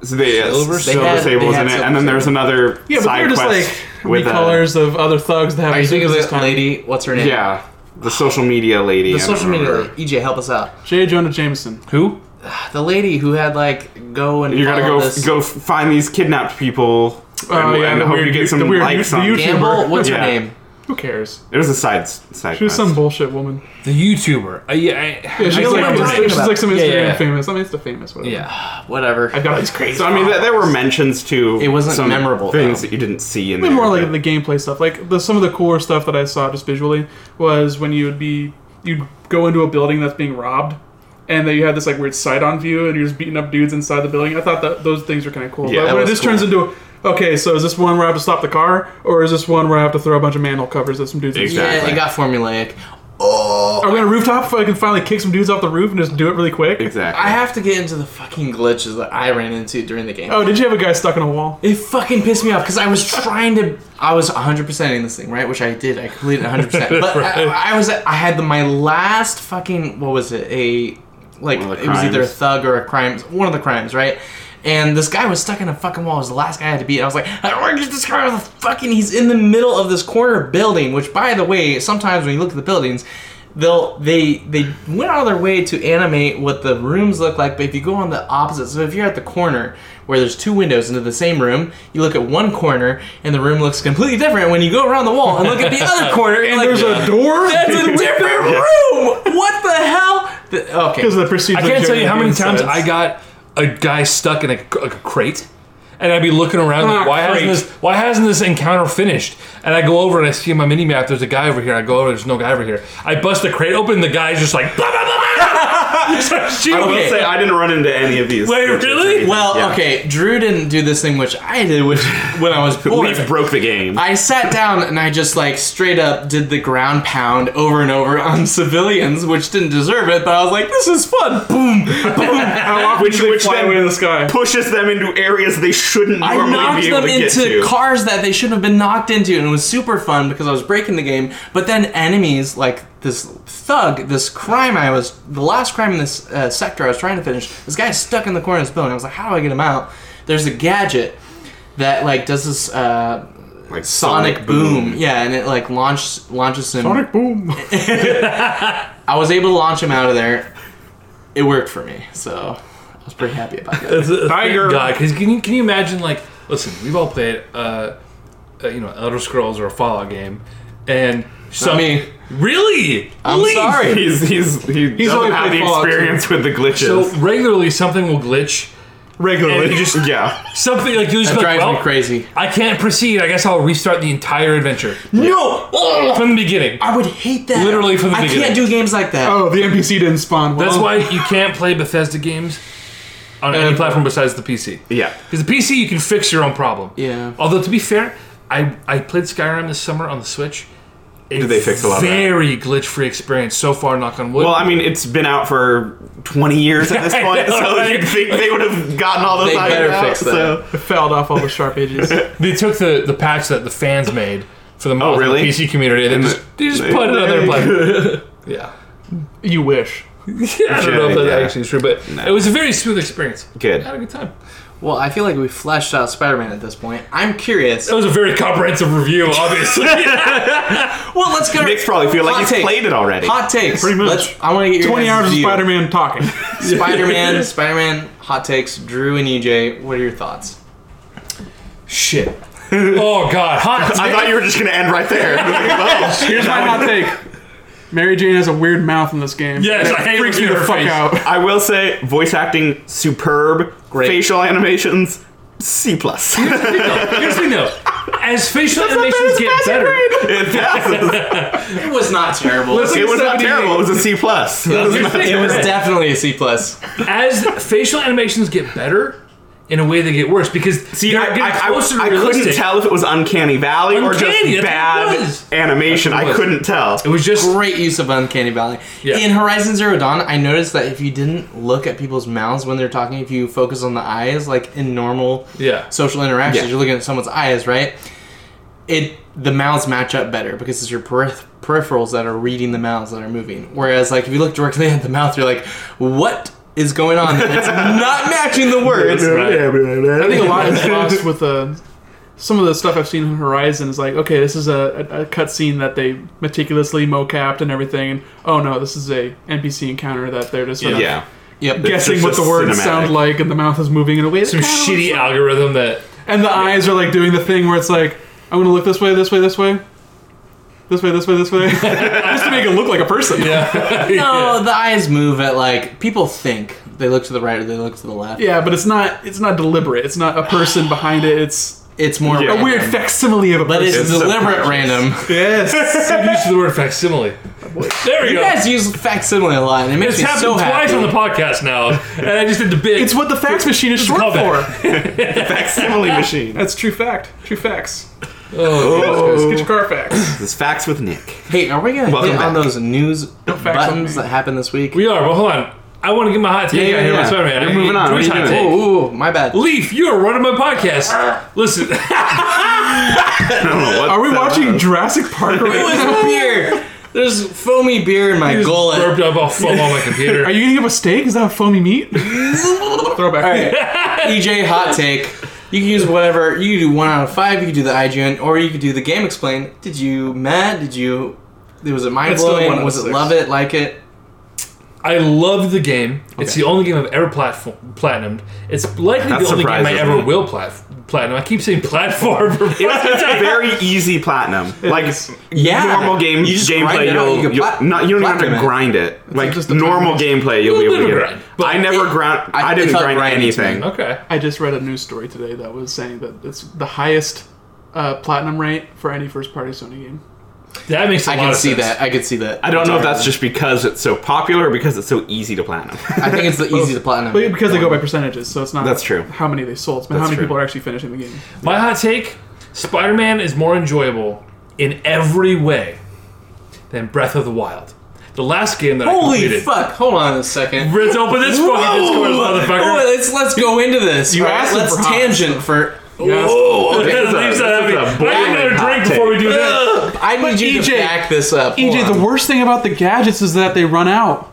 Speaker 6: so they- uh,
Speaker 2: Silver
Speaker 6: Silver
Speaker 2: Sable?
Speaker 3: They had-
Speaker 6: Sable
Speaker 3: they
Speaker 6: was
Speaker 3: had
Speaker 6: in it,
Speaker 3: Silver
Speaker 6: and then there was
Speaker 3: Sable.
Speaker 6: another
Speaker 4: Yeah, but
Speaker 6: side
Speaker 4: they're just like
Speaker 6: quest with uh,
Speaker 4: recolors of other thugs that have.
Speaker 3: Are you thinking of the lady? What's her name?
Speaker 6: yeah, the social media lady.
Speaker 3: The
Speaker 6: I don't
Speaker 3: social media
Speaker 6: remember.
Speaker 3: lady. EJ, help us out.
Speaker 4: J. Jonah Jameson.
Speaker 2: Who?
Speaker 3: The lady who had like go and
Speaker 6: You gotta
Speaker 3: follow
Speaker 6: go
Speaker 3: this-
Speaker 6: go find these kidnapped people.
Speaker 4: Oh,
Speaker 6: and,
Speaker 4: yeah,
Speaker 6: and
Speaker 4: the
Speaker 6: hope
Speaker 4: weird
Speaker 6: you
Speaker 4: you-
Speaker 6: get some
Speaker 4: the weird
Speaker 6: likes
Speaker 4: you-
Speaker 6: on.
Speaker 4: the
Speaker 6: it.
Speaker 4: you-
Speaker 3: Gamble. What's
Speaker 6: Yeah.
Speaker 3: her name?
Speaker 4: Who cares?
Speaker 6: It was a side side.
Speaker 4: She was
Speaker 6: quest.
Speaker 4: some bullshit woman.
Speaker 2: The YouTuber. I, I,
Speaker 4: Yeah,
Speaker 2: I
Speaker 4: she's
Speaker 2: don't
Speaker 4: like,
Speaker 2: remember
Speaker 3: what
Speaker 4: she's,
Speaker 2: his
Speaker 3: you're
Speaker 2: name.
Speaker 4: she's like some Instagram
Speaker 2: Yeah, yeah.
Speaker 4: famous. I mean, it's the famous whatever.
Speaker 2: Yeah.
Speaker 3: Whatever.
Speaker 4: I've got these crazy.
Speaker 6: So I mean, there, there were mentions to
Speaker 3: It wasn't
Speaker 6: some
Speaker 3: memorable,
Speaker 6: things
Speaker 3: though.
Speaker 6: that you didn't see in
Speaker 4: But
Speaker 6: there.
Speaker 4: more like
Speaker 6: but-
Speaker 4: the gameplay stuff. Like the some of the cooler stuff that I saw just visually was when you would be you'd go into a building that's being robbed, and then you had this like weird side on view, and you're just beating up dudes inside the building. I thought that those things were kind of cool.
Speaker 6: Yeah,
Speaker 4: but
Speaker 6: that
Speaker 4: when it
Speaker 3: was
Speaker 4: just turns into okay, so is this one where I have to stop the car, or is this one where I have to throw a bunch of manhole covers at some dudes?
Speaker 6: Exactly.
Speaker 3: Yeah, it got formulaic.
Speaker 4: Are
Speaker 3: Oh,
Speaker 4: we on a rooftop? If I can finally kick some dudes off the roof and just do it really quick.
Speaker 6: exactly.
Speaker 3: I have to get into the fucking glitches that I ran into during the game.
Speaker 4: Oh, did you have a guy stuck in a wall?
Speaker 3: It fucking pissed me off because I was trying to. I was 100%ing this thing, right? Which I did. I completed 100%. But I, I was. I had the, my last fucking. What was it? A. Like,
Speaker 6: One of the
Speaker 3: it was either a
Speaker 6: crimes.
Speaker 3: thug or a crime. One of the crimes, right? And this guy was stuck in a fucking wall. It was the last guy I had to beat. I was like, I don't want to get this guy out of the fucking. He's in the middle of this corner building, which, by the way, sometimes when you look at the buildings, they'll they they went out of their way to animate what the rooms look like but if you go on the opposite so if you're at the corner where there's two windows into the same room you look at one corner and the room looks completely different when you go around the wall and look at the other corner and like,
Speaker 4: There's a door.
Speaker 3: that's a different room what the hell The- okay
Speaker 4: Because of the procedure.
Speaker 2: I can't tell you how many times I got a guy stuck in a, like a crate, and I'd be looking around like,
Speaker 4: Ah,
Speaker 2: why
Speaker 4: crate.
Speaker 2: hasn't this why hasn't this encounter finished? And I go over and I see on my mini map there's a guy over here. I go over there's no guy over here. I bust the crate open. The guy's just like blah blah blah. blah. Starts shooting
Speaker 6: I will
Speaker 2: me.
Speaker 6: say I didn't run into any of these.
Speaker 2: Wait,
Speaker 6: glitches or
Speaker 2: really?
Speaker 6: anything.
Speaker 3: well
Speaker 6: Yeah.
Speaker 3: okay drew didn't do this thing which i did which when i was bored
Speaker 6: Leaf broke the game.
Speaker 3: I sat down and I just like straight up did the ground pound over and over on civilians, which didn't deserve it, but I was like, this is fun. Boom, boom.
Speaker 4: How often
Speaker 6: Which-
Speaker 4: do they
Speaker 6: which
Speaker 4: fly
Speaker 6: then-
Speaker 4: away in the sky?
Speaker 6: pushes them into areas they shouldn't
Speaker 3: I
Speaker 6: normally
Speaker 3: knocked
Speaker 6: be able
Speaker 3: them
Speaker 6: to get
Speaker 3: into
Speaker 6: to.
Speaker 3: cars that they shouldn't have been knocked into, and it was super fun because I was breaking the game. But then enemies like this thug, this crime I was, the last crime in this uh, sector I was trying to finish, this guy's stuck in the corner of this building. I was like, how do I get him out? There's a gadget that like does this. Uh,
Speaker 6: like
Speaker 3: Sonic boom. yeah, and it like launches launches him.
Speaker 4: Sonic boom.
Speaker 3: I was able to launch him out of there. It worked for me, so I was pretty happy about that.
Speaker 2: Tiger. God, because can you can you imagine like listen, we've all played uh, uh you know Elder Scrolls or a Fallout game, and some
Speaker 3: me.
Speaker 2: really
Speaker 3: I'm
Speaker 2: Leaf!
Speaker 3: sorry.
Speaker 6: He's he's he
Speaker 4: only
Speaker 6: doesn't have
Speaker 4: played
Speaker 6: the
Speaker 4: Fallout
Speaker 6: experience with the glitches.
Speaker 2: So regularly something will glitch, And you
Speaker 4: regularly.
Speaker 2: just
Speaker 6: Yeah.
Speaker 2: something like you just
Speaker 3: That
Speaker 2: be like,
Speaker 3: drives
Speaker 2: well,
Speaker 3: me crazy.
Speaker 2: I can't proceed. I guess I'll restart the entire adventure
Speaker 3: No! Ugh!
Speaker 2: from the beginning.
Speaker 3: I would hate that.
Speaker 2: Literally from the
Speaker 3: I
Speaker 2: beginning.
Speaker 3: can't do games like that.
Speaker 4: Oh, the NPC didn't spawn. Well,
Speaker 6: Um,
Speaker 2: That's why you can't play Bethesda games on any
Speaker 4: Uh,
Speaker 2: platform besides the PC.
Speaker 6: Yeah.
Speaker 2: Because the PC, you can fix your own problem.
Speaker 3: Yeah.
Speaker 2: Although to be fair, I I played Skyrim this summer on the Switch. Did
Speaker 6: they fix a lot of that?
Speaker 2: Very glitch-free experience so far. Knock on wood.
Speaker 6: Well, I mean, it's been out for 20 years at this
Speaker 2: I
Speaker 6: point,
Speaker 2: know,
Speaker 6: so
Speaker 2: right?
Speaker 6: you'd think they would have gotten all those
Speaker 3: They better
Speaker 6: ideas out.
Speaker 3: fix that.
Speaker 6: So.
Speaker 4: it fouled off all the sharp edges.
Speaker 2: they took the, the patch that the fans made for the mod
Speaker 6: Oh, really?
Speaker 2: the PC community and, they just, they just put it on their platform. yeah.
Speaker 4: you wish.
Speaker 2: I don't know if that
Speaker 6: Yeah.
Speaker 2: actually is true, but it was a very smooth experience. I
Speaker 6: Good.
Speaker 2: had a good time.
Speaker 3: Well, I feel like we fleshed out Spider Man at this point. I'm curious.
Speaker 2: That was a very comprehensive review, obviously.
Speaker 3: Well, let's get our
Speaker 6: Nick's probably feel like
Speaker 3: Hot
Speaker 6: he's
Speaker 3: take.
Speaker 6: played it already.
Speaker 3: hot takes.
Speaker 4: Pretty much.
Speaker 3: Let's, I want to get your
Speaker 4: 20
Speaker 3: guys'
Speaker 4: hours of
Speaker 3: view.
Speaker 4: Spider Man talking.
Speaker 3: Spider Man, Spider Man, hot takes. Drew and EJ, what are your thoughts?
Speaker 2: Shit. Oh god, hot.
Speaker 6: I thought you were just going to end right there.
Speaker 4: Here's my hot take Mary Jane has a weird mouth in this game.
Speaker 2: Yes,
Speaker 4: It
Speaker 2: I hate
Speaker 4: freaks me
Speaker 2: looking
Speaker 4: the
Speaker 2: at her
Speaker 4: fuck
Speaker 2: face.
Speaker 4: out.
Speaker 6: I will say, voice acting superb.
Speaker 3: Great.
Speaker 6: Facial animations C plus.
Speaker 2: Here's the thing though. As facial animations get better,
Speaker 6: it passes.
Speaker 3: It was not terrible.
Speaker 6: It was not terrible. It was a C plus.
Speaker 2: here's the thing,
Speaker 3: it was
Speaker 2: right?
Speaker 3: definitely a C plus.
Speaker 2: as facial animations get better, in a way they get worse because
Speaker 6: See,
Speaker 2: they're
Speaker 6: I,
Speaker 2: getting
Speaker 6: I,
Speaker 2: closer
Speaker 6: I, I
Speaker 2: to realistic.
Speaker 6: couldn't tell if it was Uncanny Valley or
Speaker 2: Uncanny,
Speaker 6: just
Speaker 2: that's what it
Speaker 6: bad
Speaker 2: was.
Speaker 6: animation.
Speaker 2: it
Speaker 6: I
Speaker 2: was.
Speaker 6: couldn't tell.
Speaker 2: It was just
Speaker 3: Great use of Uncanny Valley.
Speaker 2: Yeah.
Speaker 3: In Horizon Zero Dawn, I noticed that if you didn't look at people's mouths when they're talking, if you focus on the eyes, like in normal
Speaker 2: yeah.
Speaker 3: social interactions,
Speaker 6: Yeah.
Speaker 3: you're looking at someone's eyes, right? It the mouths match up better because it's your perif- peripherals that are reading the mouths that are moving. Whereas, like if you look directly at the mouth, you're like, what is going on? It's not matching the words.
Speaker 4: I think a lot is lost with uh, some of the stuff I've seen in Horizon is like, okay, this is a, a, a cutscene that they meticulously mocapped and everything, and oh no, this is a NPC encounter that they're just sort of
Speaker 6: Yeah.
Speaker 3: Yep.
Speaker 4: guessing
Speaker 6: It's
Speaker 4: what
Speaker 6: just
Speaker 4: the words
Speaker 6: cinematic.
Speaker 4: sound like, and the mouth is moving in a way. that
Speaker 2: Some
Speaker 4: kinda looks
Speaker 2: shitty
Speaker 4: like-
Speaker 2: algorithm that
Speaker 4: and the eyes are like doing the thing where it's like, I'm gonna look this way, this way, this way, this way, this way, this way, just to make it look like a person.
Speaker 2: yeah.
Speaker 3: No, the eyes move at like people think they look to the right or they look to the left.
Speaker 4: Yeah, but it's not it's not deliberate. It's not a person behind it. It's
Speaker 3: It's more
Speaker 6: Yeah.
Speaker 4: a
Speaker 3: random.
Speaker 4: weird facsimile of a
Speaker 3: but it's,
Speaker 4: person.
Speaker 6: It's
Speaker 3: deliberate
Speaker 6: subconscious.
Speaker 3: random.
Speaker 4: yes.
Speaker 2: Good use of the word facsimile. There we
Speaker 3: You
Speaker 2: go.
Speaker 3: guys use facsimile a lot, and it makes
Speaker 2: It's
Speaker 3: me
Speaker 2: happened
Speaker 3: so
Speaker 2: twice
Speaker 3: happy.
Speaker 2: on the podcast now, and I just did the big.
Speaker 4: It's what the fax machine is short
Speaker 2: callback.
Speaker 4: for.
Speaker 6: Facsimile machine.
Speaker 4: That's true fact. True facts.
Speaker 6: Oh.
Speaker 4: Get your Carfax.
Speaker 6: This facts with Nick.
Speaker 3: hey, are we gonna
Speaker 6: Welcome
Speaker 3: hit on
Speaker 6: back.
Speaker 3: those news
Speaker 4: fax on me.
Speaker 3: buttons that happened this week?
Speaker 2: we are. Well, hold on. I want to get my hot take
Speaker 3: Yeah,
Speaker 2: out
Speaker 3: yeah,
Speaker 2: here
Speaker 3: yeah.
Speaker 2: about Spider-Man.
Speaker 6: You're
Speaker 2: I mean,
Speaker 6: moving on. What
Speaker 2: Drew's
Speaker 6: are you
Speaker 2: hot
Speaker 6: doing?
Speaker 2: take.
Speaker 3: Ooh, my bad.
Speaker 2: Leaf, you are running my podcast. Listen,
Speaker 6: I don't know what.
Speaker 4: Are we watching Jurassic Park right
Speaker 3: It
Speaker 4: now?
Speaker 3: was beer. There's foamy beer in my gullet.
Speaker 2: burped up all foam on my computer.
Speaker 4: Are you gonna give a steak? Is that foamy meat? Throwback.
Speaker 3: EJ E hot take. You can use whatever. You can do one out of five. You can do the IGN, or you could do the Game Explain. Did you mad? Did you? Was it mind
Speaker 4: That's still one out
Speaker 3: blowing?
Speaker 4: of
Speaker 3: Was it
Speaker 4: six.
Speaker 3: love it? Like it?
Speaker 2: I love the game. It's the only game I've ever platform platinumed. It's likely
Speaker 6: That
Speaker 2: the only game I
Speaker 6: surprises
Speaker 2: ever
Speaker 6: me.
Speaker 2: will plat- platinum. I keep saying platform. for
Speaker 6: It's a very easy platinum. Like
Speaker 3: Yeah.
Speaker 6: normal game
Speaker 3: You just grind
Speaker 6: gameplay,
Speaker 3: it out,
Speaker 6: you'll,
Speaker 3: you
Speaker 6: you
Speaker 3: can
Speaker 6: will
Speaker 3: plat-
Speaker 6: not you don't even have
Speaker 3: platinum it.
Speaker 6: to grind it. Like
Speaker 4: just a
Speaker 6: normal gameplay, you'll be able to
Speaker 2: Little
Speaker 6: get
Speaker 2: grind,
Speaker 6: it.
Speaker 2: but
Speaker 6: I never
Speaker 3: it-
Speaker 6: ground.
Speaker 3: I-
Speaker 6: I,
Speaker 3: it
Speaker 6: didn't
Speaker 3: felt
Speaker 6: grind
Speaker 3: grinding to me.
Speaker 6: anything.
Speaker 2: okay.
Speaker 4: I just read a news story today that was saying that it's the highest uh, platinum rate for any first party Sony game.
Speaker 2: That makes a
Speaker 3: I
Speaker 2: lot
Speaker 3: can
Speaker 2: of
Speaker 3: see
Speaker 2: sense.
Speaker 3: that. I can see that.
Speaker 6: I don't know if that's just because it's so popular or because it's so easy to platinum.
Speaker 3: I think it's the easy to platinum.
Speaker 4: But because they go by percentages, so it's not
Speaker 6: That's true.
Speaker 4: how many they sold, it's how
Speaker 6: That's
Speaker 4: many
Speaker 6: true.
Speaker 4: people are actually finishing the game.
Speaker 2: My hot take Spider Man is more enjoyable in every way than Breath of the Wild. The last game that I
Speaker 3: Holy
Speaker 2: completed.
Speaker 3: fuck! Hold on a second.
Speaker 2: Let's open this fucking Discord,
Speaker 3: Oh,
Speaker 2: motherfucker.
Speaker 3: let's let's go into this. You
Speaker 4: asked him
Speaker 3: let's
Speaker 4: for hops.
Speaker 3: tangent for.
Speaker 2: Oh, okay.
Speaker 6: this is a-
Speaker 2: Leaves
Speaker 6: this
Speaker 2: that
Speaker 6: is a
Speaker 2: out of me. I need another
Speaker 6: blatant hot
Speaker 2: drink
Speaker 6: take.
Speaker 2: before we do that.
Speaker 3: I need you to
Speaker 4: EJ
Speaker 3: back this up. Hold
Speaker 4: EJ,
Speaker 3: on.
Speaker 4: E the worst thing about the gadgets is that they run out.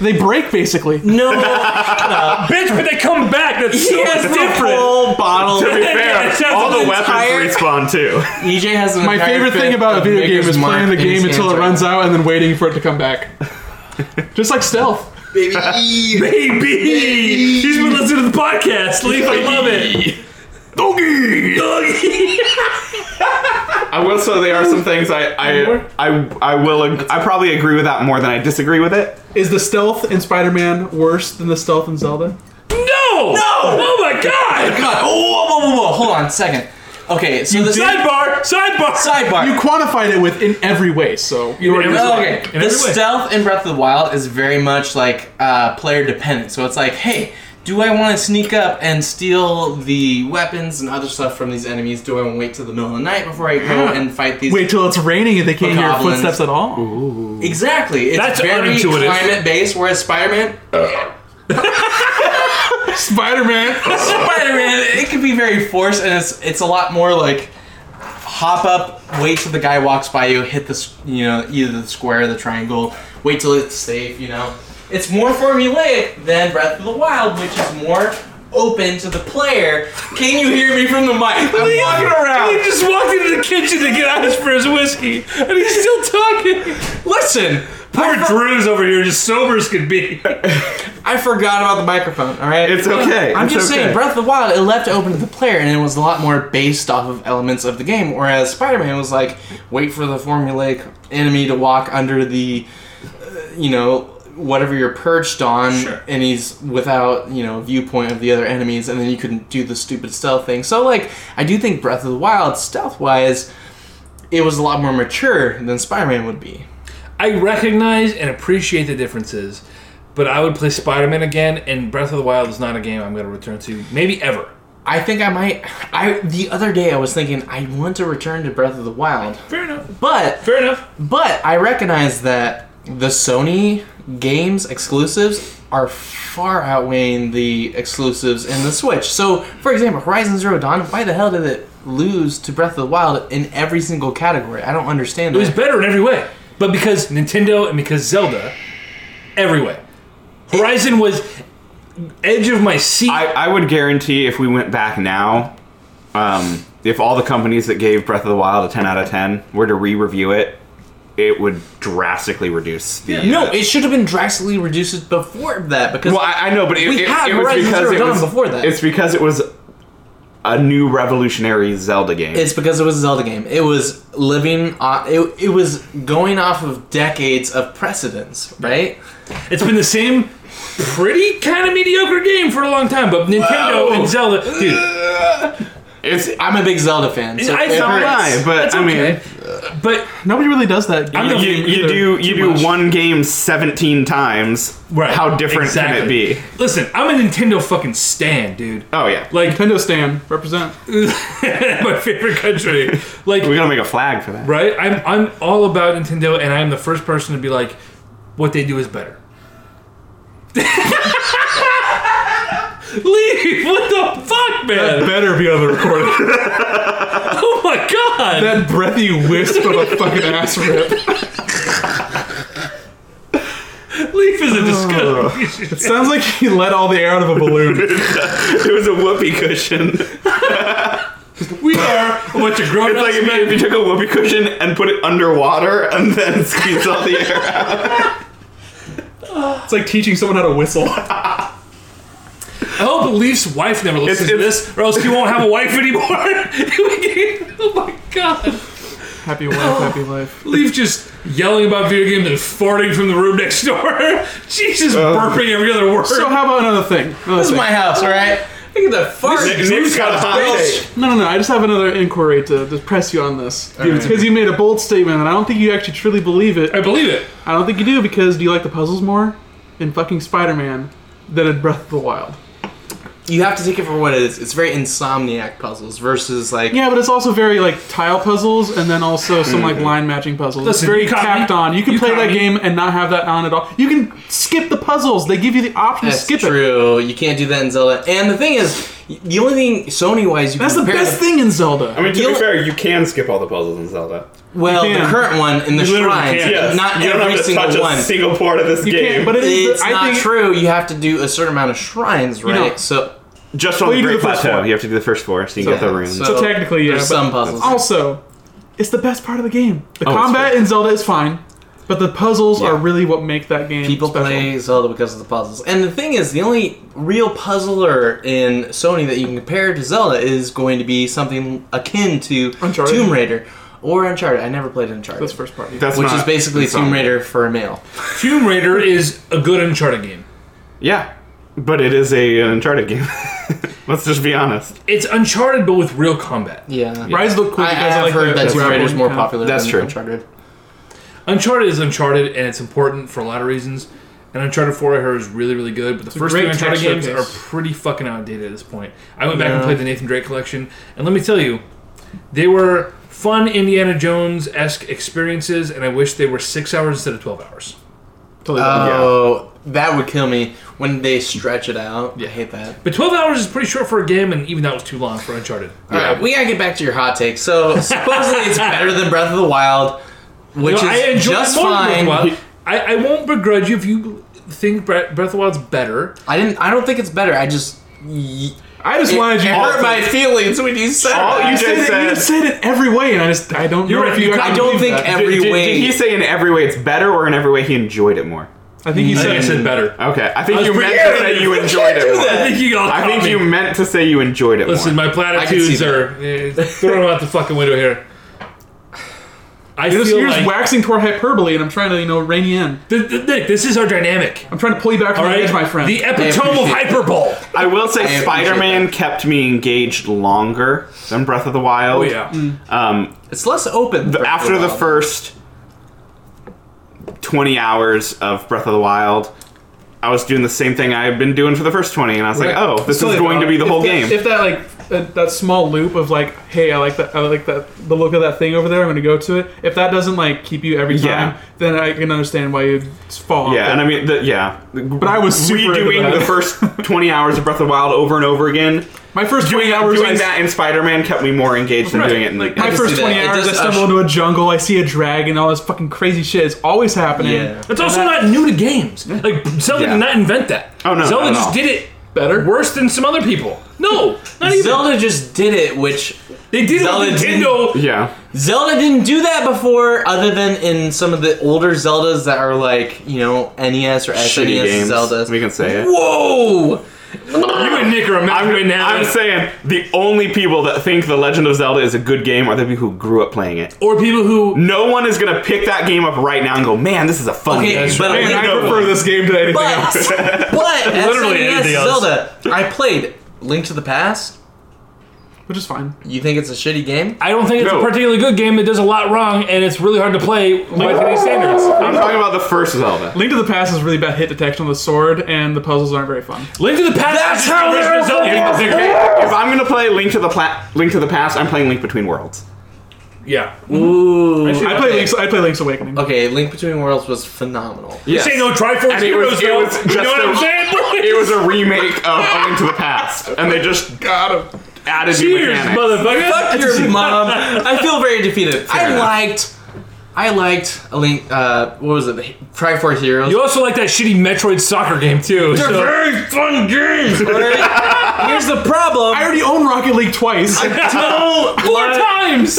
Speaker 4: They break basically.
Speaker 3: no,
Speaker 2: Bitch, but they come back. That's so
Speaker 3: he has a
Speaker 2: different.
Speaker 3: full bottle.
Speaker 6: To be
Speaker 2: Yeah,
Speaker 6: fair,
Speaker 2: it sounds
Speaker 6: all
Speaker 2: an
Speaker 6: the weapons
Speaker 3: entire-
Speaker 6: respawn too.
Speaker 3: EJ E has an
Speaker 4: My
Speaker 3: entire
Speaker 4: favorite thing
Speaker 3: fifth
Speaker 4: about a
Speaker 3: of
Speaker 4: video game
Speaker 3: Maker's
Speaker 4: is
Speaker 3: Mark
Speaker 4: playing the
Speaker 3: in his
Speaker 4: game until
Speaker 3: hands
Speaker 4: it
Speaker 3: right
Speaker 4: runs
Speaker 3: now.
Speaker 4: out and then waiting for it to come back. Just like stealth.
Speaker 2: Baby. She's been listening to the podcast. Leaf, I love it. Doggy. Doggy.
Speaker 6: I will say there are some things I I I, I will ag- I probably agree with that more than I disagree with it.
Speaker 4: Is the stealth in Spider-Man worse than the stealth in Zelda?
Speaker 2: No, No! Oh my god!
Speaker 3: God, oh, whoa, whoa, whoa, whoa, hold on a second. Okay, so this
Speaker 2: Sidebar! Sidebar!
Speaker 3: sidebar.
Speaker 4: You quantified it with in every way, so you already
Speaker 2: every-
Speaker 4: know.
Speaker 3: Oh,
Speaker 2: way.
Speaker 3: okay.
Speaker 2: In
Speaker 3: the
Speaker 2: every way.
Speaker 3: stealth in Breath of the Wild is very much like uh, player dependent. So it's like, hey, do I want to sneak up and steal the weapons and other stuff from these enemies? Do I want to wait till the middle of the night before I go and fight these?
Speaker 4: Wait till it's raining and they can't hear
Speaker 3: Goblins.
Speaker 4: footsteps at all.
Speaker 3: exactly. It's
Speaker 2: That's
Speaker 3: very
Speaker 2: unintuitive.
Speaker 3: climate based. Whereas Spider Man,
Speaker 4: Spider Man.
Speaker 3: Spider Man, it can be very forced, and it's it's a lot more like hop up, wait till the guy walks by you, hit the s- you know either the square, or the triangle, wait till it's safe. You know, it's more formulaic than Breath of the Wild, which is more open to the player. Can you hear me from the mic? I'm walking
Speaker 2: He
Speaker 3: around.
Speaker 2: just walked into the kitchen to get ice for his whiskey, and he's still talking.
Speaker 3: Listen,
Speaker 2: Poor Drew's over here, just sober as could be.
Speaker 3: I forgot about the microphone. All right,
Speaker 6: It's okay.
Speaker 3: I'm
Speaker 6: It's
Speaker 3: just
Speaker 6: okay.
Speaker 3: saying, Breath of the Wild, it left it open to the player, and it was a lot more based off of elements of the game. Whereas Spider Man was like, wait for the formulaic enemy to walk under the, uh, you know, whatever you're perched on,
Speaker 2: Sure.
Speaker 3: and he's without, you know, viewpoint of the other enemies, and then you can do the stupid stealth thing. So, like, I do think Breath of the Wild, stealth wise, it was a lot more mature than Spider Man would be.
Speaker 2: I recognize and appreciate the differences, but I would play Spider Man again, and Breath of the Wild is not a game I'm going to return to, maybe ever.
Speaker 3: I think I might. I the other day I was thinking I want to return to Breath of the Wild,
Speaker 2: Fair enough.
Speaker 3: but
Speaker 2: Fair enough.
Speaker 3: But I recognize that the Sony games exclusives are far outweighing the exclusives in the Switch. So, for example, Horizon Zero Dawn, why the hell did it lose to Breath of the Wild in every single category? I don't understand
Speaker 2: It was
Speaker 3: that.
Speaker 2: better in every way, but because Nintendo and because Zelda, every way. Horizon was edge of my seat.
Speaker 6: I, I would guarantee if we went back now, um, if all the companies that gave Breath of the Wild a 10 out of 10 were to re-review it, it would drastically reduce the. uh,
Speaker 3: No, it should have been drastically reduced before that because
Speaker 6: well, I, I know, but it,
Speaker 3: We
Speaker 6: it,
Speaker 3: had
Speaker 6: it was
Speaker 3: Horizon
Speaker 6: because
Speaker 3: Zero
Speaker 6: it
Speaker 3: Dawn
Speaker 6: was
Speaker 3: before that.
Speaker 6: It's because it was a new revolutionary Zelda game.
Speaker 3: It's because it was a Zelda game. It was living on. It, it was going off of decades of precedence, right?
Speaker 2: It's been the same pretty kind of mediocre game for a long time, but Nintendo
Speaker 6: Whoa.
Speaker 2: and Zelda, dude.
Speaker 6: it's
Speaker 3: I'm a big Zelda fan. So
Speaker 2: I
Speaker 3: it
Speaker 2: thought-
Speaker 3: hurts.
Speaker 6: fine, but
Speaker 2: That's
Speaker 6: I mean,
Speaker 2: okay. But
Speaker 4: Nobody really does that.
Speaker 2: I'm
Speaker 6: you,
Speaker 2: not-
Speaker 6: you, you do you do one game 17 times.
Speaker 2: right,
Speaker 6: How different can it
Speaker 2: exactly.
Speaker 6: be?
Speaker 2: Listen, I'm a Nintendo fucking stan, dude.
Speaker 6: Oh yeah,
Speaker 2: Like
Speaker 4: Nintendo stand represent.
Speaker 2: my favorite country. Like
Speaker 6: we gotta make a flag for that.
Speaker 2: right? I'm I'm all about Nintendo, and I'm the first person to be like, what they do is better. Leave! What the fuck, man?
Speaker 4: Better be able to record it.
Speaker 2: Oh my god!
Speaker 4: that breathy wisp of a fucking ass rip.
Speaker 2: Leaf is a disgusting.
Speaker 4: It sounds like he let all the air out of a balloon.
Speaker 6: it was a whoopee cushion.
Speaker 2: we are a bunch of grown
Speaker 6: It's like
Speaker 2: ups.
Speaker 6: if you, if you took a whoopee cushion and put it underwater and then squeezed all the air out.
Speaker 4: It's like teaching someone how to whistle.
Speaker 2: I hope Leaf's wife never listens
Speaker 6: It's-
Speaker 2: to
Speaker 6: it's-
Speaker 2: this, or else she won't have a wife anymore. oh my god!
Speaker 4: Happy wife,
Speaker 3: Oh.
Speaker 4: happy life.
Speaker 2: Leaf just yelling about video games and farting from the room next door. Jesus,
Speaker 6: Uh,
Speaker 2: burping every other word.
Speaker 4: So how about another thing? Another
Speaker 3: This
Speaker 4: thing.
Speaker 3: is my house, all right? Look at the fart.
Speaker 2: Leaf's got a hot
Speaker 3: bitch.
Speaker 4: No, no, no. I just have another inquiry to, to press you on this. Because you made a bold statement, and I don't think you actually truly believe it.
Speaker 2: I believe it.
Speaker 4: I don't think you do, because do you like the puzzles more in fucking Spider Man than in Breath of the Wild?
Speaker 3: You have to take it for what it is. It's very insomniac puzzles versus like
Speaker 4: Yeah, but it's also very like tile puzzles, and then also some like line matching puzzles.
Speaker 2: Listen,
Speaker 4: it's very
Speaker 2: you caught
Speaker 4: tacked
Speaker 2: me.
Speaker 4: on. You can
Speaker 2: You
Speaker 4: play
Speaker 2: caught
Speaker 4: that
Speaker 2: me.
Speaker 4: game and not have that on at all. You can skip the puzzles. They give you the option
Speaker 3: that's
Speaker 4: to skip it.
Speaker 3: true. You can't do that in Zelda. And the thing is, the only thing Sony wise you
Speaker 4: That's
Speaker 3: can
Speaker 4: the
Speaker 3: compare
Speaker 4: best
Speaker 3: to-
Speaker 4: thing in Zelda.
Speaker 6: I mean, to
Speaker 3: You-
Speaker 6: be fair, you can skip all the puzzles in Zelda.
Speaker 3: Well,
Speaker 4: You
Speaker 3: the
Speaker 4: can.
Speaker 3: current one in the
Speaker 2: You literally
Speaker 3: shrines,
Speaker 2: can.
Speaker 6: Yes,
Speaker 3: not
Speaker 6: you don't
Speaker 3: every
Speaker 6: have to touch
Speaker 3: single one.
Speaker 6: a single part of this
Speaker 4: you
Speaker 6: game.
Speaker 4: can't, but it is.
Speaker 3: it's
Speaker 4: I
Speaker 3: not
Speaker 4: think
Speaker 3: true. You have to do a certain amount of shrines, right?
Speaker 4: don't.
Speaker 3: So
Speaker 6: Just on
Speaker 4: Well,
Speaker 6: the
Speaker 4: you do
Speaker 6: Great
Speaker 4: the first
Speaker 6: Plateau,
Speaker 4: four.
Speaker 6: you have to do the first four, so you
Speaker 3: Yeah,
Speaker 6: get the runes.
Speaker 3: so-
Speaker 4: So technically, yeah.
Speaker 3: there's
Speaker 4: but-
Speaker 3: some puzzles.
Speaker 4: Also, it's the best part of the game. The
Speaker 3: Oh, it's
Speaker 4: combat
Speaker 3: great.
Speaker 4: in Zelda is fine, but the puzzles
Speaker 6: Yeah.
Speaker 4: are really what make that game
Speaker 3: People
Speaker 4: special.
Speaker 3: play Zelda because of the puzzles. And the thing is, the only real puzzler in Sony that you can compare to Zelda is going to be something akin to
Speaker 4: Uncharted.
Speaker 3: Tomb Raider or Uncharted. I never played Uncharted.
Speaker 4: this first party.
Speaker 6: That's
Speaker 3: which
Speaker 6: not
Speaker 3: is basically
Speaker 6: insomnia.
Speaker 3: Tomb Raider for a male.
Speaker 2: Tomb Raider is a good Uncharted game.
Speaker 6: Yeah, But it is a an Uncharted game. Let's just be honest.
Speaker 2: It's Uncharted, but with real combat.
Speaker 3: Yeah.
Speaker 4: Rise looked cool
Speaker 3: I, I
Speaker 4: because
Speaker 3: have
Speaker 4: like
Speaker 3: heard
Speaker 4: the
Speaker 3: that Tomb Raider
Speaker 4: grappling
Speaker 3: is more
Speaker 4: kind of-
Speaker 3: popular
Speaker 6: That's
Speaker 3: than
Speaker 6: true.
Speaker 3: Uncharted.
Speaker 2: Uncharted is Uncharted, and it's important for a lot of reasons. And Uncharted 4, I heard, is really, really good. But the
Speaker 4: a
Speaker 2: first three
Speaker 4: great
Speaker 2: Uncharted
Speaker 4: tech
Speaker 2: games
Speaker 4: showcase.
Speaker 2: are pretty fucking outdated at this point. I went back and
Speaker 3: Yeah.
Speaker 2: played the Nathan Drake collection, and let me tell you, they were fun Indiana Jones esque experiences, and I wish they were six hours instead of 12 hours.
Speaker 4: Totally different.
Speaker 3: Oh, that would kill me when they stretch it out.
Speaker 2: Yeah.
Speaker 3: I hate that.
Speaker 2: But 12 hours is pretty short for a game, and even that was too long for Uncharted.
Speaker 3: All right, we gotta get back to your hot take. So supposedly it's better than Breath of the Wild, which
Speaker 2: No,
Speaker 3: is
Speaker 2: enjoy
Speaker 3: just
Speaker 2: more than Breath of the
Speaker 3: fine.
Speaker 2: Wild. I, I won't begrudge you if you think Breath Breath of the Wild's better.
Speaker 3: I didn't. I don't think it's better. I just. y-
Speaker 4: I just
Speaker 3: It
Speaker 4: wanted you.
Speaker 3: hurt my feelings when you said
Speaker 6: All
Speaker 3: that.
Speaker 6: you
Speaker 4: You said,
Speaker 6: Jay
Speaker 4: it, you
Speaker 6: said-
Speaker 4: said it every way, and I just I don't.
Speaker 2: You're
Speaker 4: know
Speaker 2: right,
Speaker 4: if you
Speaker 2: you-
Speaker 4: actually
Speaker 3: I don't
Speaker 4: believe
Speaker 3: think
Speaker 4: that.
Speaker 3: every
Speaker 6: did, did-
Speaker 3: way.
Speaker 6: did he say in every way it's better or in every way he enjoyed it more?
Speaker 4: I think he
Speaker 2: I think I
Speaker 4: said.
Speaker 2: said better.
Speaker 6: Okay, I think
Speaker 2: was
Speaker 6: you meant to
Speaker 2: prepared.
Speaker 6: say you
Speaker 2: You
Speaker 6: enjoyed it more.
Speaker 2: I think you all
Speaker 6: I
Speaker 4: Oh,
Speaker 2: caught
Speaker 6: think
Speaker 2: me.
Speaker 6: you meant to say you enjoyed it
Speaker 2: Listen,
Speaker 6: more.
Speaker 2: my platitudes
Speaker 3: that.
Speaker 2: are eh, throwing them out the fucking window here. I
Speaker 4: You're just,
Speaker 2: feel
Speaker 4: you're just
Speaker 2: like
Speaker 4: waxing toward hyperbole, and I'm trying to you know rein you in.
Speaker 2: Th- th- Nick, this is our dynamic.
Speaker 4: I'm trying to pull you back from
Speaker 2: All
Speaker 4: the
Speaker 2: right,
Speaker 4: edge, my friend.
Speaker 2: The epitome of
Speaker 3: appreciate it.
Speaker 2: hyperbole.
Speaker 6: I will say
Speaker 3: appreciate
Speaker 6: Spider-Man kept me engaged longer than Breath of the Wild.
Speaker 2: Oh yeah.
Speaker 6: Um,
Speaker 3: It's less open.
Speaker 6: the-
Speaker 3: Breath of
Speaker 6: after the
Speaker 3: Wild.
Speaker 6: first 20 hours of Breath of the Wild, I was doing the same thing I had been doing for the first 20, and I was like,
Speaker 4: Right.
Speaker 6: oh, this
Speaker 4: Totally
Speaker 6: is going to
Speaker 4: valid.
Speaker 6: be the
Speaker 4: If
Speaker 6: whole
Speaker 4: that-
Speaker 6: game.
Speaker 4: If that like that, that small loop of like, hey, I like that, I like that, the look of that thing over there. I'm gonna go to it. If that doesn't like keep you every time,
Speaker 6: Yeah.
Speaker 4: then I can understand why you fall. off
Speaker 6: Yeah, and
Speaker 4: it.
Speaker 6: I mean, the, yeah. But
Speaker 4: I was super into
Speaker 6: redoing
Speaker 4: that.
Speaker 6: the first 20 hours of Breath of the Wild over and over again.
Speaker 4: my first 20
Speaker 6: Doing,
Speaker 4: hours, I,
Speaker 6: doing that in Spider-Man kept me more engaged than
Speaker 4: Right,
Speaker 6: doing it in
Speaker 4: like,
Speaker 6: in
Speaker 4: my
Speaker 3: can
Speaker 4: first
Speaker 3: see
Speaker 4: 20
Speaker 3: that. It uh,
Speaker 4: hours, I
Speaker 3: just-
Speaker 4: stumble into a jungle, I see a dragon, all this fucking crazy shit is always happening.
Speaker 3: Yeah.
Speaker 2: That's also not new to games. Like Zelda
Speaker 6: Yeah.
Speaker 2: did not invent that.
Speaker 6: Oh, no,
Speaker 2: Zelda
Speaker 6: not at
Speaker 2: just
Speaker 6: all.
Speaker 2: did it
Speaker 4: Better?
Speaker 2: worse than some other people. No, not even.
Speaker 3: Zelda just did it, which
Speaker 2: they did it
Speaker 3: Zelda
Speaker 2: with
Speaker 3: didn't-
Speaker 2: Nintendo.
Speaker 6: Yeah.
Speaker 3: Zelda didn't do that before, other than in some of the older Zeldas that are like you know NES or E SNES
Speaker 6: Shitty games.
Speaker 3: Zeldas.
Speaker 6: We can say it.
Speaker 3: Whoa!
Speaker 2: You and Nick are a match
Speaker 6: I'm,
Speaker 2: right now.
Speaker 6: I'm saying the only people that think The Legend of Zelda is a good game are the people who grew up playing it.
Speaker 2: or people who
Speaker 6: No one is gonna pick that game up right now and go, man, this is a fun
Speaker 3: Okay,
Speaker 6: game.
Speaker 3: but
Speaker 6: Man,
Speaker 3: at
Speaker 6: I
Speaker 3: least-
Speaker 6: prefer this game to anything
Speaker 3: But
Speaker 6: else.
Speaker 3: but
Speaker 2: Literally
Speaker 3: SNES
Speaker 2: anything else.
Speaker 3: E Zelda, I played Link to the Past.
Speaker 4: which is fine.
Speaker 3: You think it's a shitty game?
Speaker 2: I don't think it's
Speaker 6: No.
Speaker 2: a particularly good game that does a lot wrong, and it's really hard to play by today's standards.
Speaker 6: I'm talking about the first Zelda.
Speaker 4: Link to the Past is really bad hit detection on the sword, and the puzzles aren't very fun.
Speaker 2: Link to the Past.
Speaker 3: That's
Speaker 2: is just
Speaker 3: how
Speaker 2: the
Speaker 3: they're
Speaker 2: original Zelda game, but bigger.
Speaker 6: If I'm gonna play Link to the Pla- Link to the Past, I'm playing Link Between Worlds.
Speaker 2: Yeah.
Speaker 3: Ooh.
Speaker 4: I play Link's, I play Link's Awakening.
Speaker 3: Okay, Link Between Worlds was phenomenal.
Speaker 6: Yes.
Speaker 2: This ain't no Triforce
Speaker 6: And it
Speaker 2: Heroes,
Speaker 6: was- it
Speaker 2: though.
Speaker 6: was
Speaker 2: you
Speaker 6: just
Speaker 2: know what
Speaker 6: a-
Speaker 2: I'm saying?
Speaker 6: It was a remake of A Link to the Past, and they just
Speaker 4: God,
Speaker 6: added new
Speaker 2: Cheers,
Speaker 6: mechanics.
Speaker 2: motherfucker.
Speaker 3: Fuck your mom. I feel very defeated. I
Speaker 6: enough.
Speaker 3: liked. I liked a Link. Uh, what was it? The Triforce Heroes.
Speaker 2: You also like that shitty Metroid soccer game too.
Speaker 3: They're
Speaker 2: so-
Speaker 3: very fun games. Larry. Here's the problem.
Speaker 4: I already own Rocket League twice.
Speaker 2: Four times.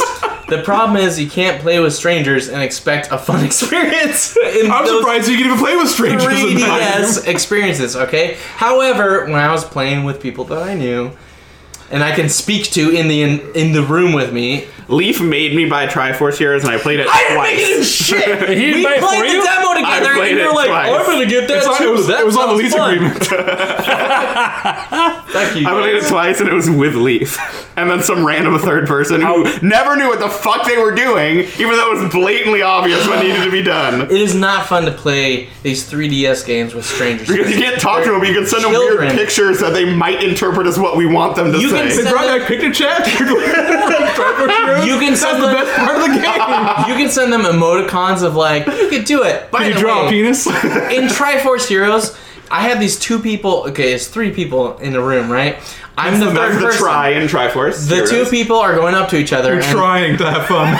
Speaker 3: The problem is you can't play with strangers and expect a fun experience. In
Speaker 4: I'm
Speaker 3: those
Speaker 4: surprised you can even play with strangers. in that.
Speaker 3: 3DS experiences, okay? However, when I was playing with people that I knew and I can speak to in the in, in the room with me,
Speaker 6: Leaf made me buy Triforce Heroes, and I played it
Speaker 3: I didn't make you do
Speaker 6: twice.
Speaker 3: shit.
Speaker 2: He didn't
Speaker 3: we
Speaker 2: buy it
Speaker 3: played
Speaker 2: for
Speaker 3: the
Speaker 2: you?
Speaker 3: demo
Speaker 6: I
Speaker 3: together,
Speaker 6: played
Speaker 3: and
Speaker 6: it
Speaker 3: you're like, "Oh,
Speaker 6: twice.
Speaker 3: "I'm gonna get that
Speaker 4: It's on-
Speaker 3: too."
Speaker 4: it was,
Speaker 3: that
Speaker 4: it was on the
Speaker 3: sounds
Speaker 4: lease
Speaker 3: fun.
Speaker 4: agreement.
Speaker 3: Thank you.
Speaker 6: I played it twice, and it was with Leaf, and then some random third person who never knew what the fuck they were doing, even though it was blatantly obvious what needed to be done.
Speaker 3: It is not fun to play these 3DS games with strangers.
Speaker 6: Because you can't talk to them, but you can send them
Speaker 3: Children.
Speaker 6: weird pictures that they might interpret as what we want them to
Speaker 3: You
Speaker 6: say.
Speaker 3: can
Speaker 4: They brought back picture chat.
Speaker 3: You can send
Speaker 4: the
Speaker 3: them,
Speaker 4: best part of the game.
Speaker 3: you can send them emoticons of like, "You could do it." By
Speaker 4: Can you
Speaker 3: the
Speaker 4: draw
Speaker 3: way,
Speaker 4: a penis?
Speaker 3: in Triforce Heroes, I had these two people. Okay, it's three people in the room, right? I'm the
Speaker 6: That's
Speaker 3: third
Speaker 6: the
Speaker 3: person.
Speaker 6: try in Triforce.
Speaker 3: The two
Speaker 6: Heroes.
Speaker 3: people are going up to each other, and,
Speaker 4: Trying to have fun.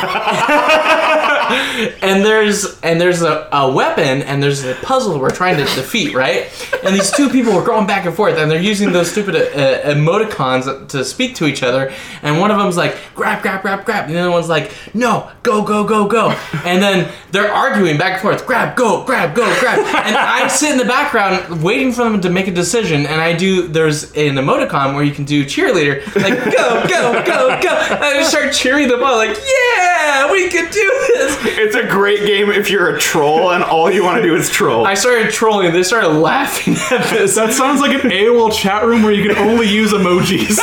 Speaker 3: and there's and there's a, a weapon, and there's a puzzle we're trying to defeat, right? And these two people were going back and forth, and they're using those stupid uh, emoticons to speak to each other. And one of them's like, "Grab, grab, grab, grab," and the other one's like, "No, go, go, go, go." And then they're arguing back and forth, "Grab, go, grab, go, grab," and I sit in the background waiting for them to make a decision. And I do. There's an emoticon where you can do cheerleader, like go, go, go, go. And I just start cheering them on, like yeah. yeah, we could do this.
Speaker 6: It's a great game if you're a troll and all you want to do is troll.
Speaker 3: I started trolling. They started laughing at this.
Speaker 4: That sounds like an AOL chat room where you can only use emojis.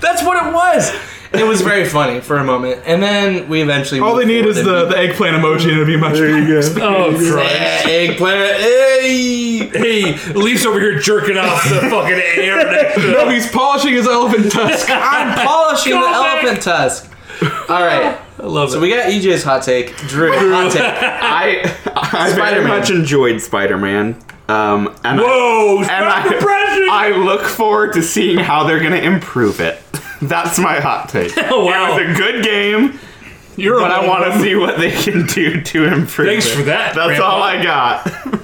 Speaker 3: That's what it was. It was very funny for a moment, and then we eventually.
Speaker 4: All they
Speaker 3: moved
Speaker 4: need
Speaker 3: forward
Speaker 4: is
Speaker 3: and
Speaker 4: the, the eggplant emoji and it'd be much There you go.
Speaker 2: Oh, Christ.
Speaker 3: Yeah, eggplant. Hey.
Speaker 2: Hey, Leaf's over here jerking off the fucking air next to
Speaker 4: No, he's polishing his elephant tusk.
Speaker 3: I'm polishing the
Speaker 2: Go back.
Speaker 3: elephant tusk. All right.
Speaker 2: I love
Speaker 3: So
Speaker 2: it.
Speaker 3: we got EJ's hot take. Drew, hot take.
Speaker 6: I, I very
Speaker 3: Spider-Man.
Speaker 6: much enjoyed Spider-Man. Um, and I-
Speaker 2: Whoa!
Speaker 6: and
Speaker 2: Stop the pressure!
Speaker 6: I, I look forward to seeing how they're going to improve it. That's my hot take.
Speaker 2: Oh, wow.
Speaker 6: It was a good game,
Speaker 4: You're
Speaker 6: but I
Speaker 4: a-
Speaker 6: want to see what they can do to improve
Speaker 2: Thanks
Speaker 6: it.
Speaker 2: for that,
Speaker 6: That's
Speaker 2: Grandpa.
Speaker 6: all I got.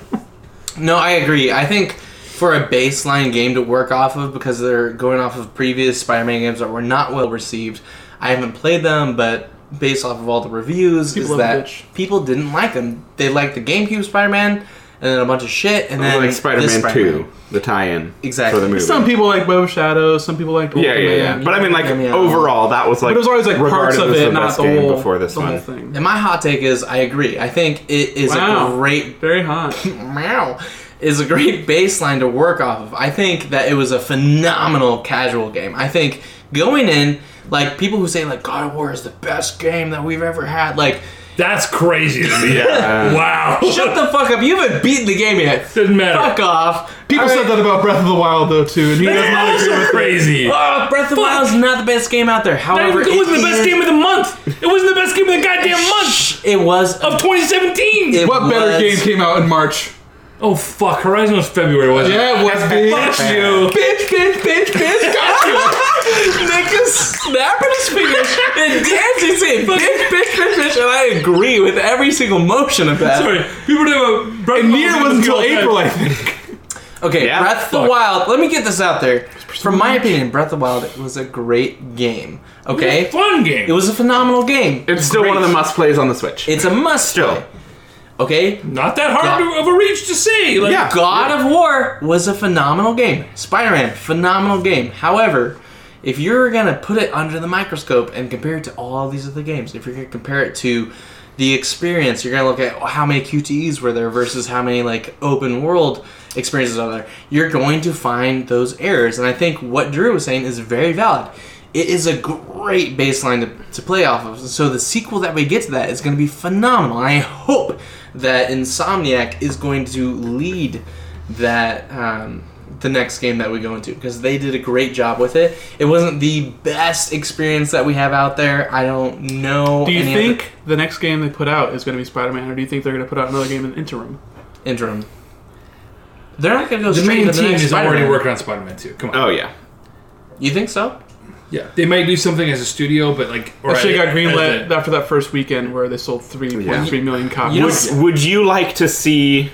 Speaker 3: No, I agree. I think for a baseline game to work off of because they're going off of previous Spider-Man games that were not well received. I haven't played them, but based off of all the reviews,
Speaker 4: People
Speaker 3: is
Speaker 4: love
Speaker 3: that
Speaker 4: bitch.
Speaker 3: people didn't like them. They liked the GameCube Spider-Man and then a bunch of shit, and then
Speaker 6: like
Speaker 3: this
Speaker 6: Spider-Man
Speaker 3: Spider-Man.
Speaker 6: 2, the tie-in
Speaker 3: Exactly.
Speaker 6: for the movie.
Speaker 4: Some people like Web of Shadows, some people like
Speaker 6: yeah, yeah, yeah. But I mean, like
Speaker 3: Yeah, yeah.
Speaker 6: overall, that was like
Speaker 4: But it was always like parts
Speaker 6: regarded
Speaker 4: of
Speaker 6: as
Speaker 4: it,
Speaker 6: the
Speaker 4: not
Speaker 6: best
Speaker 4: the
Speaker 6: game
Speaker 4: whole,
Speaker 6: before this
Speaker 4: the whole
Speaker 6: one.
Speaker 4: thing.
Speaker 3: And my hot take is, I agree. I think it is
Speaker 4: Wow.
Speaker 3: a great
Speaker 4: Very hot.
Speaker 3: meow is a great baseline to work off of. I think that it was a phenomenal casual game. I think going in, like people who say like God of War is the best game that we've ever had, like
Speaker 2: That's crazy to me.
Speaker 6: Yeah.
Speaker 2: Wow.
Speaker 3: shut the fuck up. You haven't beaten the game yet.
Speaker 2: Doesn't matter.
Speaker 3: Fuck off.
Speaker 4: People
Speaker 3: All
Speaker 4: said
Speaker 3: right.
Speaker 4: that about Breath of the Wild though too, and he does not
Speaker 2: That's
Speaker 4: agree
Speaker 2: also
Speaker 4: with
Speaker 2: crazy.
Speaker 3: Oh, Breath of the Wild is not the best game out there. However,
Speaker 2: Uh, it wasn't the best
Speaker 3: is-
Speaker 2: game of the month. It wasn't the best game of the goddamn month
Speaker 3: It was.
Speaker 2: of 2017.
Speaker 3: It
Speaker 4: What better
Speaker 3: was-
Speaker 4: game came out in March?
Speaker 2: oh fuck, Horizon was February, wasn't it?
Speaker 4: Yeah, it was bitch.
Speaker 2: Fuck you.
Speaker 3: Bitch, bitch, bitch, bitch, got you. Nigga snapping his fingers and dancing, saying bitch, bitch, bitch, bitch, and I agree with every single motion of that.
Speaker 2: Sorry, people don't have a.
Speaker 4: And neither was until April, I think.
Speaker 3: Okay,
Speaker 6: Yeah,
Speaker 3: Breath of the
Speaker 2: fuck.
Speaker 3: Wild. Let me get this out there. From my opinion, Breath of the Wild was a great game. Okay,
Speaker 2: Fun game.
Speaker 3: it was a phenomenal game.
Speaker 6: It's still one of the must plays on the Switch.
Speaker 3: It's a must.
Speaker 6: Still.
Speaker 3: play. Okay,
Speaker 2: not that hard
Speaker 3: God.
Speaker 2: of a reach to say. Like,
Speaker 6: Yeah.
Speaker 3: God of War was a phenomenal game. Spider Man, phenomenal game. However, if you're gonna put it under the microscope and compare it to all these other games, if you're gonna compare it to the experience, you're gonna look at how many QTEs were there versus how many like open world experiences are there. You're going to find those errors, and I think what Drew was saying is very valid. It is a great baseline to, to play off of. So the sequel that we get to that is going to be phenomenal. And I hope that Insomniac is going to lead that um, the next game that we go into because they did a great job with it. It wasn't the best experience that we have out there. I don't know.
Speaker 4: Do you
Speaker 3: any
Speaker 4: think the next game they put out is going to be Spider-Man, or do you think they're going to put out another game in the interim?
Speaker 3: other interim? They're not going to go
Speaker 2: the
Speaker 3: straight
Speaker 2: main
Speaker 3: to the
Speaker 2: team
Speaker 3: next
Speaker 2: is already
Speaker 3: Spider-Man.
Speaker 2: working on Spider-Man 2. Come on.
Speaker 6: Oh yeah.
Speaker 3: You think so?
Speaker 2: Yeah, they might do something as a studio, but like or
Speaker 4: That shit
Speaker 2: as-
Speaker 4: got greenlit
Speaker 2: as a-
Speaker 4: after that first weekend where they sold 3.3 million copies.
Speaker 3: You know-
Speaker 4: Which-
Speaker 6: Would you like to see?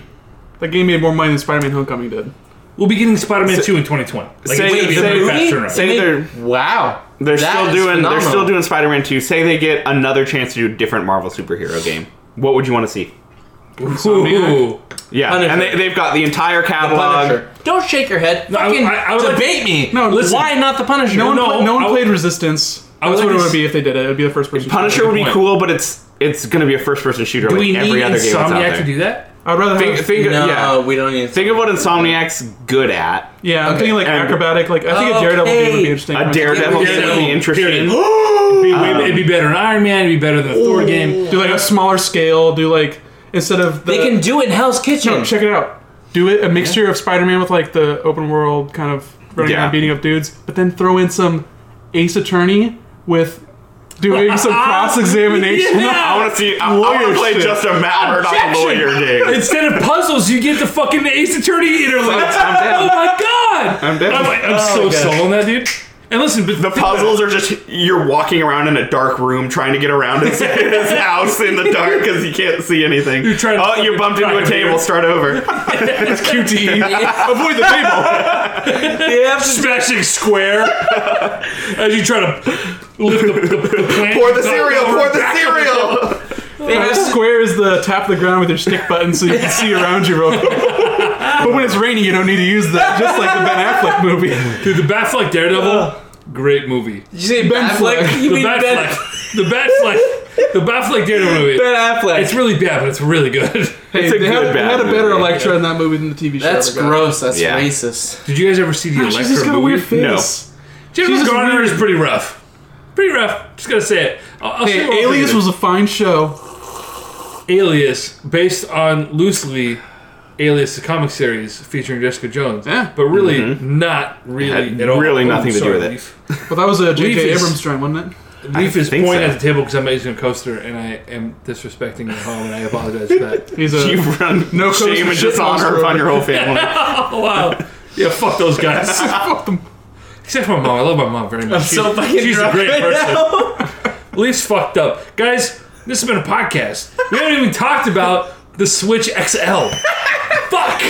Speaker 4: that game made more money than Spider-Man Homecoming did.
Speaker 2: We'll be getting Spider-Man 2 in 2020. Like,
Speaker 6: say-
Speaker 2: it's gonna be
Speaker 6: say-
Speaker 2: a
Speaker 6: really?
Speaker 2: fast turnaround.
Speaker 6: Say
Speaker 3: They-
Speaker 6: they're-
Speaker 3: wow.
Speaker 6: They're
Speaker 3: That
Speaker 6: still
Speaker 3: is
Speaker 6: doing. They're
Speaker 3: phenomenal.
Speaker 6: still doing Spider-Man 2. Say they get another chance to do a different Marvel superhero game. What would you want to see?
Speaker 2: Ooh.
Speaker 6: Yeah,
Speaker 3: Punisher.
Speaker 6: and they, they've got the entire catalog.
Speaker 3: Punisher. Don't shake your head.
Speaker 2: I-
Speaker 3: Fucking
Speaker 2: I- I would like-
Speaker 3: debate me.
Speaker 4: No, listen.
Speaker 3: Why not the Punisher?
Speaker 4: No one,
Speaker 2: No,
Speaker 4: pla- no one
Speaker 2: I-
Speaker 4: played Resistance.
Speaker 2: I would
Speaker 4: That's
Speaker 2: like
Speaker 4: what it
Speaker 2: to
Speaker 4: would
Speaker 2: s-
Speaker 4: be if they did it. It would be the first person.
Speaker 6: Punisher would be
Speaker 2: Good point.
Speaker 6: cool, but it's it's going to be a first-person shooter
Speaker 2: Do
Speaker 6: like
Speaker 2: we need
Speaker 6: every other game that's out
Speaker 2: Insomniac
Speaker 6: there.
Speaker 2: to do that?
Speaker 4: I'd rather
Speaker 6: Think,
Speaker 4: have.
Speaker 6: think,
Speaker 3: No,
Speaker 6: yeah.
Speaker 3: we don't need to
Speaker 6: think of what Insomniac's good at.
Speaker 4: yeah, I'm
Speaker 3: Okay.
Speaker 4: thinking like
Speaker 6: And-
Speaker 4: acrobatic. Like I think a Daredevil game would
Speaker 3: Okay.
Speaker 4: be interesting.
Speaker 6: A Daredevil
Speaker 2: Yeah,
Speaker 6: game would
Speaker 2: no,
Speaker 6: be interesting. Uh,
Speaker 2: period. It'd
Speaker 6: Um,
Speaker 2: be, way- it'd be better than Iron Man. It'd be better than the Thor game.
Speaker 4: Do like a smaller scale. Do like instead of the,
Speaker 3: They can do it in Hell's Kitchen.
Speaker 4: No, check it out. Do it a mixture of Spider-Man with like the open world kind of running
Speaker 6: Yeah.
Speaker 4: around beating up dudes, but then throw in some Ace Attorney with doing some cross-examination.
Speaker 2: Yeah.
Speaker 6: I want to see. I, I want
Speaker 4: Lawyer
Speaker 6: to play
Speaker 4: shit.
Speaker 6: just a Matt Murdock
Speaker 2: Objection.
Speaker 6: lawyer game.
Speaker 2: Instead of puzzles, you get the fucking Ace Attorney interludes.
Speaker 6: I'm down.
Speaker 2: Oh my god!
Speaker 6: I'm down.
Speaker 2: I'm, I'm so sold on that, dude. And listen, but
Speaker 6: The puzzles are just you're walking around in a dark room trying to get around his, his house in the dark because you can't see anything.
Speaker 2: You're trying to
Speaker 6: oh, you
Speaker 2: fucking
Speaker 6: bumped into
Speaker 2: drive
Speaker 6: a
Speaker 2: a
Speaker 6: table.
Speaker 2: beer.
Speaker 6: Start over.
Speaker 2: It's
Speaker 6: E.
Speaker 2: QTE.
Speaker 4: Avoid the table.
Speaker 3: Yeah,
Speaker 2: Smashing square as you try to lift the, the, the plant.
Speaker 6: pour the cereal. Pour the cereal.
Speaker 3: they have to-
Speaker 4: Square is the tap the ground with your stick button so you can see around you real quick. But when it's raining, you don't need to use that. Just like the Ben Affleck movie.
Speaker 2: Dude, the Batfleck Daredevil, great movie.
Speaker 3: Did you say
Speaker 4: Ben
Speaker 3: Batfleck?
Speaker 4: Fleck.
Speaker 3: You
Speaker 2: The
Speaker 3: mean Ben?
Speaker 2: Batfleck, the Batfleck The Batfleck Daredevil movie.
Speaker 3: Ben Affleck.
Speaker 2: It's really bad, but it's really good.
Speaker 4: Hey,
Speaker 6: It's a
Speaker 4: they, had,
Speaker 6: good
Speaker 4: they had a
Speaker 6: bad
Speaker 4: better
Speaker 6: movie,
Speaker 4: Electra in that movie than the TV show.
Speaker 3: That's
Speaker 4: ever got.
Speaker 3: gross. That's
Speaker 6: Yeah.
Speaker 3: racist.
Speaker 2: Did you guys ever see the
Speaker 4: She's just
Speaker 2: Electra
Speaker 4: got a
Speaker 2: movie?
Speaker 4: weird face.
Speaker 2: Jennifer
Speaker 4: She's just
Speaker 2: Garner
Speaker 4: weird.
Speaker 2: is pretty rough. Pretty rough. Just gotta say it. I'll, I'll say
Speaker 4: Hey,
Speaker 2: what I
Speaker 4: Alias
Speaker 2: think
Speaker 4: was a fine show.
Speaker 2: of it. Alias, based on loosely Alias the comic series featuring Jessica Jones.
Speaker 4: Yeah.
Speaker 2: But really not really
Speaker 6: Mm-hmm. Had
Speaker 2: at all. Oh,
Speaker 6: really nothing to do with it.
Speaker 2: Leaf.
Speaker 4: But that was a
Speaker 2: Leaf
Speaker 4: J.J.
Speaker 2: is-
Speaker 4: Abrams joint, wasn't it?
Speaker 2: Leaf is
Speaker 6: think
Speaker 2: pointing
Speaker 6: so.
Speaker 2: at the table because I'm using a coaster and I am disrespecting your home and I apologize for that.
Speaker 4: He's a
Speaker 6: You run
Speaker 4: No
Speaker 6: no
Speaker 4: coast
Speaker 6: shame and
Speaker 4: shit monster
Speaker 6: dishonor upon your whole family.
Speaker 2: oh wow. Yeah, fuck those guys.
Speaker 4: fuck them.
Speaker 2: Except for my mom. I love my mom very much. She's,
Speaker 3: so fucking
Speaker 2: she's a
Speaker 3: drunk
Speaker 2: great
Speaker 3: right
Speaker 2: person. Leaf's fucked up. Guys, this has been a podcast. We haven't even talked about the Switch XL. Fuck!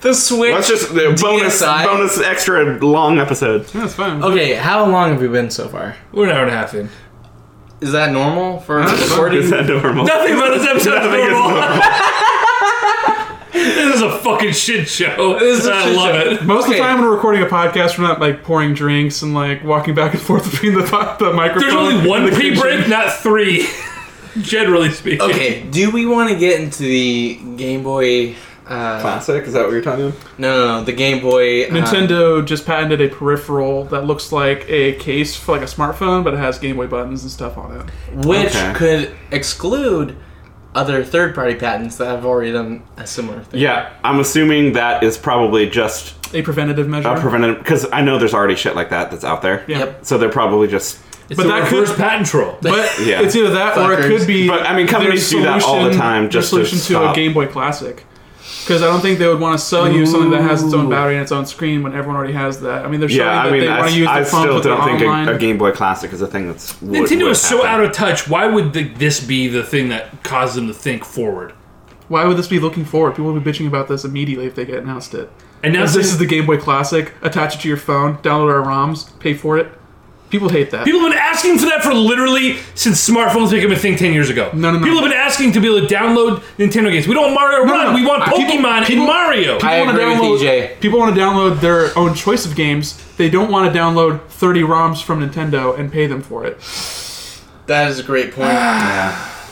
Speaker 3: The Switch.
Speaker 6: That's just the bonus,
Speaker 3: DSI.
Speaker 6: bonus extra long episode.
Speaker 4: That's fine.
Speaker 3: Okay, how long have we been so far?
Speaker 2: We're an hour and a half in.
Speaker 3: Is that normal for
Speaker 6: Is
Speaker 3: recording?
Speaker 6: that normal?
Speaker 2: Nothing about this episode
Speaker 6: Nothing
Speaker 2: is
Speaker 6: is
Speaker 2: normal.
Speaker 6: normal.
Speaker 2: This is a fucking shit show.
Speaker 3: This is a
Speaker 2: I
Speaker 3: shit
Speaker 2: love
Speaker 3: show.
Speaker 2: it.
Speaker 4: Most of
Speaker 3: Okay.
Speaker 4: the time when we're recording a podcast, we're not like pouring drinks and like walking back and forth between the, the microphone.
Speaker 2: There's only
Speaker 4: and
Speaker 2: one
Speaker 4: the
Speaker 2: pee
Speaker 4: kitchen.
Speaker 2: break, not three. Generally speaking.
Speaker 3: okay, do we want to get into the Game Boy? Uh,
Speaker 6: Classic? Is that what you're talking about?
Speaker 3: No, no, no, the Game Boy. uh,
Speaker 4: Nintendo just patented a peripheral that looks like a case for like a smartphone, but it has Game Boy buttons and stuff on it.
Speaker 3: which
Speaker 6: Okay.
Speaker 3: could exclude other third-party patents that have already done a similar thing.
Speaker 6: Yeah, I'm assuming that is probably just
Speaker 4: A preventative measure.
Speaker 6: a preventative because I know there's already shit like that that's out there.
Speaker 4: Yeah.
Speaker 3: Yep.
Speaker 6: So they're probably just.
Speaker 4: But
Speaker 2: It's but
Speaker 4: that
Speaker 2: that
Speaker 4: could-
Speaker 2: reverse patent troll.
Speaker 4: But
Speaker 6: Yeah.
Speaker 4: it's either that or it
Speaker 3: Fuckers.
Speaker 4: could be.
Speaker 6: But, I mean, companies
Speaker 4: their
Speaker 6: do that all the
Speaker 4: solution-
Speaker 6: time just to
Speaker 4: their solution to, a
Speaker 6: stop.
Speaker 4: Game Boy Classic. Because I don't think they would want to sell you something that has its own battery and its own screen when everyone already has that. I mean, they're showing
Speaker 6: Yeah, I
Speaker 4: that
Speaker 6: mean,
Speaker 4: they
Speaker 6: I,
Speaker 4: want to use
Speaker 6: I
Speaker 4: the phones
Speaker 6: still
Speaker 4: with the
Speaker 6: don't think
Speaker 4: online.
Speaker 6: a, a Game Boy Classic is a thing that's. would-
Speaker 2: Nintendo
Speaker 6: would
Speaker 2: is so
Speaker 6: happen.
Speaker 2: out of touch. Why would the, this be the thing that caused them to think forward?
Speaker 4: Why would this be looking forward? People will be bitching about this immediately if they get announced it.
Speaker 2: And now
Speaker 4: Yes,
Speaker 2: this
Speaker 4: this is the Game Boy Classic. Attach it to your phone. Download our ROMs. Pay for it. People hate that.
Speaker 2: People have been asking for that for literally since smartphones became a thing ten years ago.
Speaker 4: No, no, no.
Speaker 2: People have been asking to be able to download Nintendo games. We don't want Mario
Speaker 4: no,
Speaker 2: Run.
Speaker 4: no.
Speaker 2: We want
Speaker 4: Uh, people-
Speaker 2: Pokemon
Speaker 4: people-
Speaker 2: and Mario.
Speaker 3: I
Speaker 4: wanna
Speaker 3: agree
Speaker 2: E
Speaker 3: with E
Speaker 4: download-
Speaker 3: EJ.
Speaker 4: People want to download their own choice of games. They don't want to download 30 ROMs from Nintendo and pay them for it.
Speaker 3: That is a great point.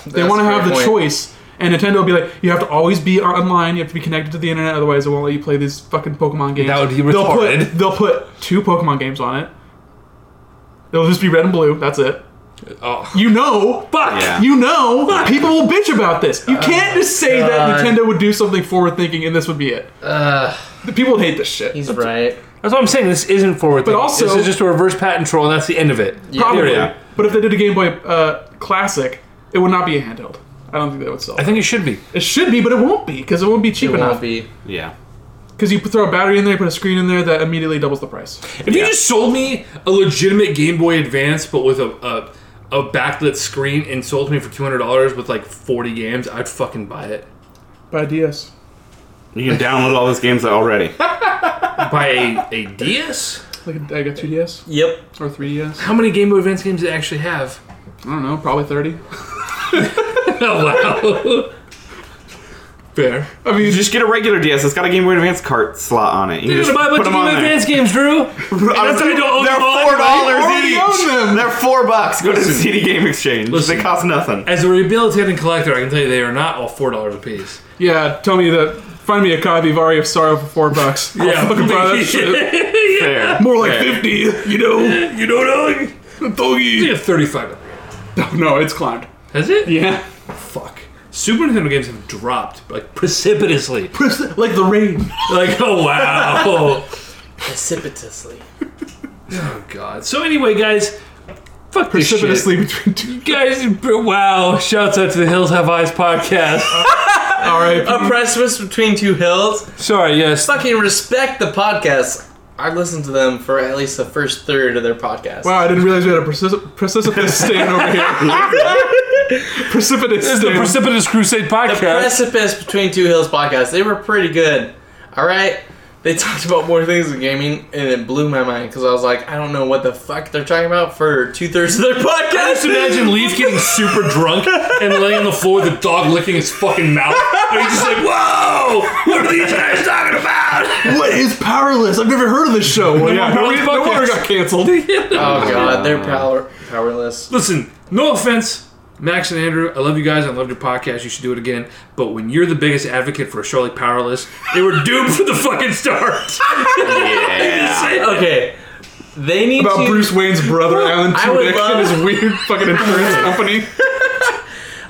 Speaker 4: They want to have the choice. And Nintendo will be like, you have to always be online. You have to be connected to the internet, otherwise they won't let you play these fucking Pokemon games.
Speaker 2: That would be
Speaker 4: They'll put,
Speaker 2: retarded.
Speaker 4: they'll put two Pokemon games on it. It'll just be red and blue. That's it.
Speaker 2: Oh.
Speaker 4: You know,
Speaker 2: Fuck.
Speaker 6: Yeah.
Speaker 4: you know, people will bitch about this. You can't just say that
Speaker 3: Uh, God.
Speaker 4: Nintendo would do something forward thinking and this would be it.
Speaker 3: Uh,
Speaker 4: The people hate this shit.
Speaker 3: he's right.
Speaker 2: That's what I'm saying. This isn't forward. But
Speaker 4: also-
Speaker 2: this is just a reverse patent troll, and that's the end of it.
Speaker 4: Probably.
Speaker 2: Period.
Speaker 4: But if they did a Game Boy uh, Classic, it would not be a handheld. I don't think that would sell.
Speaker 2: I think it should be.
Speaker 4: it should be, but it won't be because it won't be cheap
Speaker 3: It won't
Speaker 4: enough.
Speaker 3: be.
Speaker 6: Yeah.
Speaker 4: Because you throw a battery in there, you put a screen in there, that immediately doubles the price.
Speaker 2: If you just sold me a legitimate Game Boy Advance, but with a, a a backlit screen, and sold me for two hundred dollars with like forty games, I'd fucking buy it.
Speaker 4: By DS.
Speaker 6: You can download all those games already.
Speaker 2: Buy a, a DS.
Speaker 4: Like I got 2DS
Speaker 3: Yep.
Speaker 4: or 3DS.
Speaker 2: How many Game Boy Advance games do they actually have?
Speaker 4: I don't know, probably 30.
Speaker 2: Oh wow. Fair.
Speaker 4: I mean,
Speaker 6: You just get a regular DS. It's got a Game Boy Advance cart slot on it. You
Speaker 2: You're
Speaker 6: just
Speaker 2: gonna buy a bunch
Speaker 6: put
Speaker 2: of
Speaker 6: them
Speaker 2: Game Boy
Speaker 6: on there.
Speaker 2: Advance games, Drew. That's why you don't own
Speaker 6: They're
Speaker 2: them all.
Speaker 6: four dollars
Speaker 4: already own
Speaker 6: each.
Speaker 4: them.
Speaker 6: They're four bucks. Go to the
Speaker 2: Listen.
Speaker 6: CD Game Exchange.
Speaker 2: Listen.
Speaker 6: They cost nothing.
Speaker 2: As a rehabilitating collector, I can tell you they are not all four dollars a piece.
Speaker 4: yeah, tell me that. Find me a copy of Aria of Sorrow for four bucks. I'll fucking buy that shit.
Speaker 6: Fair.
Speaker 4: More like
Speaker 6: Fair.
Speaker 4: 50, you know?
Speaker 2: you don't know.
Speaker 4: Doggy.
Speaker 2: You have thirty-five dollars.
Speaker 4: No, it's climbed.
Speaker 2: Has it?
Speaker 4: Yeah.
Speaker 2: Fuck. Super Nintendo games have dropped like precipitously.
Speaker 4: Like the rain.
Speaker 2: Like, oh wow.
Speaker 3: Precipitously.
Speaker 2: oh god. So anyway, guys, fuck this shit.
Speaker 4: Precipitously between two.
Speaker 2: Guys, wow! Shouts out to the Hills Have Eyes podcast.
Speaker 4: All right.
Speaker 3: A precipice between two hills.
Speaker 2: Sorry, yes.
Speaker 3: Fucking respect the podcast. I listened to them for at least the first third of their podcast.
Speaker 4: Wow, I didn't realize we had a precipi- precipitous stand over here. precipitous
Speaker 2: This is the
Speaker 4: stand.
Speaker 2: Precipitous Crusade podcast.
Speaker 3: Precipice Between Two Hills podcast. They were pretty good. All right. They talked about more things in gaming, and it blew my mind because I was like, I don't know what the fuck they're talking about for two thirds of their
Speaker 2: I just
Speaker 3: podcast.
Speaker 2: imagine Leaf getting super drunk and laying on the floor with the dog licking his fucking mouth. And he's just like, whoa! What are these guys talking about?
Speaker 4: what is powerless? I've never heard of this show. Well, yeah, no,
Speaker 2: more of
Speaker 4: we-
Speaker 2: these
Speaker 4: no wonder it
Speaker 2: podcasts.
Speaker 4: got canceled.
Speaker 3: Oh god, they're power powerless.
Speaker 2: Listen, no offense. Max and Andrew, I love you guys. I loved your podcast. You should do it again. But when you're the biggest advocate for a show like Powerless, they were doomed for the fucking start.
Speaker 6: Yeah.
Speaker 3: Okay. They need
Speaker 4: About
Speaker 3: to.
Speaker 4: Bruce Wayne's brother, Alan
Speaker 3: I would
Speaker 4: Tudyk, and
Speaker 3: love-
Speaker 4: his weird fucking insurance company.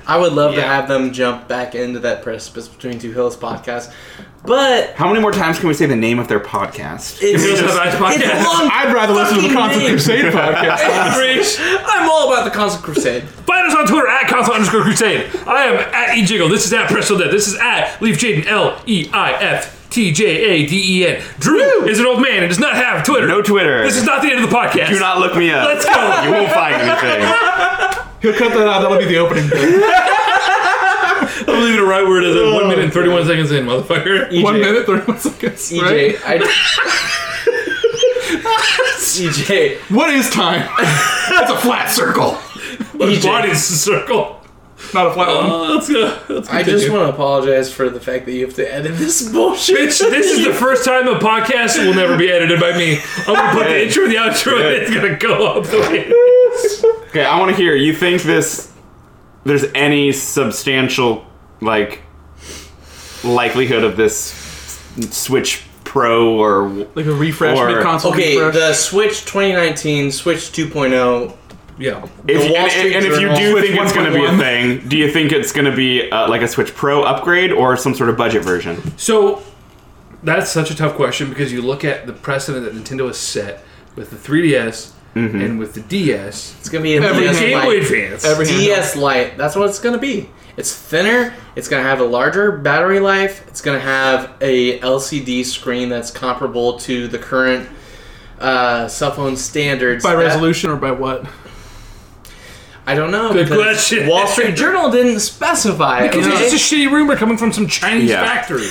Speaker 3: I would love to
Speaker 6: Yeah.
Speaker 3: have them jump back into that precipice between two hills podcast, but
Speaker 6: How many more times can we say the name of their podcast?
Speaker 3: it's,
Speaker 2: Hills Have Eyes podcast.
Speaker 3: it's long.
Speaker 4: I'd rather listen to the
Speaker 3: Fucking
Speaker 4: Constant
Speaker 3: name.
Speaker 4: Crusade podcast.
Speaker 2: Reach.
Speaker 3: I'm all about the constant crusade.
Speaker 2: Find us on Twitter at console underscore crusade. I am at ejiggle. This is at Presto Dead. This is at Leaf Jaden L E I F T J A D E N. Drew is an old man and does not have Twitter.
Speaker 6: No Twitter.
Speaker 2: This is not the end of the podcast.
Speaker 6: Do not look me up.
Speaker 2: Let's go.
Speaker 6: You won't find anything.
Speaker 4: He'll cut that out. That'll be the opening.
Speaker 2: I'll leave it right where it is. at
Speaker 6: Oh,
Speaker 2: One minute and thirty-one seconds in,
Speaker 6: E
Speaker 2: motherfucker.
Speaker 4: One
Speaker 3: EJ.
Speaker 4: minute, thirty-one seconds. Right?
Speaker 3: EJ, E I. E EJ,
Speaker 4: What is time? That's a flat circle,
Speaker 2: Body
Speaker 3: EJ,
Speaker 2: is a circle.
Speaker 4: not a flat one.
Speaker 2: Uh, let's go. Let's
Speaker 3: I
Speaker 2: continue.
Speaker 3: just want to apologize for the fact that you have to edit this bullshit.
Speaker 2: Bitch, this is the first time a podcast will never be edited by me. I'm gonna put the intro and the outro, and it's gonna go up the way. it is.
Speaker 6: Okay, I want to hear. You think this? There's any substantial like likelihood of this Switch Pro or
Speaker 4: Like a refresh,
Speaker 6: Or-
Speaker 4: mid-console
Speaker 3: Okay,
Speaker 4: refresh.
Speaker 3: the Switch 2019, Switch oh, 2.0.
Speaker 2: Yeah.
Speaker 6: if,
Speaker 3: Wall
Speaker 6: and-
Speaker 3: Street
Speaker 6: and, if you
Speaker 3: Journal.
Speaker 6: do
Speaker 4: Switch
Speaker 6: think it's going to be a
Speaker 4: 1.1.
Speaker 6: thing, do you think it's going to be uh, like a Switch Pro upgrade or some sort of budget version?
Speaker 2: So that's such a tough question because you look at the precedent that Nintendo has set with the 3DS and with the DS,
Speaker 3: It's gonna be a
Speaker 4: Every
Speaker 3: DS
Speaker 2: Game Boy
Speaker 3: Lite.
Speaker 2: Advance.
Speaker 4: Every handheld.
Speaker 3: DS Lite. That's what it's gonna be. It's thinner. It's gonna have a larger battery life. It's gonna have a LCD screen that's comparable to the current uh, cell phone standards.
Speaker 4: by
Speaker 3: That-
Speaker 4: resolution or by what?
Speaker 3: I don't know.
Speaker 2: Good
Speaker 3: because
Speaker 2: question.
Speaker 3: Wall Street Journal didn't specify.
Speaker 2: Because
Speaker 3: okay?
Speaker 2: it's just a shitty rumor coming from some Chinese
Speaker 6: Yeah.
Speaker 2: factory.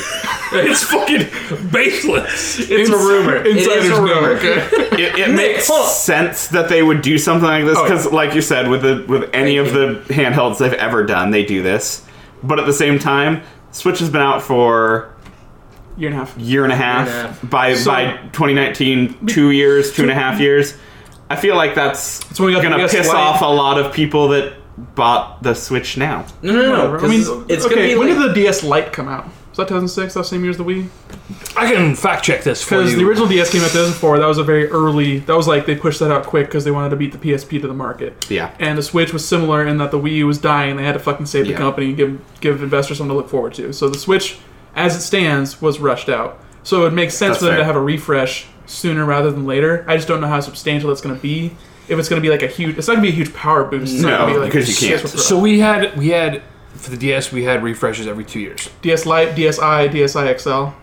Speaker 2: it's fucking baseless.
Speaker 3: It's a rumor. It is
Speaker 4: Insiders
Speaker 3: a
Speaker 4: know,
Speaker 3: rumor.
Speaker 4: okay.
Speaker 6: It, it
Speaker 3: Nick,
Speaker 6: makes
Speaker 3: hold on.
Speaker 6: sense that they would do something like
Speaker 4: Oh.
Speaker 6: this because, like you said, with the with any of the handhelds they've ever done, they do this. But at the same time, Switch has been out for
Speaker 4: Year and a half.
Speaker 6: year and a half,
Speaker 3: and a half.
Speaker 6: by
Speaker 4: So-
Speaker 6: by 2019 two years two and a half years i feel like that's
Speaker 4: So we got the
Speaker 6: gonna
Speaker 4: DS
Speaker 6: piss
Speaker 4: Lite.
Speaker 6: off a lot of people that bought the switch now
Speaker 3: no, no, no.
Speaker 4: Whatever. I
Speaker 3: 'cause
Speaker 4: mean,
Speaker 3: it's
Speaker 4: okay.
Speaker 3: gonna be
Speaker 4: when
Speaker 3: like,
Speaker 4: did the DS Lite come out? Was that 2006? That same year as the Wii?
Speaker 2: I can fact check this for
Speaker 4: Because
Speaker 2: you.
Speaker 4: the original DS came out 2004. That was a very early. That was like they pushed that out quick because they wanted to beat the PSP to the market.
Speaker 6: Yeah.
Speaker 4: And the Switch was similar in that the Wii U was dying. They had to fucking save
Speaker 6: Yeah.
Speaker 4: the company and give give investors something to look forward to. So the Switch, as it stands, was rushed out. So it makes sense
Speaker 6: That's
Speaker 4: for them
Speaker 6: fair.
Speaker 4: to have a refresh sooner rather than later. I just don't know how substantial it's going to be. If it's going to be like a huge, it's not going to be a huge power boost. It's not
Speaker 6: No,
Speaker 4: gonna be like
Speaker 6: because you can't.
Speaker 2: so we had we had for the DS we had refreshes every two years.
Speaker 4: DS Lite, DSi, DSi XL.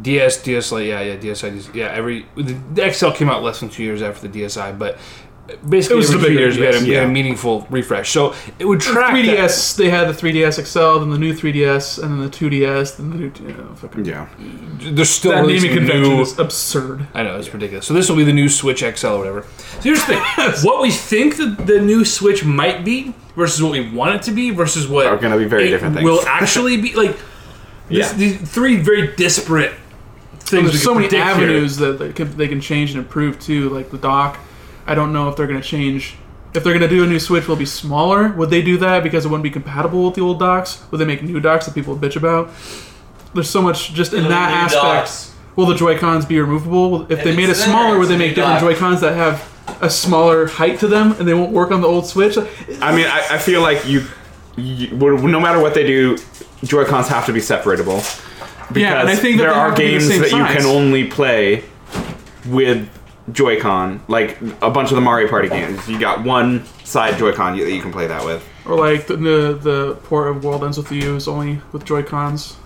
Speaker 2: DS, DS Lite, yeah, yeah, DSi, DS, yeah. Every the, the XL came out less than two years after the DSi, but basically
Speaker 4: It was the
Speaker 2: every two
Speaker 4: bigger
Speaker 2: years we, had a,
Speaker 4: DS,
Speaker 2: we had a
Speaker 6: yeah.
Speaker 2: meaningful refresh. So it would track. that-
Speaker 4: 3DS, they had the 3DS XL, then the new 3DS, and then the 2DS, then the new. You know, fucking
Speaker 6: yeah
Speaker 2: They're still
Speaker 4: That naming
Speaker 2: releasing
Speaker 4: convention
Speaker 2: new.
Speaker 4: is absurd.
Speaker 2: I know it's ridiculous. So this will be the new Switch XL or whatever. So here's the thing: what we think that the new Switch might be versus what we want it to be versus what
Speaker 6: Are gonna be very
Speaker 2: it
Speaker 6: different things.
Speaker 2: Will actually be like this,
Speaker 6: yeah
Speaker 2: these three very disparate things. we
Speaker 4: There's so
Speaker 2: could
Speaker 4: many
Speaker 2: predict here.
Speaker 4: avenues that they can, they can change and improve too, like the dock. I don't know if they're going to change. If they're going to do a new Switch, will it be smaller? Would they do that because it wouldn't be compatible with the old docks? Would they make new docks that people bitch about? There's so much just in
Speaker 3: It'll
Speaker 4: that
Speaker 3: be new
Speaker 4: aspect.
Speaker 3: docks.
Speaker 4: Will the Joy Cons be removable? Will- If
Speaker 3: If
Speaker 4: they made it
Speaker 3: it's thinner,
Speaker 4: smaller, would
Speaker 3: it's
Speaker 4: they
Speaker 3: a
Speaker 4: make
Speaker 3: new
Speaker 4: different
Speaker 3: dock.
Speaker 4: Joy Cons that have a smaller height to them and they won't work on the old Switch?
Speaker 6: i mean i, I feel like you, you no matter what they do joy cons have to be separatable because
Speaker 4: Yeah, and I think that
Speaker 6: there
Speaker 4: they
Speaker 6: are
Speaker 4: have to be the
Speaker 6: games
Speaker 4: same
Speaker 6: that you
Speaker 4: size.
Speaker 6: can only play with joy-con like a bunch of the mario party games you got one side joy-con you- that you can play that with
Speaker 4: Or like the the, the port of World Ends with You is only with Joy Cons,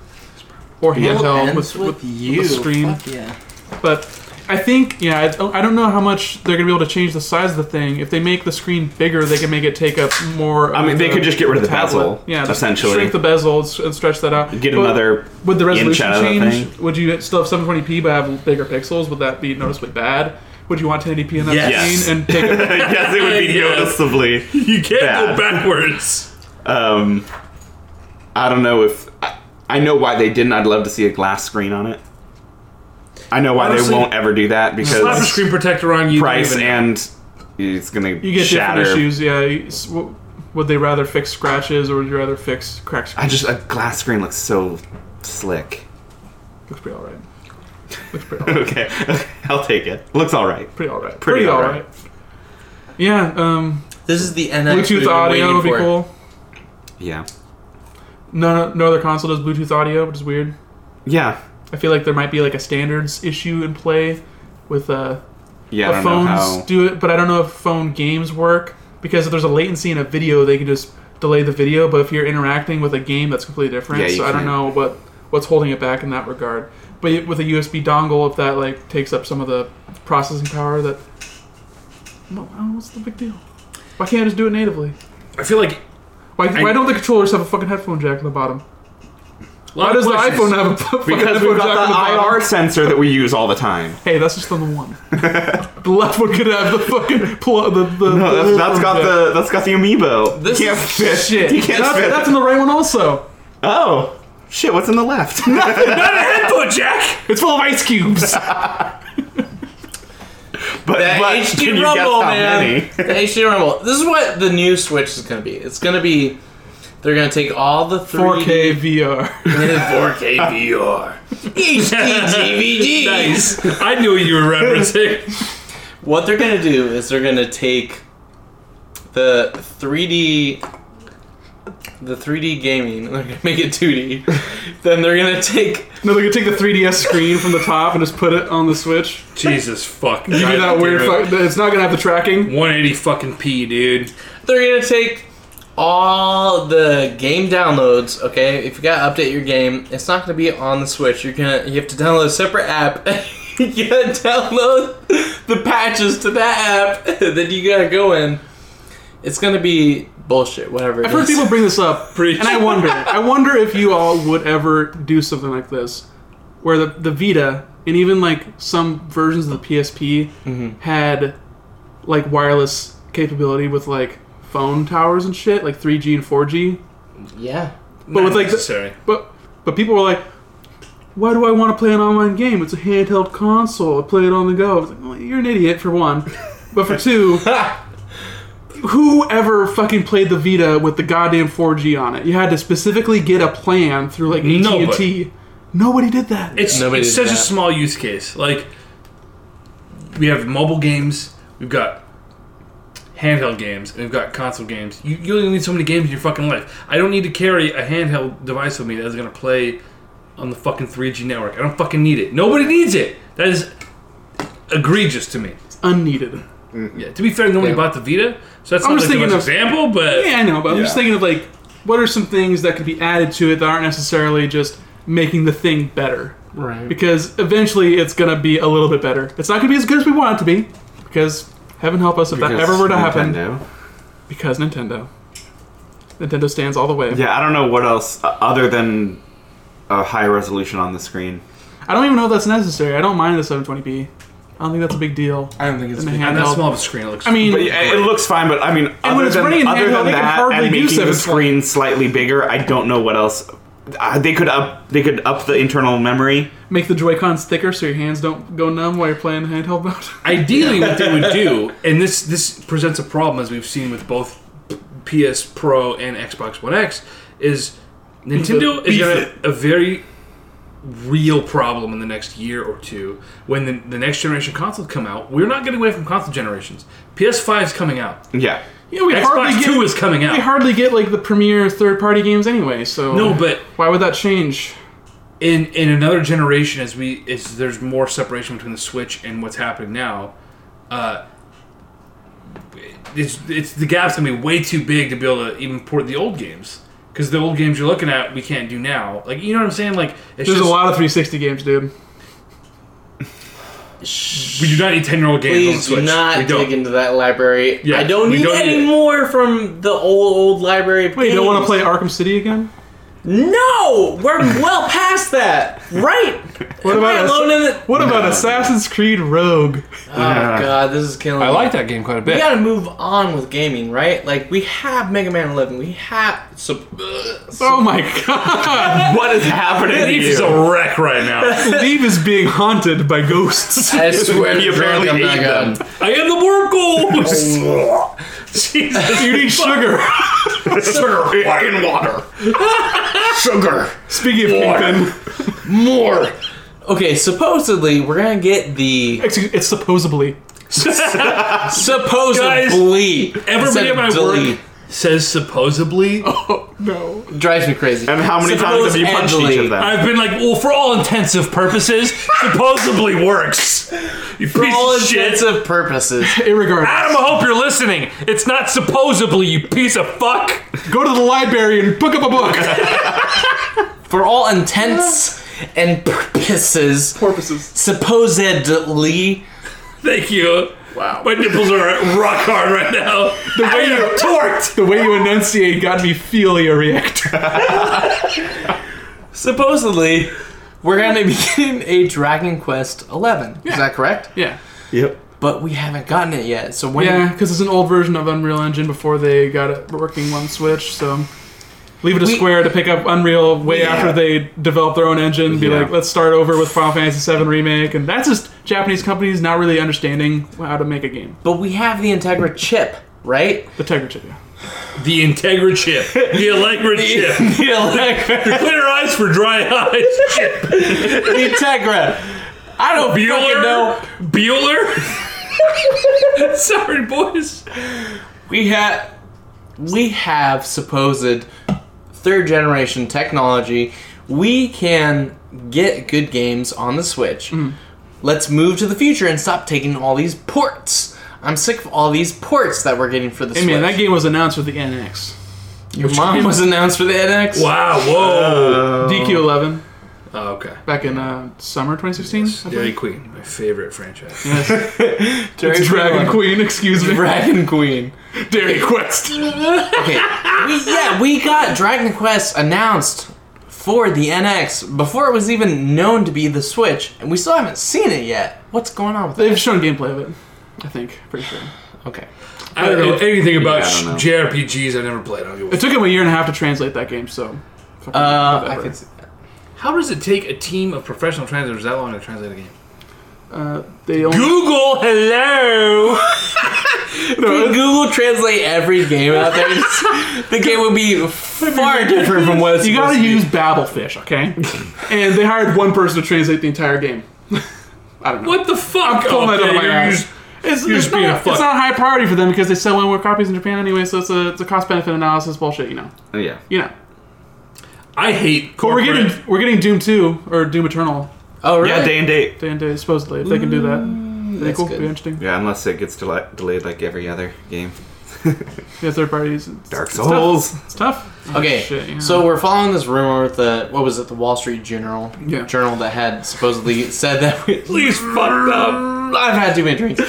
Speaker 4: or
Speaker 6: Yeah.
Speaker 4: handheld with,
Speaker 3: Ends
Speaker 4: with,
Speaker 3: you.
Speaker 4: with a screen.
Speaker 3: Fuck yeah.
Speaker 4: But I think yeah, I don't, I don't know how much they're gonna be able to change the size of the thing. If they make the screen bigger, they can make it take up more.
Speaker 6: I mean,
Speaker 4: of
Speaker 6: they
Speaker 4: the-
Speaker 6: could just get rid of the
Speaker 4: tablet.
Speaker 6: bezel,
Speaker 4: Yeah, just
Speaker 6: essentially.
Speaker 4: shrink the bezel and s- and stretch that out.
Speaker 6: get
Speaker 4: But
Speaker 6: another
Speaker 4: Would the resolution
Speaker 6: inch out of the
Speaker 4: change? Would you still have 720p but have bigger pixels? Would that be noticeably bad? Would you want 1080p on that
Speaker 6: Yes.
Speaker 4: screen and take it
Speaker 6: yes it would be
Speaker 2: Yeah.
Speaker 6: noticeably
Speaker 2: You can't go
Speaker 6: Bad.
Speaker 2: backwards.
Speaker 6: Um, I don't know if I, I know why they didn't. I'd love to see a glass screen on it. I know why
Speaker 2: Honestly,
Speaker 6: they won't ever do that
Speaker 2: Slap a
Speaker 6: because
Speaker 2: screen protector on you.
Speaker 6: price
Speaker 2: don't even-
Speaker 6: and it's gonna
Speaker 4: You get
Speaker 6: shatter.
Speaker 4: different issues, yeah. You- s- w- Would they rather fix scratches or would you rather fix cracks?
Speaker 6: I just a glass screen looks so slick.
Speaker 4: looks pretty all right.
Speaker 6: okay, I'll take it. Looks all right.
Speaker 4: Pretty all right.
Speaker 6: Pretty all right.
Speaker 4: Yeah. Um,
Speaker 3: This is the NX we've
Speaker 4: Bluetooth
Speaker 3: been
Speaker 4: audio
Speaker 3: waiting
Speaker 4: would be
Speaker 3: for.
Speaker 4: cool.
Speaker 6: Yeah.
Speaker 4: No, no, no other console does Bluetooth audio, which is weird.
Speaker 6: Yeah.
Speaker 4: I feel like there might be like a standards issue in play with uh,
Speaker 6: Yeah. I
Speaker 4: the
Speaker 6: don't know
Speaker 4: phones
Speaker 6: how.
Speaker 4: do it, but I don't know if phone games work because if there's a latency in a video, they can just delay the video. But if you're interacting with a game, that's completely different.
Speaker 6: Yeah, you
Speaker 4: so I don't
Speaker 6: can't.
Speaker 4: know what what's holding it back in that regard. But y- with a USB dongle, if that like takes up some of the processing power, that well, I don't know, what's the big deal? Why can't I just do it natively?
Speaker 2: I feel like
Speaker 4: Why, why don't the controllers have a fucking headphone jack on the bottom?
Speaker 2: a lot
Speaker 4: Why
Speaker 2: of
Speaker 4: does the
Speaker 2: questions-
Speaker 4: iPhone have a fucking
Speaker 6: because
Speaker 4: headphone
Speaker 6: we've
Speaker 4: jack on the
Speaker 6: got the
Speaker 4: bottom?
Speaker 6: IR sensor that we use all the time.
Speaker 4: Hey, that's just on the one. the left one could have the fucking plug. The, the,
Speaker 6: No,
Speaker 4: the
Speaker 6: Oh, that's, that's got
Speaker 4: jack.
Speaker 6: the that's got the amiibo.
Speaker 3: This
Speaker 6: you can't
Speaker 3: is
Speaker 6: fit.
Speaker 4: Shit.
Speaker 6: You can't
Speaker 4: that's,
Speaker 6: fit.
Speaker 4: that's in the right one also.
Speaker 6: oh shit! What's in the left?
Speaker 2: Not a headphone jack.
Speaker 4: It's full of ice cubes.
Speaker 6: But,
Speaker 3: That
Speaker 6: but
Speaker 3: HD
Speaker 6: can you guess
Speaker 3: Rumble,
Speaker 6: how
Speaker 3: man.
Speaker 6: many?
Speaker 3: the HD Rumble. This is what the new Switch is going to be. It's going to be. They're going to take all the 3D
Speaker 4: 4K VR.
Speaker 3: 4K VR. HD DVDs.
Speaker 2: Nice. I knew you were referencing.
Speaker 3: What they're gonna do is they're gonna take the 3D, the 3D gaming, and they're gonna make it 2D. then they're gonna take
Speaker 4: no, they're gonna take the 3DS screen from the top and just put it on the Switch.
Speaker 2: Jesus fuck.
Speaker 4: Give you that weird. Fuck, it's not gonna have the tracking.
Speaker 2: 180 fucking p, dude.
Speaker 3: they're gonna take all the game downloads. Okay, if you gotta update your game, it's not gonna be on the Switch. You're gonna you have to download a separate app. you gotta download the patches to that app. then you gotta go in. It's gonna be bullshit. Whatever. it
Speaker 4: I've heard
Speaker 3: is.
Speaker 4: people bring this up,
Speaker 2: Preach.
Speaker 4: and I wonder. I wonder if you all would ever do something like this, where the the Vita and even like some versions of the PSP
Speaker 6: Mm-hmm.
Speaker 4: had like wireless capability with like phone towers and shit, like 3G and 4G.
Speaker 3: Yeah.
Speaker 4: But with like the-
Speaker 2: necessary.
Speaker 4: But but people were like, "Why do I want to play an online game? It's a handheld console. I play it on the go." I was like, well, "You're an idiot for one, but for two, whoever fucking played the Vita with the goddamn 4G on it, you had to specifically get a plan through like AT and
Speaker 2: Nobody.
Speaker 4: T. Nobody did that.
Speaker 2: It's,
Speaker 3: Nobody
Speaker 2: it's such
Speaker 3: did
Speaker 2: a
Speaker 3: that.
Speaker 2: small use case. Like we have mobile games, we've got handheld games, and we've got console games. You, you only need so many games in your fucking life. I don't need to carry a handheld device with me that's gonna play on the fucking 3G network. I don't fucking need it. Nobody needs it. That is egregious to me.
Speaker 4: It's unneeded.
Speaker 2: Yeah. To be fair, nobody
Speaker 3: Yeah.
Speaker 2: bought the Vita, so that's
Speaker 4: I'm
Speaker 2: not
Speaker 4: just
Speaker 2: like the
Speaker 4: thinking
Speaker 2: best
Speaker 4: of-
Speaker 2: example. But
Speaker 4: Yeah, I know, but I'm just
Speaker 6: Yeah.
Speaker 4: thinking of like, what are some things that could be added to it that aren't necessarily just making the thing better?
Speaker 3: Right.
Speaker 4: because eventually it's gonna be a little bit better. It's not gonna be as good as we want it to be, because heaven help us if that ever were to happen.
Speaker 6: Nintendo.
Speaker 4: Because Nintendo, Nintendo stands all the way.
Speaker 6: Yeah, I don't know what else uh, other than a high resolution on the screen.
Speaker 4: I don't even know if that's necessary. I don't mind the 720p. I don't think that's a big deal.
Speaker 3: I don't think it's.
Speaker 4: In the
Speaker 2: on that
Speaker 4: handheld,
Speaker 2: small of a screen, it looks.
Speaker 4: I mean,
Speaker 6: But yeah, it looks fine. But I mean,
Speaker 4: when
Speaker 6: other
Speaker 4: it's
Speaker 6: than,
Speaker 4: running in
Speaker 6: other
Speaker 4: handheld,
Speaker 6: than
Speaker 4: they can
Speaker 6: that
Speaker 4: hardly
Speaker 6: and
Speaker 4: do
Speaker 6: making the
Speaker 4: 720p.
Speaker 6: screen slightly bigger, I don't know what else. Uh, they could up. They could up the internal memory.
Speaker 4: make the Joy Cons thicker so your hands don't go numb while you're playing the handheld mode.
Speaker 2: Ideally, what they would do, and this this presents a problem as we've seen with both PS Pro and Xbox One X, is Nintendo is
Speaker 6: Beef
Speaker 2: going to
Speaker 6: it.
Speaker 2: have a very real problem in the next year or two when the, the next generation consoles come out. We're not getting away from console generations. PS5 is coming out.
Speaker 6: Yeah.
Speaker 4: yeah, we hardly
Speaker 2: Xbox
Speaker 4: get
Speaker 2: Two is coming
Speaker 4: we
Speaker 2: out.
Speaker 4: hardly get like the premier third-party games anyway.
Speaker 6: Oh.
Speaker 4: So
Speaker 2: No, but
Speaker 4: why would that change?
Speaker 2: in in another generation as we as there's more separation between the Switch and what's happening now, uh, it's it's the gap's gonna be way too big to be able to even port the old games because the old games you're looking at we can't do now. Like you know what I'm saying? Like it's
Speaker 4: There's
Speaker 2: just
Speaker 4: a lot of 360 games, dude.
Speaker 2: we do not need ten year old games on the
Speaker 3: Please
Speaker 2: Switch.
Speaker 3: do
Speaker 2: we
Speaker 3: not
Speaker 2: don't.
Speaker 3: dig into that library.
Speaker 2: Yeah,
Speaker 3: I don't
Speaker 2: we
Speaker 3: need
Speaker 2: don't need
Speaker 3: any
Speaker 2: it.
Speaker 3: more from the old old library.
Speaker 4: Wait, you don't want to
Speaker 3: games.
Speaker 4: play Arkham City again?
Speaker 3: No, we're well past that. Right.
Speaker 4: What
Speaker 3: Am I
Speaker 4: about
Speaker 3: alone
Speaker 4: Ass-
Speaker 3: in it?
Speaker 4: What about Assassin's Creed Rogue?
Speaker 3: Oh god, this is killing.
Speaker 2: I
Speaker 3: me.
Speaker 2: like that game quite a
Speaker 3: We
Speaker 2: bit.
Speaker 3: gotta move on with gaming, right? Like we have Mega Man 11. We have. So,
Speaker 4: Oh my god!
Speaker 6: What is happening to
Speaker 2: Leaf is
Speaker 6: you?
Speaker 2: a wreck right now.
Speaker 4: Leave is being haunted by ghosts.
Speaker 3: I swear
Speaker 6: He
Speaker 3: to God,
Speaker 6: apparently
Speaker 3: I'm not
Speaker 6: ate
Speaker 3: gonna-
Speaker 6: them.
Speaker 2: I am the worm ghost. Jesus,
Speaker 4: You need sugar.
Speaker 6: Sugar and water. Sugar.
Speaker 4: Speaking of Kingpin,
Speaker 6: More.
Speaker 3: Okay, supposedly we're gonna get the
Speaker 4: excuse, it's supposedly.
Speaker 3: supposedly.
Speaker 2: everybody
Speaker 3: Said
Speaker 2: at my
Speaker 3: delete.
Speaker 2: work says supposedly.
Speaker 4: Oh no!
Speaker 3: drives me crazy.
Speaker 6: And how many times have you punched
Speaker 3: Supposedly.
Speaker 6: each of them?
Speaker 2: I've been like, well, for all intensive purposes, supposedly works. You
Speaker 3: For
Speaker 2: piece
Speaker 3: all
Speaker 2: of shit.
Speaker 3: intents and purposes.
Speaker 4: Irregardless,
Speaker 2: Adam, I hope you're listening. It's not supposedly, you piece of fuck.
Speaker 4: go to the library and book up a book.
Speaker 3: For all intents and purposes.
Speaker 4: Porpoises.
Speaker 3: Supposedly.
Speaker 2: Thank you. Wow. My nipples are rock hard right now. The way you're torqued.
Speaker 4: The way you enunciate got me feel your reactor.
Speaker 3: Supposedly. We're gonna be getting a Dragon Quest 11. Is that correct?
Speaker 4: Yeah.
Speaker 6: Yep.
Speaker 3: But we haven't gotten it yet. So when
Speaker 4: Yeah, because it's an old version of Unreal Engine before they got it working on Switch, so. Leave it to
Speaker 3: We-
Speaker 4: Square to pick up Unreal way
Speaker 6: Yeah.
Speaker 4: after they develop their own engine. Be
Speaker 6: Yeah.
Speaker 4: like, let's start over with Final Fantasy VII Remake. And that's just Japanese companies not really understanding how to make a game.
Speaker 3: But we have the Integra chip, right?
Speaker 4: The Tegra chip, yeah.
Speaker 2: The Integra chip. The Allegra chip.
Speaker 3: The Allegra.
Speaker 2: Clear eyes for dry eyes chip.
Speaker 3: the Integra. I don't fucking know.
Speaker 2: Bueller. Bueller. Sorry, boys.
Speaker 3: We have we have supposed third generation technology. We can get good games on the Switch. Let's move to the future and stop taking all these ports. I'm sick of all these ports that we're getting for the
Speaker 4: Hey
Speaker 3: Switch.
Speaker 4: man, that game was announced with the NX.
Speaker 3: Your mom was announced for the NX.
Speaker 2: Wow, whoa.
Speaker 4: DQ11
Speaker 2: oh, okay.
Speaker 4: back in uh, summer 2016. I
Speaker 2: Dairy
Speaker 4: believe.
Speaker 2: Queen, my favorite franchise.
Speaker 3: Dairy
Speaker 4: It's Dragon
Speaker 3: Queen.
Speaker 4: Queen, excuse me.
Speaker 3: Dragon Queen.
Speaker 4: Dairy Quest.
Speaker 3: Okay, we, yeah, we got Dragon Quest announced for the NX before it was even known to be the Switch, and we still haven't seen it yet. What's going on with that?
Speaker 4: They've shown gameplay of it, I think. Pretty sure.
Speaker 3: Okay.
Speaker 2: Uh, I don't know
Speaker 4: It-
Speaker 2: anything about
Speaker 6: Yeah, I don't know.
Speaker 2: JRPGs. I never played. I don't give a
Speaker 4: It took him a year and a half to translate that game, so. fucking
Speaker 3: Uh, I
Speaker 4: whatever.
Speaker 3: can see that.
Speaker 2: How does it take a team of professional translators that long to translate a game?
Speaker 4: Uh, they only.
Speaker 2: Google, hello.
Speaker 3: If Google Translate every game out there. it's- the game would be far different from what it's
Speaker 4: You gotta
Speaker 3: supposed to
Speaker 4: use Babelfish, okay? and they hired one person to translate the entire game. I don't know.
Speaker 2: What the fuck?
Speaker 4: I'm pulling that out of
Speaker 2: Okay,
Speaker 4: my
Speaker 2: you're
Speaker 4: ass.
Speaker 2: just-
Speaker 4: It's,
Speaker 2: you're
Speaker 4: it's
Speaker 2: just
Speaker 4: not,
Speaker 2: being a fuck.
Speaker 4: it's not a high priority for them because they sell way more copies in Japan anyway, so it's a, it's a cost benefit analysis bullshit, you know.
Speaker 6: Yeah.
Speaker 4: You know.
Speaker 2: I hate.
Speaker 4: But we're
Speaker 2: corporate-
Speaker 4: getting we're getting Doom 2 or Doom Eternal
Speaker 3: be. Oh, really?
Speaker 6: Yeah, day and date.
Speaker 4: day and day, supposedly, if they can do that. That'd be
Speaker 3: that's
Speaker 4: cool.
Speaker 3: good.
Speaker 4: Be interesting.
Speaker 6: Yeah, unless it gets del- delayed like every other game.
Speaker 4: Yeah, third parties. It's,
Speaker 6: Dark
Speaker 4: it's tough.
Speaker 6: Souls.
Speaker 4: It's tough.
Speaker 3: Okay,
Speaker 4: Shit, yeah.
Speaker 3: so we're following this rumor with the what was it, the Wall Street Journal?
Speaker 4: Yeah.
Speaker 3: Journal that had supposedly said that we,
Speaker 2: Please fuck up.
Speaker 3: I've had too many drinks.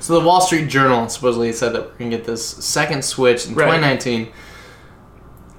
Speaker 3: So the Wall Street Journal supposedly said that we're gonna get this second Switch in
Speaker 4: Right.
Speaker 3: 2019.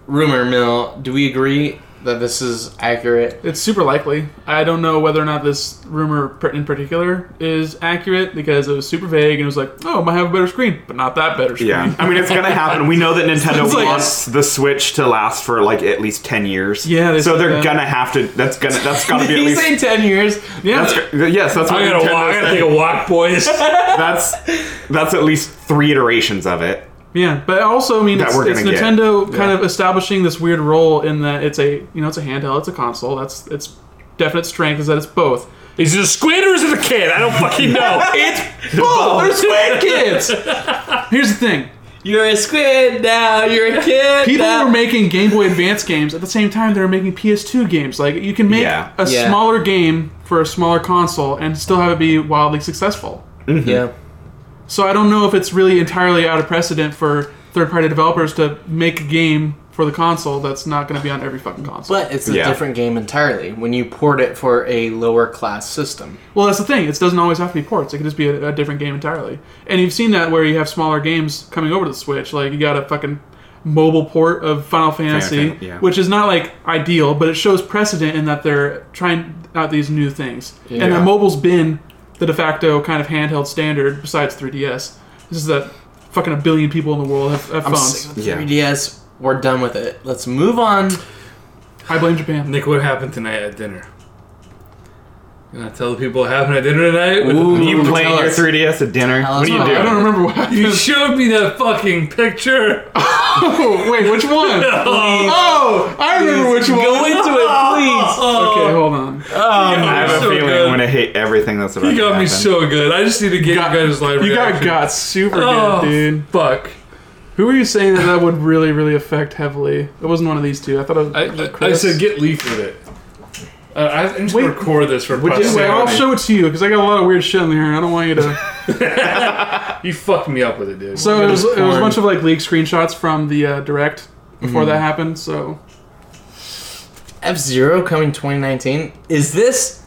Speaker 3: Rumor mill. Do we agree that this is accurate?
Speaker 4: It's super likely. I don't know whether or not this rumor per- in particular is accurate because it was super vague and it was like, oh, it might have a better screen, but not that better screen.
Speaker 6: Yeah, I mean it's gonna happen. We know that Nintendo
Speaker 4: It's like-
Speaker 6: wants the Switch to last for like at least ten years.
Speaker 4: Yeah, they
Speaker 6: so
Speaker 4: said
Speaker 6: they're
Speaker 4: that.
Speaker 6: gonna have to. That's gonna. That's gotta be at
Speaker 3: Did he
Speaker 6: least.
Speaker 3: say 10 years?
Speaker 4: Yeah.
Speaker 6: that's, yes, that's what
Speaker 2: I gotta
Speaker 6: Nintendo
Speaker 2: walk. I gotta
Speaker 6: said.
Speaker 2: take a walk, boys.
Speaker 6: That's that's at least three iterations of it.
Speaker 4: Yeah, but also I mean
Speaker 6: That
Speaker 4: it's,
Speaker 6: we're
Speaker 4: it's
Speaker 6: gonna get.
Speaker 4: Nintendo kind of establishing this weird role in that it's a you know it's a handheld, it's a console. That's its definite strength is that it's both.
Speaker 2: is it a squid or is it a kid? I don't fucking know.
Speaker 3: It's
Speaker 4: Oh,
Speaker 3: both.
Speaker 4: they're squid kids. Here's the thing:
Speaker 3: You're a squid now. You're a kid.
Speaker 4: people
Speaker 3: now.
Speaker 4: were making Game Boy Advance games at the same time they were making PS2 games. Like you can make
Speaker 6: Yeah.
Speaker 4: a
Speaker 3: Yeah.
Speaker 4: smaller game for a smaller console and still have it be wildly successful.
Speaker 3: yeah.
Speaker 4: So I don't know if it's really entirely out of precedent for third-party developers to make a game for the console that's not going to be on every fucking console.
Speaker 3: But it's a
Speaker 6: Yeah.
Speaker 3: different game entirely when you port it for a lower class system.
Speaker 4: Well, that's the thing. It doesn't always have to be ports. It could just be a, a different game entirely. And you've seen that where you have smaller games coming over to the Switch. Like you got a fucking mobile port of Final Fantasy,
Speaker 6: Fan- yeah.
Speaker 4: which is not like ideal, but it shows precedent in that they're trying out these new things. And
Speaker 2: Yeah.
Speaker 4: that mobile's been the de facto kind of handheld standard besides 3DS. This is that fucking a billion people in the world have, have
Speaker 3: I'm
Speaker 4: phones.
Speaker 3: sick of
Speaker 6: Yeah.
Speaker 3: 3DS. We're done with it. Let's move on.
Speaker 4: I blame Japan.
Speaker 2: Nick, what happened tonight at dinner? You want to tell the people what happened at dinner tonight?
Speaker 6: you playing
Speaker 3: tell
Speaker 6: your
Speaker 3: us.
Speaker 6: 3DS at dinner?
Speaker 3: Tell
Speaker 6: What
Speaker 3: us
Speaker 6: do you
Speaker 3: more.
Speaker 6: do?
Speaker 4: Oh, I don't remember what
Speaker 2: You
Speaker 4: happened.
Speaker 2: showed me that fucking picture.
Speaker 4: Oh, wait, which one? Oh, I remember which one.
Speaker 3: Go into it, please.
Speaker 4: Okay, hold on.
Speaker 6: I have a
Speaker 2: so
Speaker 6: feeling
Speaker 2: good.
Speaker 6: I'm gonna hate everything that's about
Speaker 2: You
Speaker 6: to
Speaker 2: got me
Speaker 6: happen.
Speaker 2: so good. I just need to get
Speaker 4: got-
Speaker 2: you guys' live
Speaker 4: You got
Speaker 2: reaction.
Speaker 4: got super
Speaker 2: Oh,
Speaker 4: good, dude.
Speaker 2: fuck.
Speaker 4: Who were you saying that that would really, really affect heavily? It wasn't one of these two. I thought it was
Speaker 2: I,
Speaker 4: was it
Speaker 2: I
Speaker 4: Chris.
Speaker 2: said get Leaf with it. Uh, I- I'm just going
Speaker 4: Wait.
Speaker 2: to record this for
Speaker 4: Just wait, I'll
Speaker 2: posterity.
Speaker 4: show it to you because I got a lot of weird shit in there, and I don't want you to.
Speaker 2: You fucked me up with it, dude.
Speaker 4: So it was, it was a
Speaker 3: porn.
Speaker 4: bunch of like leaked screenshots from the uh, direct before that happened. So
Speaker 3: F Zero coming 2019. Is this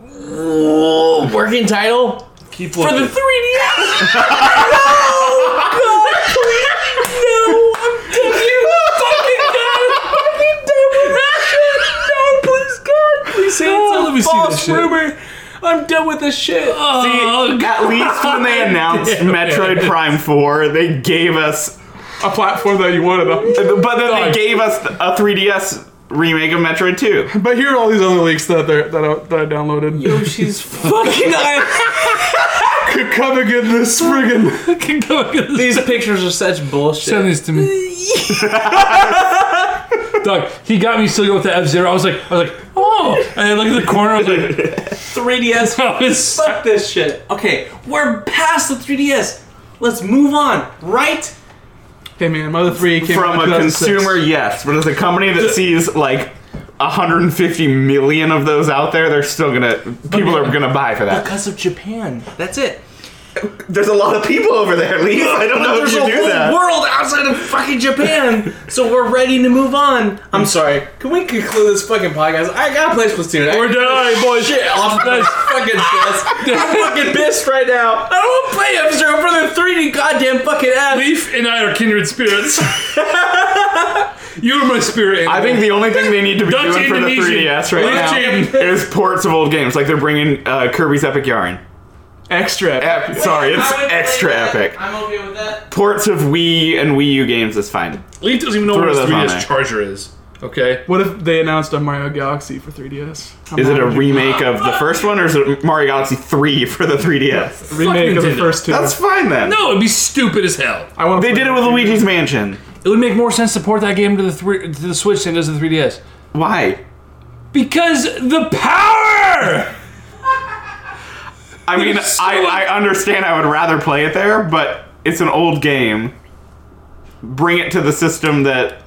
Speaker 3: Whoa, working title
Speaker 2: Keep
Speaker 3: for the
Speaker 2: looking.
Speaker 3: 3DS? no, God, please, no! I'm done. You fucking God, I'm fucking done with this shit. No, please, God, please say
Speaker 2: No, let me
Speaker 3: it's
Speaker 2: see
Speaker 3: a
Speaker 2: this
Speaker 3: false
Speaker 2: shit.
Speaker 3: rumor. I'm done with this shit.
Speaker 2: Oh, God.
Speaker 6: At least when they announced Metroid Prime 4, they gave us,
Speaker 4: a platform that you wanted. uh,
Speaker 6: but then
Speaker 2: Dog.
Speaker 6: they gave us a 3DS remake of Metroid 2.
Speaker 4: But here are all these other leaks that they're- that I, that I downloaded.
Speaker 3: Yoshi's fucking island.
Speaker 4: Come again this friggin'.
Speaker 2: Fucking go get this-
Speaker 3: These pictures are such
Speaker 2: Send
Speaker 3: bullshit.
Speaker 2: these to me. Doug, he got me still going with the F Zero. I was like, I was like, oh, and I look at the corner. I was like,
Speaker 3: 3DS
Speaker 2: oh, it's
Speaker 3: Fuck this shit. Okay, we're past the 3DS. Let's move on, right?
Speaker 4: Hey man, Mother Three came out
Speaker 6: From
Speaker 4: in
Speaker 6: a
Speaker 4: 2006.
Speaker 6: consumer, yes, but as a company that sees like 150 million of those out there, they're still gonna, people are gonna buy for that.
Speaker 3: Because of Japan. That's it.
Speaker 6: There's a lot of people over there, Lee. I don't know if
Speaker 3: There's
Speaker 6: you
Speaker 3: a
Speaker 6: do
Speaker 3: whole
Speaker 6: that.
Speaker 3: world outside of fucking Japan, so we're ready to move on. I'm sorry. Can we conclude this fucking podcast? I gotta play Splatoon.
Speaker 2: we're
Speaker 3: I-
Speaker 2: done, All right, boys.
Speaker 3: Shit off my fucking chest. I'm fucking pissed right now. I don't want to play F Zero for the 3D goddamn fucking ass.
Speaker 2: Leaf and I are kindred spirits. you are my spirit. Animal.
Speaker 6: I think the only thing they need to be
Speaker 2: Dutch
Speaker 6: doing for the
Speaker 2: Indonesian.
Speaker 6: 3DS right
Speaker 2: Leaf
Speaker 6: now
Speaker 2: Jim.
Speaker 6: is ports of old games. Like they're bringing uh, Kirby's Epic Yarn.
Speaker 4: extra.
Speaker 6: Ep- sorry, it's extra epic.
Speaker 3: I'm okay with that.
Speaker 6: Ports of Wii and Wii U games is fine.
Speaker 2: Leaf doesn't even know
Speaker 6: Throw
Speaker 2: what a
Speaker 6: those on
Speaker 2: 3DS
Speaker 6: there.
Speaker 2: charger is. Okay.
Speaker 4: What if they announced a Mario Galaxy for 3DS? How
Speaker 6: Is it a
Speaker 4: mad would you
Speaker 6: remake of the first one or is it Mario Galaxy 3 for the 3DS?
Speaker 4: be? remake of the
Speaker 2: Nintendo.
Speaker 4: first two?
Speaker 6: That's fine then.
Speaker 2: No, it'd be stupid as hell.
Speaker 4: I want.
Speaker 6: They did it with Luigi's Mansion.
Speaker 2: It would make more sense to port that game to the three, to the Switch than it does the 3DS.
Speaker 6: Why?
Speaker 2: Because the power.
Speaker 6: I mean,
Speaker 2: It's so-
Speaker 6: I, I understand I would rather play it there, but it's an old game. Bring it to the system that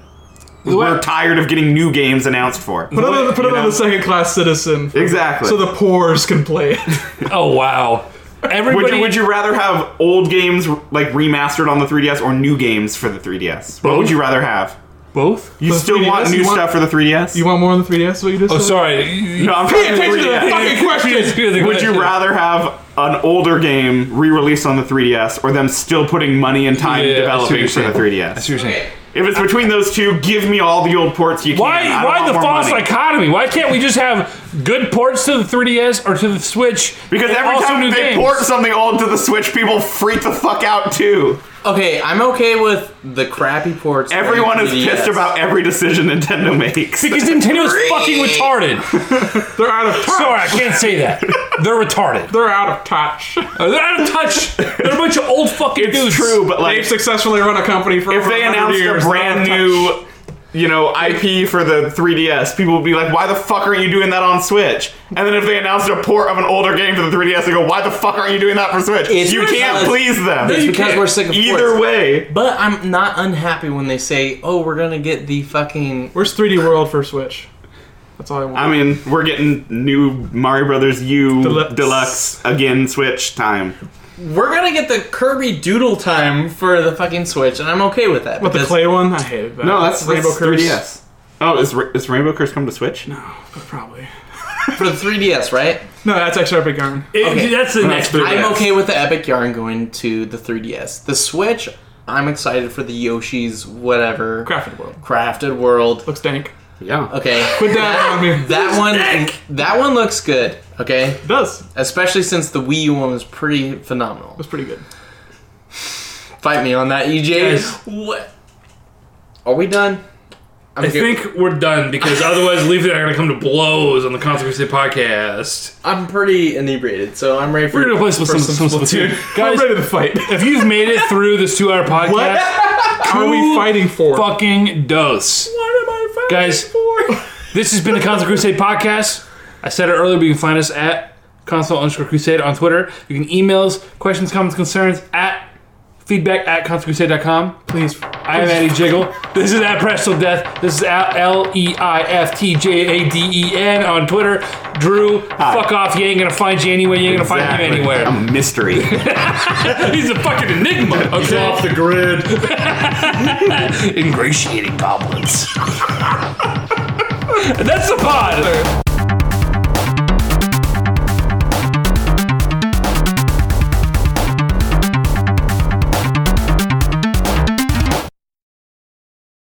Speaker 6: we're tired of getting new games announced for.
Speaker 4: Put it on, put it on the second class citizen.
Speaker 6: Exactly.
Speaker 4: So the poors can play it.
Speaker 2: Oh wow. Everybody.
Speaker 6: would you, would you rather have old games like remastered on the 3DS or new games for the 3DS? What would you rather have?
Speaker 2: both?
Speaker 6: You
Speaker 4: the
Speaker 6: still
Speaker 4: 3DS?
Speaker 6: want new
Speaker 4: You want-
Speaker 6: stuff for the 3DS?
Speaker 4: You want more on the 3DS? What you just
Speaker 2: Oh,
Speaker 4: said?
Speaker 2: sorry.
Speaker 6: no, I'm paying attention to the fucking Would you rather have an older game re-released on the 3DS or them still putting money and time
Speaker 2: Yeah, I see what
Speaker 6: developing
Speaker 2: you're
Speaker 6: for the
Speaker 2: saying.
Speaker 6: 3DS?
Speaker 2: Seriously.
Speaker 6: If it's between those two, give me all the old ports you can. I
Speaker 2: Why?
Speaker 6: don't
Speaker 2: Why
Speaker 6: want
Speaker 2: the
Speaker 6: more
Speaker 2: false
Speaker 6: money.
Speaker 2: dichotomy? Why can't we just have good ports to the 3DS or to the Switch?
Speaker 6: Because
Speaker 2: and
Speaker 6: every
Speaker 2: also
Speaker 6: time
Speaker 2: new
Speaker 6: they
Speaker 2: games?
Speaker 6: port something old to the Switch, people freak the fuck out too.
Speaker 3: Okay, I'm okay with the crappy ports. on
Speaker 6: Everyone is
Speaker 3: 3DS.
Speaker 6: pissed about every decision Nintendo makes.
Speaker 2: because Nintendo's fucking retarded.
Speaker 4: They're out of touch.
Speaker 2: Sorry, I can't say that. They're retarded.
Speaker 4: They're out of touch.
Speaker 2: Uh, They're out of touch. They're a bunch of old fucking
Speaker 6: it's
Speaker 2: dudes.
Speaker 6: true, but like
Speaker 4: They've successfully run a company for
Speaker 6: if
Speaker 4: over
Speaker 6: they
Speaker 4: 100
Speaker 6: announced
Speaker 4: years, they're
Speaker 6: a
Speaker 4: out
Speaker 6: brand
Speaker 4: of touch.
Speaker 6: new, you know, IP for the 3DS, people would be like, "Why the fuck aren't you doing that on Switch?" And then if they announced a port of an older game for the 3DS, they go, "Why the fuck aren't you doing that for Switch?"
Speaker 3: It's
Speaker 6: you can't
Speaker 3: because-
Speaker 6: please
Speaker 3: It's
Speaker 6: them.
Speaker 3: because we're sick of
Speaker 6: Either
Speaker 3: ports.
Speaker 6: way,
Speaker 3: But I'm not unhappy when they say, "Oh, we're gonna get the fucking."
Speaker 4: Where's 3D World for Switch? That's all I want.
Speaker 6: I mean, we're getting new Mario Brothers U
Speaker 4: Deluxe.
Speaker 6: Deluxe, again Switch time.
Speaker 3: We're gonna get the Kirby Doodle time for the fucking Switch, and I'm okay with that.
Speaker 4: what the
Speaker 3: because-
Speaker 4: clay one? I hated that.
Speaker 6: No, that's
Speaker 4: Rainbow
Speaker 6: that's
Speaker 4: Curse.
Speaker 6: 3DS. Oh, is, Ra- is Rainbow Curse come to Switch? No.
Speaker 4: Probably.
Speaker 3: for the 3DS, right?
Speaker 4: No, that's extra epic yarn.
Speaker 2: It-
Speaker 3: Okay.
Speaker 2: That's the next.
Speaker 6: true.
Speaker 2: big
Speaker 6: Yes.
Speaker 3: I'm okay with the Epic Yarn going to the 3DS. The Switch, I'm excited for the Yoshi's whatever
Speaker 4: Crafted World.
Speaker 3: crafted world.
Speaker 4: Looks dank.
Speaker 6: Yeah.
Speaker 3: Okay,
Speaker 4: Put that on me.
Speaker 3: that one that one looks good. Okay,
Speaker 4: It does.
Speaker 3: especially since the Wii U one was pretty phenomenal.
Speaker 4: That's pretty good.
Speaker 3: Fight me on that, EJ.
Speaker 2: Yes.
Speaker 3: What? Are we done? I'm
Speaker 2: I
Speaker 3: good.
Speaker 2: think we're done because otherwise, Leaf and I are gonna come to blows on the Consequences podcast.
Speaker 3: I'm pretty inebriated, so I'm ready for.
Speaker 2: We're gonna play some, some, some, Splatoon, guys.
Speaker 4: I'm ready to fight.
Speaker 2: If you've made it through this two-hour podcast,
Speaker 4: Are we fighting for?
Speaker 2: fucking dose.
Speaker 4: What am I fighting
Speaker 2: Guys.
Speaker 4: for?
Speaker 2: This has been the Console Crusade podcast. I said it earlier, but you can find us at console underscore crusade on Twitter. You can email us questions, comments, concerns at feedback at consolecrusade.com.
Speaker 4: Please.
Speaker 2: I am Eddie Jiggle. This is at Presto Death. This is at L E I F T J A D E N on Twitter. Drew, fuck off. You ain't gonna find you anywhere. You ain't gonna find him anywhere.
Speaker 6: I'm a mystery.
Speaker 2: He's a fucking enigma. Okay.
Speaker 1: Off the grid.
Speaker 2: Ingratiating goblins. That's the pod.